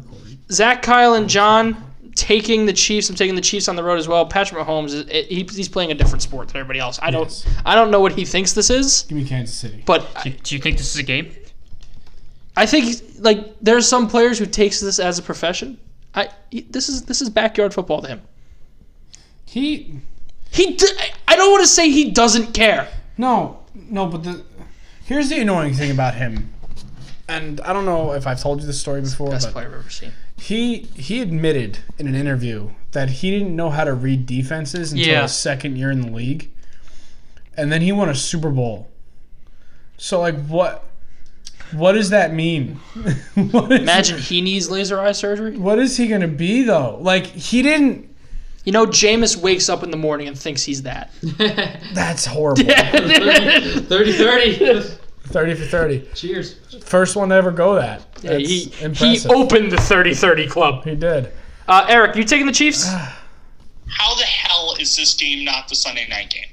Speaker 1: Zach, Kyle, and John taking the Chiefs. I'm taking the Chiefs on the road as well. Patrick Mahomes, is- he, he's playing a different sport than everybody else. I don't,
Speaker 5: Yes.
Speaker 1: I don't know what he thinks this is.
Speaker 5: Give me Kansas City.
Speaker 1: But
Speaker 3: Do, do you think this is a game?
Speaker 1: I think like there's some players who takes this as a profession. I he- this is this is backyard football to him.
Speaker 5: He.
Speaker 1: He d- I don't want to say he doesn't care.
Speaker 5: No. No. But the. Here's the annoying thing about him. And I don't know if I've told you this story before,
Speaker 1: Best
Speaker 5: but
Speaker 1: player I've ever seen.
Speaker 5: he he admitted in an interview that he didn't know how to read defenses until
Speaker 3: Yeah.
Speaker 5: his second year in the league, and then he won a Super Bowl. So like what? What does that mean? what is,
Speaker 1: Imagine he needs laser eye surgery.
Speaker 5: What is he gonna be though? Like he didn't.
Speaker 1: You know, Jameis wakes up in the morning and thinks he's that.
Speaker 5: That's horrible.
Speaker 3: 30-30.
Speaker 5: Thirty for thirty.
Speaker 3: Cheers.
Speaker 5: First one to ever go that. That's
Speaker 1: he, oh he
Speaker 5: impressive. He,
Speaker 1: opened the 30-30 club.
Speaker 5: did.
Speaker 1: Uh, Eric, you taking the Chiefs?
Speaker 4: How the hell is this game not the Sunday night game?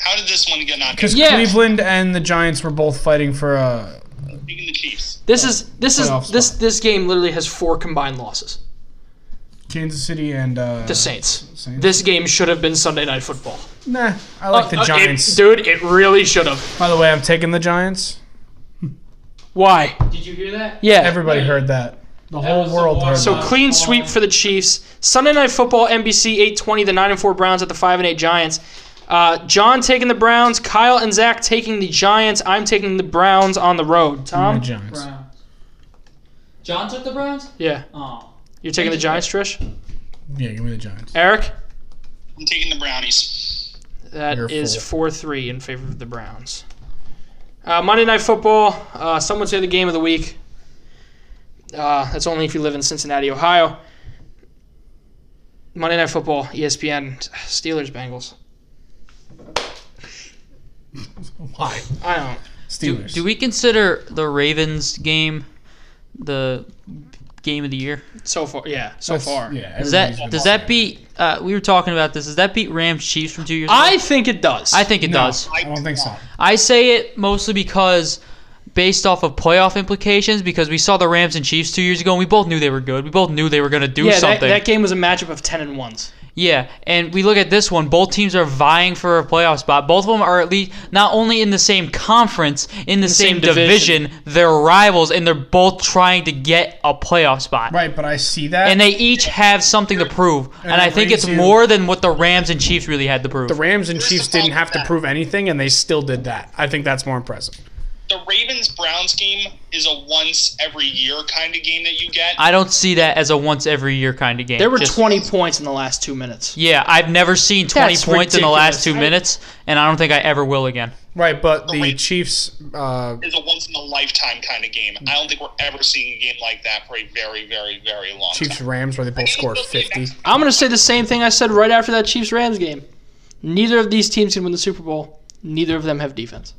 Speaker 4: How did this one get not?
Speaker 5: Because
Speaker 1: Yeah.
Speaker 5: Cleveland and the Giants were both fighting for uh, a.
Speaker 4: Taking the Chiefs.
Speaker 1: This is this is
Speaker 5: Playoff
Speaker 1: this
Speaker 5: spot.
Speaker 1: this game literally has four combined losses.
Speaker 5: Kansas City and uh,
Speaker 1: The Saints.
Speaker 5: Saints.
Speaker 1: This game should have been Sunday Night Football.
Speaker 5: Nah, I like the
Speaker 1: Uh, it-
Speaker 5: Giants.
Speaker 1: dude, it really should have.
Speaker 5: By the way, I'm taking the Giants.
Speaker 1: Why?
Speaker 3: Did you hear that?
Speaker 1: Yeah.
Speaker 5: Everybody heard that. The whole
Speaker 3: was the
Speaker 5: world
Speaker 3: war-
Speaker 5: heard
Speaker 1: So
Speaker 5: that.
Speaker 1: clean sweep for the Chiefs. Sunday Night Football, NBC, 8:20. The nine and four Browns at the five and eight Giants. Uh, John taking the Browns. Kyle and Zach taking the Giants. I'm taking the Browns on the road.
Speaker 5: My
Speaker 1: Tom,
Speaker 5: Giants.
Speaker 3: Browns. John took the Browns?
Speaker 1: yeah,
Speaker 3: Oh.
Speaker 1: you're taking the Giants, Trish.
Speaker 5: Yeah, give me the Giants.
Speaker 1: Eric,
Speaker 4: I'm taking the brownies.
Speaker 1: that
Speaker 5: You're a
Speaker 1: is
Speaker 5: fool.
Speaker 1: four three in favor of the Browns. Uh, Monday Night Football. Uh, some would say the game of the week. Uh, that's only if you live in Cincinnati, Ohio. Monday Night Football, E ESPN, Steelers, Bengals.
Speaker 5: Why?
Speaker 1: I don't.
Speaker 5: Steelers.
Speaker 3: Do we consider the Ravens game the game of the year?
Speaker 1: So far, yeah, so
Speaker 5: That's-
Speaker 1: far.
Speaker 5: Yeah. everybody's
Speaker 3: Does that
Speaker 5: been
Speaker 3: does
Speaker 5: saying
Speaker 3: that beat? Uh, we were talking about this. Does that beat Rams Chiefs from two years ago?
Speaker 1: I think it does.
Speaker 3: I think it
Speaker 5: No.
Speaker 3: does.
Speaker 5: I don't think so.
Speaker 3: I say it mostly because based off of playoff implications, because we saw the Rams and Chiefs two years ago, and we both knew they were good. We both knew they were going to do
Speaker 1: yeah, that,
Speaker 3: something.
Speaker 1: that game was a matchup of ten and ones.
Speaker 3: Yeah, and we look at this one. Both teams are vying for a playoff spot. Both of them are at least not only in the same conference, in the, same,
Speaker 1: same division.
Speaker 3: division, they're rivals, and they're both trying to get a playoff spot.
Speaker 5: Right, but I see that.
Speaker 3: And they each have something to prove. And,
Speaker 5: it
Speaker 3: I think
Speaker 5: brings
Speaker 3: it's
Speaker 5: you-
Speaker 3: more than what the Rams and Chiefs really had to prove.
Speaker 2: The Rams and Chiefs didn't have to
Speaker 4: Yeah.
Speaker 2: prove anything, and they still did that. I think that's more impressive.
Speaker 4: The Ravens Browns game is a once every year kind of game that you get.
Speaker 3: I don't see that as a once every year kind of game.
Speaker 1: There were
Speaker 3: Just-
Speaker 1: twenty points in the last two minutes.
Speaker 3: Yeah, I've never seen 20
Speaker 1: That's
Speaker 3: points in the last two
Speaker 1: ridiculous. I-
Speaker 3: minutes, and I don't think I ever will again.
Speaker 2: Right, but the
Speaker 4: Wait.
Speaker 2: Chiefs. Uh,
Speaker 4: is a once in a lifetime kind of game. I don't think we're ever seeing a game like that for a very, very, very long
Speaker 2: Chiefs
Speaker 4: time.
Speaker 2: Rams where they both scored 50.
Speaker 1: I'm gonna say the same thing I said right after that Chiefs Rams game. Neither of these teams can win the Super Bowl. Neither of them have defense,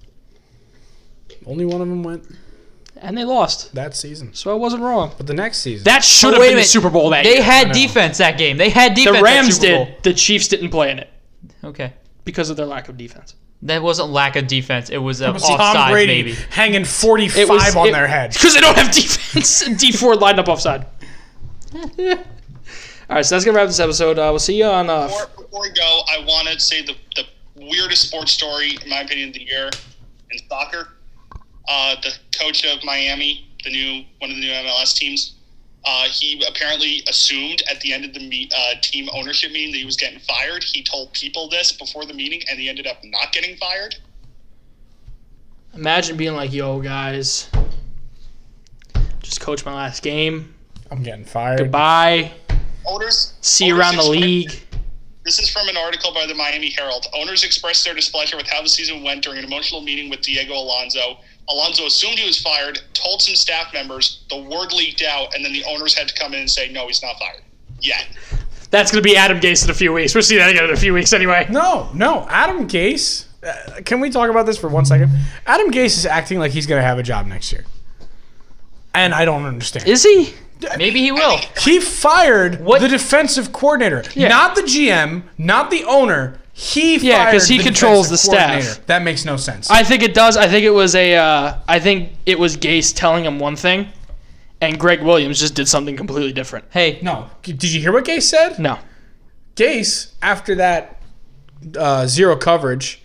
Speaker 2: Only one of them went
Speaker 1: and they lost.
Speaker 2: that season.
Speaker 1: So I wasn't wrong. Oh,
Speaker 2: But the next season.
Speaker 1: That should have
Speaker 3: Oh, wait a
Speaker 1: been the
Speaker 3: minute.
Speaker 1: Super Bowl that
Speaker 3: They
Speaker 1: year.
Speaker 3: had defense that game. They had defense.
Speaker 1: the
Speaker 3: at
Speaker 1: Rams
Speaker 3: Super Bowl.
Speaker 1: did. The Chiefs didn't play in it
Speaker 3: Okay.
Speaker 1: because of their lack of defense.
Speaker 3: That wasn't lack of defense. It was an
Speaker 2: was Tom
Speaker 3: offside,
Speaker 2: Brady
Speaker 3: maybe.
Speaker 2: hanging 45
Speaker 1: was-
Speaker 2: on
Speaker 1: it-
Speaker 2: their head.
Speaker 1: Because they don't have defense. D four lined up offside. All right, so that's gonna wrap this episode. Uh, we'll see you on. Uh,
Speaker 4: Before, before we go, I want to say the, the weirdest sports story, in my opinion, of the year in soccer. Uh, the coach of Miami, the new one of the new MLS teams, uh, he apparently assumed at the end of the me- uh, team ownership meeting that he was getting fired. He told people this before the meeting, and he ended up not getting fired.
Speaker 1: Imagine being like, yo, guys, just coach my last game.
Speaker 2: I'm getting fired.
Speaker 1: Bye.
Speaker 4: Owners
Speaker 1: See you around the league.
Speaker 4: This is from an article by the Miami Herald. Owners expressed their displeasure with how the season went during an emotional meeting with Diego Alonso. Alonso assumed he was fired, told some staff members, the word leaked out, and then the owners had to come in and say, no, he's not fired. Yet.
Speaker 1: That's going to be Adam Gase in a few weeks. We'll see that again in a few weeks anyway.
Speaker 2: No, no. Adam Gase. Uh, can we talk about this for one second? Adam Gase is acting like he's going to have a job next year. And I don't understand.
Speaker 1: Is he?
Speaker 3: Maybe he will.
Speaker 2: he fired
Speaker 3: What-
Speaker 2: the defensive coordinator, not the GM, not the owner. He
Speaker 1: Yeah,
Speaker 2: fired
Speaker 1: 'cause he
Speaker 2: the
Speaker 1: controls
Speaker 2: defensive
Speaker 1: the staff.
Speaker 2: coordinator. That makes no sense.
Speaker 1: I think it does. I think it was a. Uh, I think it was Gase telling him one thing, and Greg Williams just did something completely different.
Speaker 3: Hey,
Speaker 2: no, did you hear what Gase said?
Speaker 1: No.
Speaker 2: Gase, after that uh, zero coverage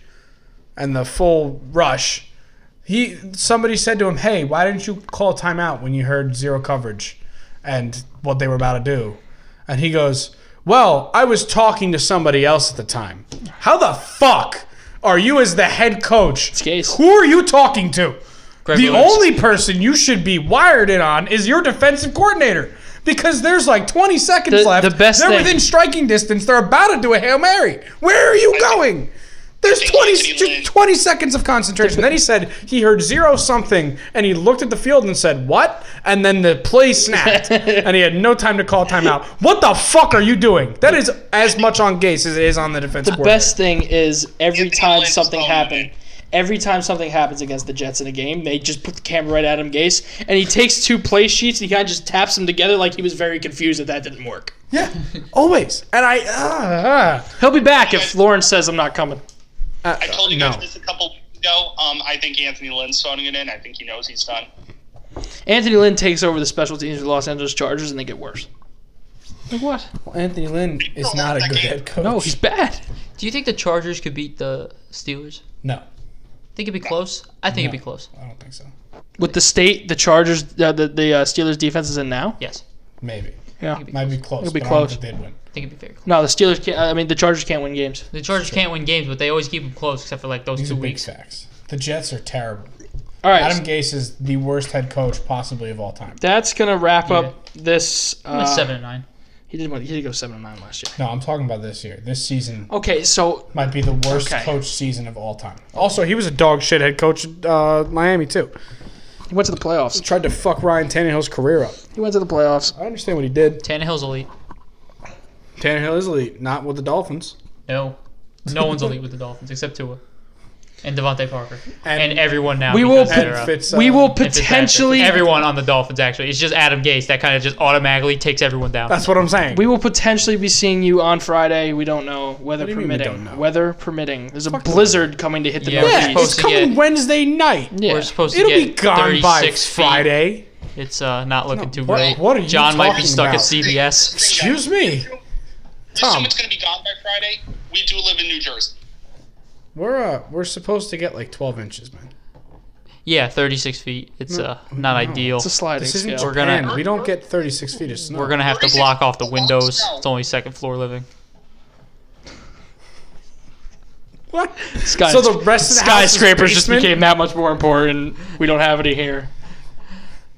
Speaker 2: and the full rush, he somebody said to him, "Hey, why didn't you call timeout when you heard zero coverage and what they were about to do?" And he goes, "Well, I was talking to somebody else at the time. How the fuck are you as the head coach?
Speaker 1: Gase.
Speaker 2: Who are you talking to?"
Speaker 3: Greg
Speaker 2: the
Speaker 3: Williams.
Speaker 2: only person you should be wired in on is your defensive coordinator because there's like 20 seconds
Speaker 1: The-
Speaker 2: left.
Speaker 1: the best
Speaker 2: They're
Speaker 1: thing-
Speaker 2: within striking distance. They're about to do a Hail Mary. Where are you going? There's
Speaker 4: think
Speaker 2: 20,
Speaker 4: Anthony
Speaker 2: just
Speaker 4: Lynn-
Speaker 2: 20 seconds of concentration. Then he said he heard zero something and he looked at the field and said, What? And then the play snapped and he had no time to call timeout. What the fuck are you doing? That is as much on Gase as it is on the defense
Speaker 1: The best thing is every
Speaker 4: Anthony
Speaker 1: time
Speaker 4: Lynn's
Speaker 1: something
Speaker 4: phone
Speaker 1: happened.
Speaker 4: today.
Speaker 1: Every time something happens against the Jets in a game, they just put the camera right at him, Gase, and he takes two play sheets and he kind of just taps them together like he was very confused that that didn't work.
Speaker 2: Yeah, always. And I. ah, ah.
Speaker 1: He'll be back if Lauren says I'm not coming.
Speaker 2: Uh,
Speaker 4: I told you
Speaker 2: no.
Speaker 4: guys this a couple weeks ago. Um, I think Anthony Lynn's phoning it in. I think he knows he's done.
Speaker 1: Anthony Lynn takes over the special teams of the Los Angeles Chargers and they get worse. Like what?
Speaker 2: Anthony Lynn is not a good head coach.
Speaker 1: No, Oh, he's bad.
Speaker 3: do you think the Chargers could beat the Steelers?
Speaker 2: no.
Speaker 3: I Think it'd be close. I think it'd be close.
Speaker 5: I don't think so.
Speaker 1: With the state, the Chargers, uh, the the uh, Steelers defense is in now.
Speaker 3: Yes.
Speaker 5: Maybe.
Speaker 1: Yeah.
Speaker 3: It'd be
Speaker 5: Might
Speaker 3: close.
Speaker 5: be close.
Speaker 1: It'll be
Speaker 5: but I don't
Speaker 1: close.
Speaker 5: think They'd win.
Speaker 3: I think it'd be very close.
Speaker 1: No, the Steelers can't. uh, I mean, the Chargers can't win games.
Speaker 3: The Chargers can't win games, but they always keep them close, except for like those
Speaker 5: These
Speaker 3: two
Speaker 5: are big
Speaker 3: weeks.
Speaker 5: facts. The Jets are terrible.
Speaker 1: All right,
Speaker 5: Adam Gase is the worst head coach possibly of all time.
Speaker 1: that's gonna wrap up this.
Speaker 3: I'm
Speaker 1: Uh,
Speaker 3: at seven and nine.
Speaker 1: He did. win- He did go seven and nine last year.
Speaker 5: No, I'm talking about this year. This season
Speaker 1: Okay, so
Speaker 5: might be the worst
Speaker 1: Okay.
Speaker 5: coach season of all time.
Speaker 2: Also, he was a dog shit head coach at uh, Miami, too.
Speaker 1: he went to the playoffs.
Speaker 2: Tried to fuck Ryan Tannehill's career up.
Speaker 1: He went to the playoffs.
Speaker 2: I understand what he did.
Speaker 3: Tannehill's elite.
Speaker 2: Tannehill is elite, not with the Dolphins.
Speaker 3: No, no one's elite with the Dolphins except Tua and Devontae Parker
Speaker 2: And-
Speaker 3: and, everyone now.
Speaker 1: We will
Speaker 3: because they're, uh,
Speaker 2: If it's, uh,
Speaker 1: we will
Speaker 3: and Fitzpatrick.
Speaker 1: potentially.
Speaker 3: everyone on the Dolphins. Actually, it's just Adam Gase that kind of just automatically takes everyone down.
Speaker 2: That's what I'm saying.
Speaker 1: We will potentially be seeing you on Friday. We don't know weather
Speaker 2: do you mean we
Speaker 1: permitting.
Speaker 2: don't know?
Speaker 1: Weather permitting. There's a blizzard coming to hit the
Speaker 3: Yeah.
Speaker 2: yeah,
Speaker 1: Northeast.
Speaker 2: it's
Speaker 3: supposed to
Speaker 2: coming
Speaker 3: get-
Speaker 2: Wednesday night.
Speaker 1: Yeah.
Speaker 3: We're supposed to
Speaker 2: It'll
Speaker 3: get
Speaker 2: be gone
Speaker 3: 36
Speaker 2: by
Speaker 3: feet.
Speaker 2: Friday.
Speaker 3: It's uh, not looking too
Speaker 2: what-
Speaker 3: great.
Speaker 2: what are you
Speaker 3: John might be
Speaker 2: talking
Speaker 3: stuck
Speaker 2: about?
Speaker 3: at CBS.
Speaker 2: Excuse me. Tom.
Speaker 4: Assume it's going to be gone by Friday. We do live in New Jersey.
Speaker 2: We're uh, we're supposed to get like 12 inches, man.
Speaker 3: Yeah, 36 feet. It's uh, not ideal.
Speaker 1: It's a sliding
Speaker 2: This isn't
Speaker 1: scale.
Speaker 3: We're
Speaker 2: Japan.
Speaker 3: gonna-
Speaker 2: we don't get 36 feet of snow.
Speaker 3: We're gonna have to
Speaker 4: 36
Speaker 3: block off the
Speaker 4: is a lot of
Speaker 3: windows.
Speaker 4: snow.
Speaker 3: It's only second floor living.
Speaker 2: What?
Speaker 1: Skys-
Speaker 2: So the rest of the house is
Speaker 1: skyscrapers just
Speaker 2: basement?
Speaker 1: became that much more important. We don't have any here.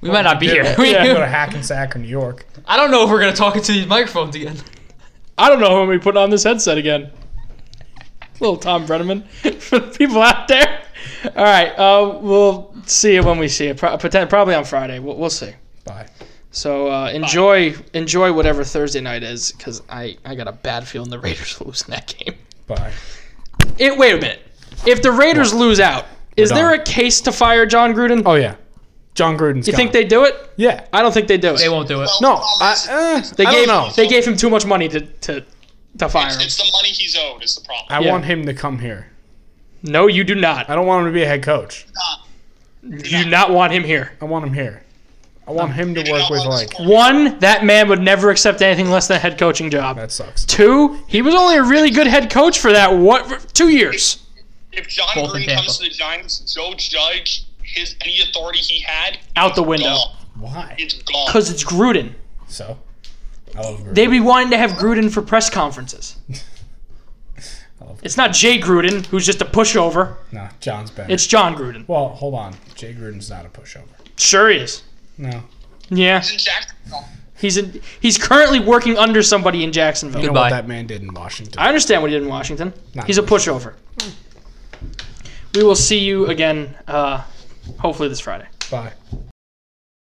Speaker 3: We might not be here.
Speaker 5: Go to Hackensack or New York.
Speaker 3: I don't know if we're gonna talk into these microphones again.
Speaker 1: I don't know when we put on this headset again. Little Tom Brenneman for the people out there. All right, uh, we'll see it when we see it. Pro- pretend, probably on Friday. We'll, we'll see.
Speaker 5: Bye.
Speaker 1: So uh, enjoy enjoy whatever Thursday night is because I, I got a bad feeling the Raiders will lose in that game.
Speaker 5: Bye.
Speaker 1: It wait a minute. If the Raiders lose out, is
Speaker 2: We're
Speaker 1: there
Speaker 2: done.
Speaker 1: a case to fire John Gruden?
Speaker 2: Oh yeah, John Gruden's.
Speaker 1: you think they do it?
Speaker 2: Yeah.
Speaker 1: I don't think they do it.
Speaker 3: They won't do it.
Speaker 2: No.
Speaker 4: Well,
Speaker 2: I,
Speaker 4: it's-
Speaker 2: uh,
Speaker 1: They
Speaker 2: I
Speaker 1: gave
Speaker 2: don't know.
Speaker 1: they gave him too much money to to, to fire him.
Speaker 4: It's the money he's owed is the problem.
Speaker 2: I
Speaker 1: yeah.
Speaker 2: want him to come here.
Speaker 1: No, you do not.
Speaker 2: I don't want him to be a head coach.
Speaker 4: Not-
Speaker 1: You do not want him here.
Speaker 2: I want him here. I want him to
Speaker 4: do
Speaker 2: work
Speaker 4: not
Speaker 2: with
Speaker 4: want
Speaker 2: like.
Speaker 4: this
Speaker 1: One, that man would never accept anything less than a head coaching job.
Speaker 2: That sucks.
Speaker 1: Two, he was only a really good head coach for that what for two years.
Speaker 4: If John
Speaker 3: Both in
Speaker 4: Green
Speaker 3: Tampa.
Speaker 4: comes to the Giants, Joe Judge, his any authority he had,
Speaker 1: Out the window.
Speaker 4: gone.
Speaker 2: Why?
Speaker 4: It's gone.
Speaker 1: Because it's Gruden.
Speaker 5: So, I love Gruden.
Speaker 1: They'd be wanting to have Gruden for press conferences. It's not Jay Gruden, who's just a pushover.
Speaker 5: nah, John's better.
Speaker 1: It's John Gruden.
Speaker 5: well, hold on. Jay Gruden's not a pushover.
Speaker 1: Sure he is.
Speaker 5: No.
Speaker 1: Yeah.
Speaker 4: He's in Jacksonville.
Speaker 1: He's in, he's currently working under somebody in Jacksonville.
Speaker 2: You know what
Speaker 3: Goodbye.
Speaker 2: that man did in Washington.
Speaker 1: I understand what he did in Washington.
Speaker 2: Not
Speaker 1: He's a pushover. We will see you again, uh, hopefully this Friday.
Speaker 5: Bye.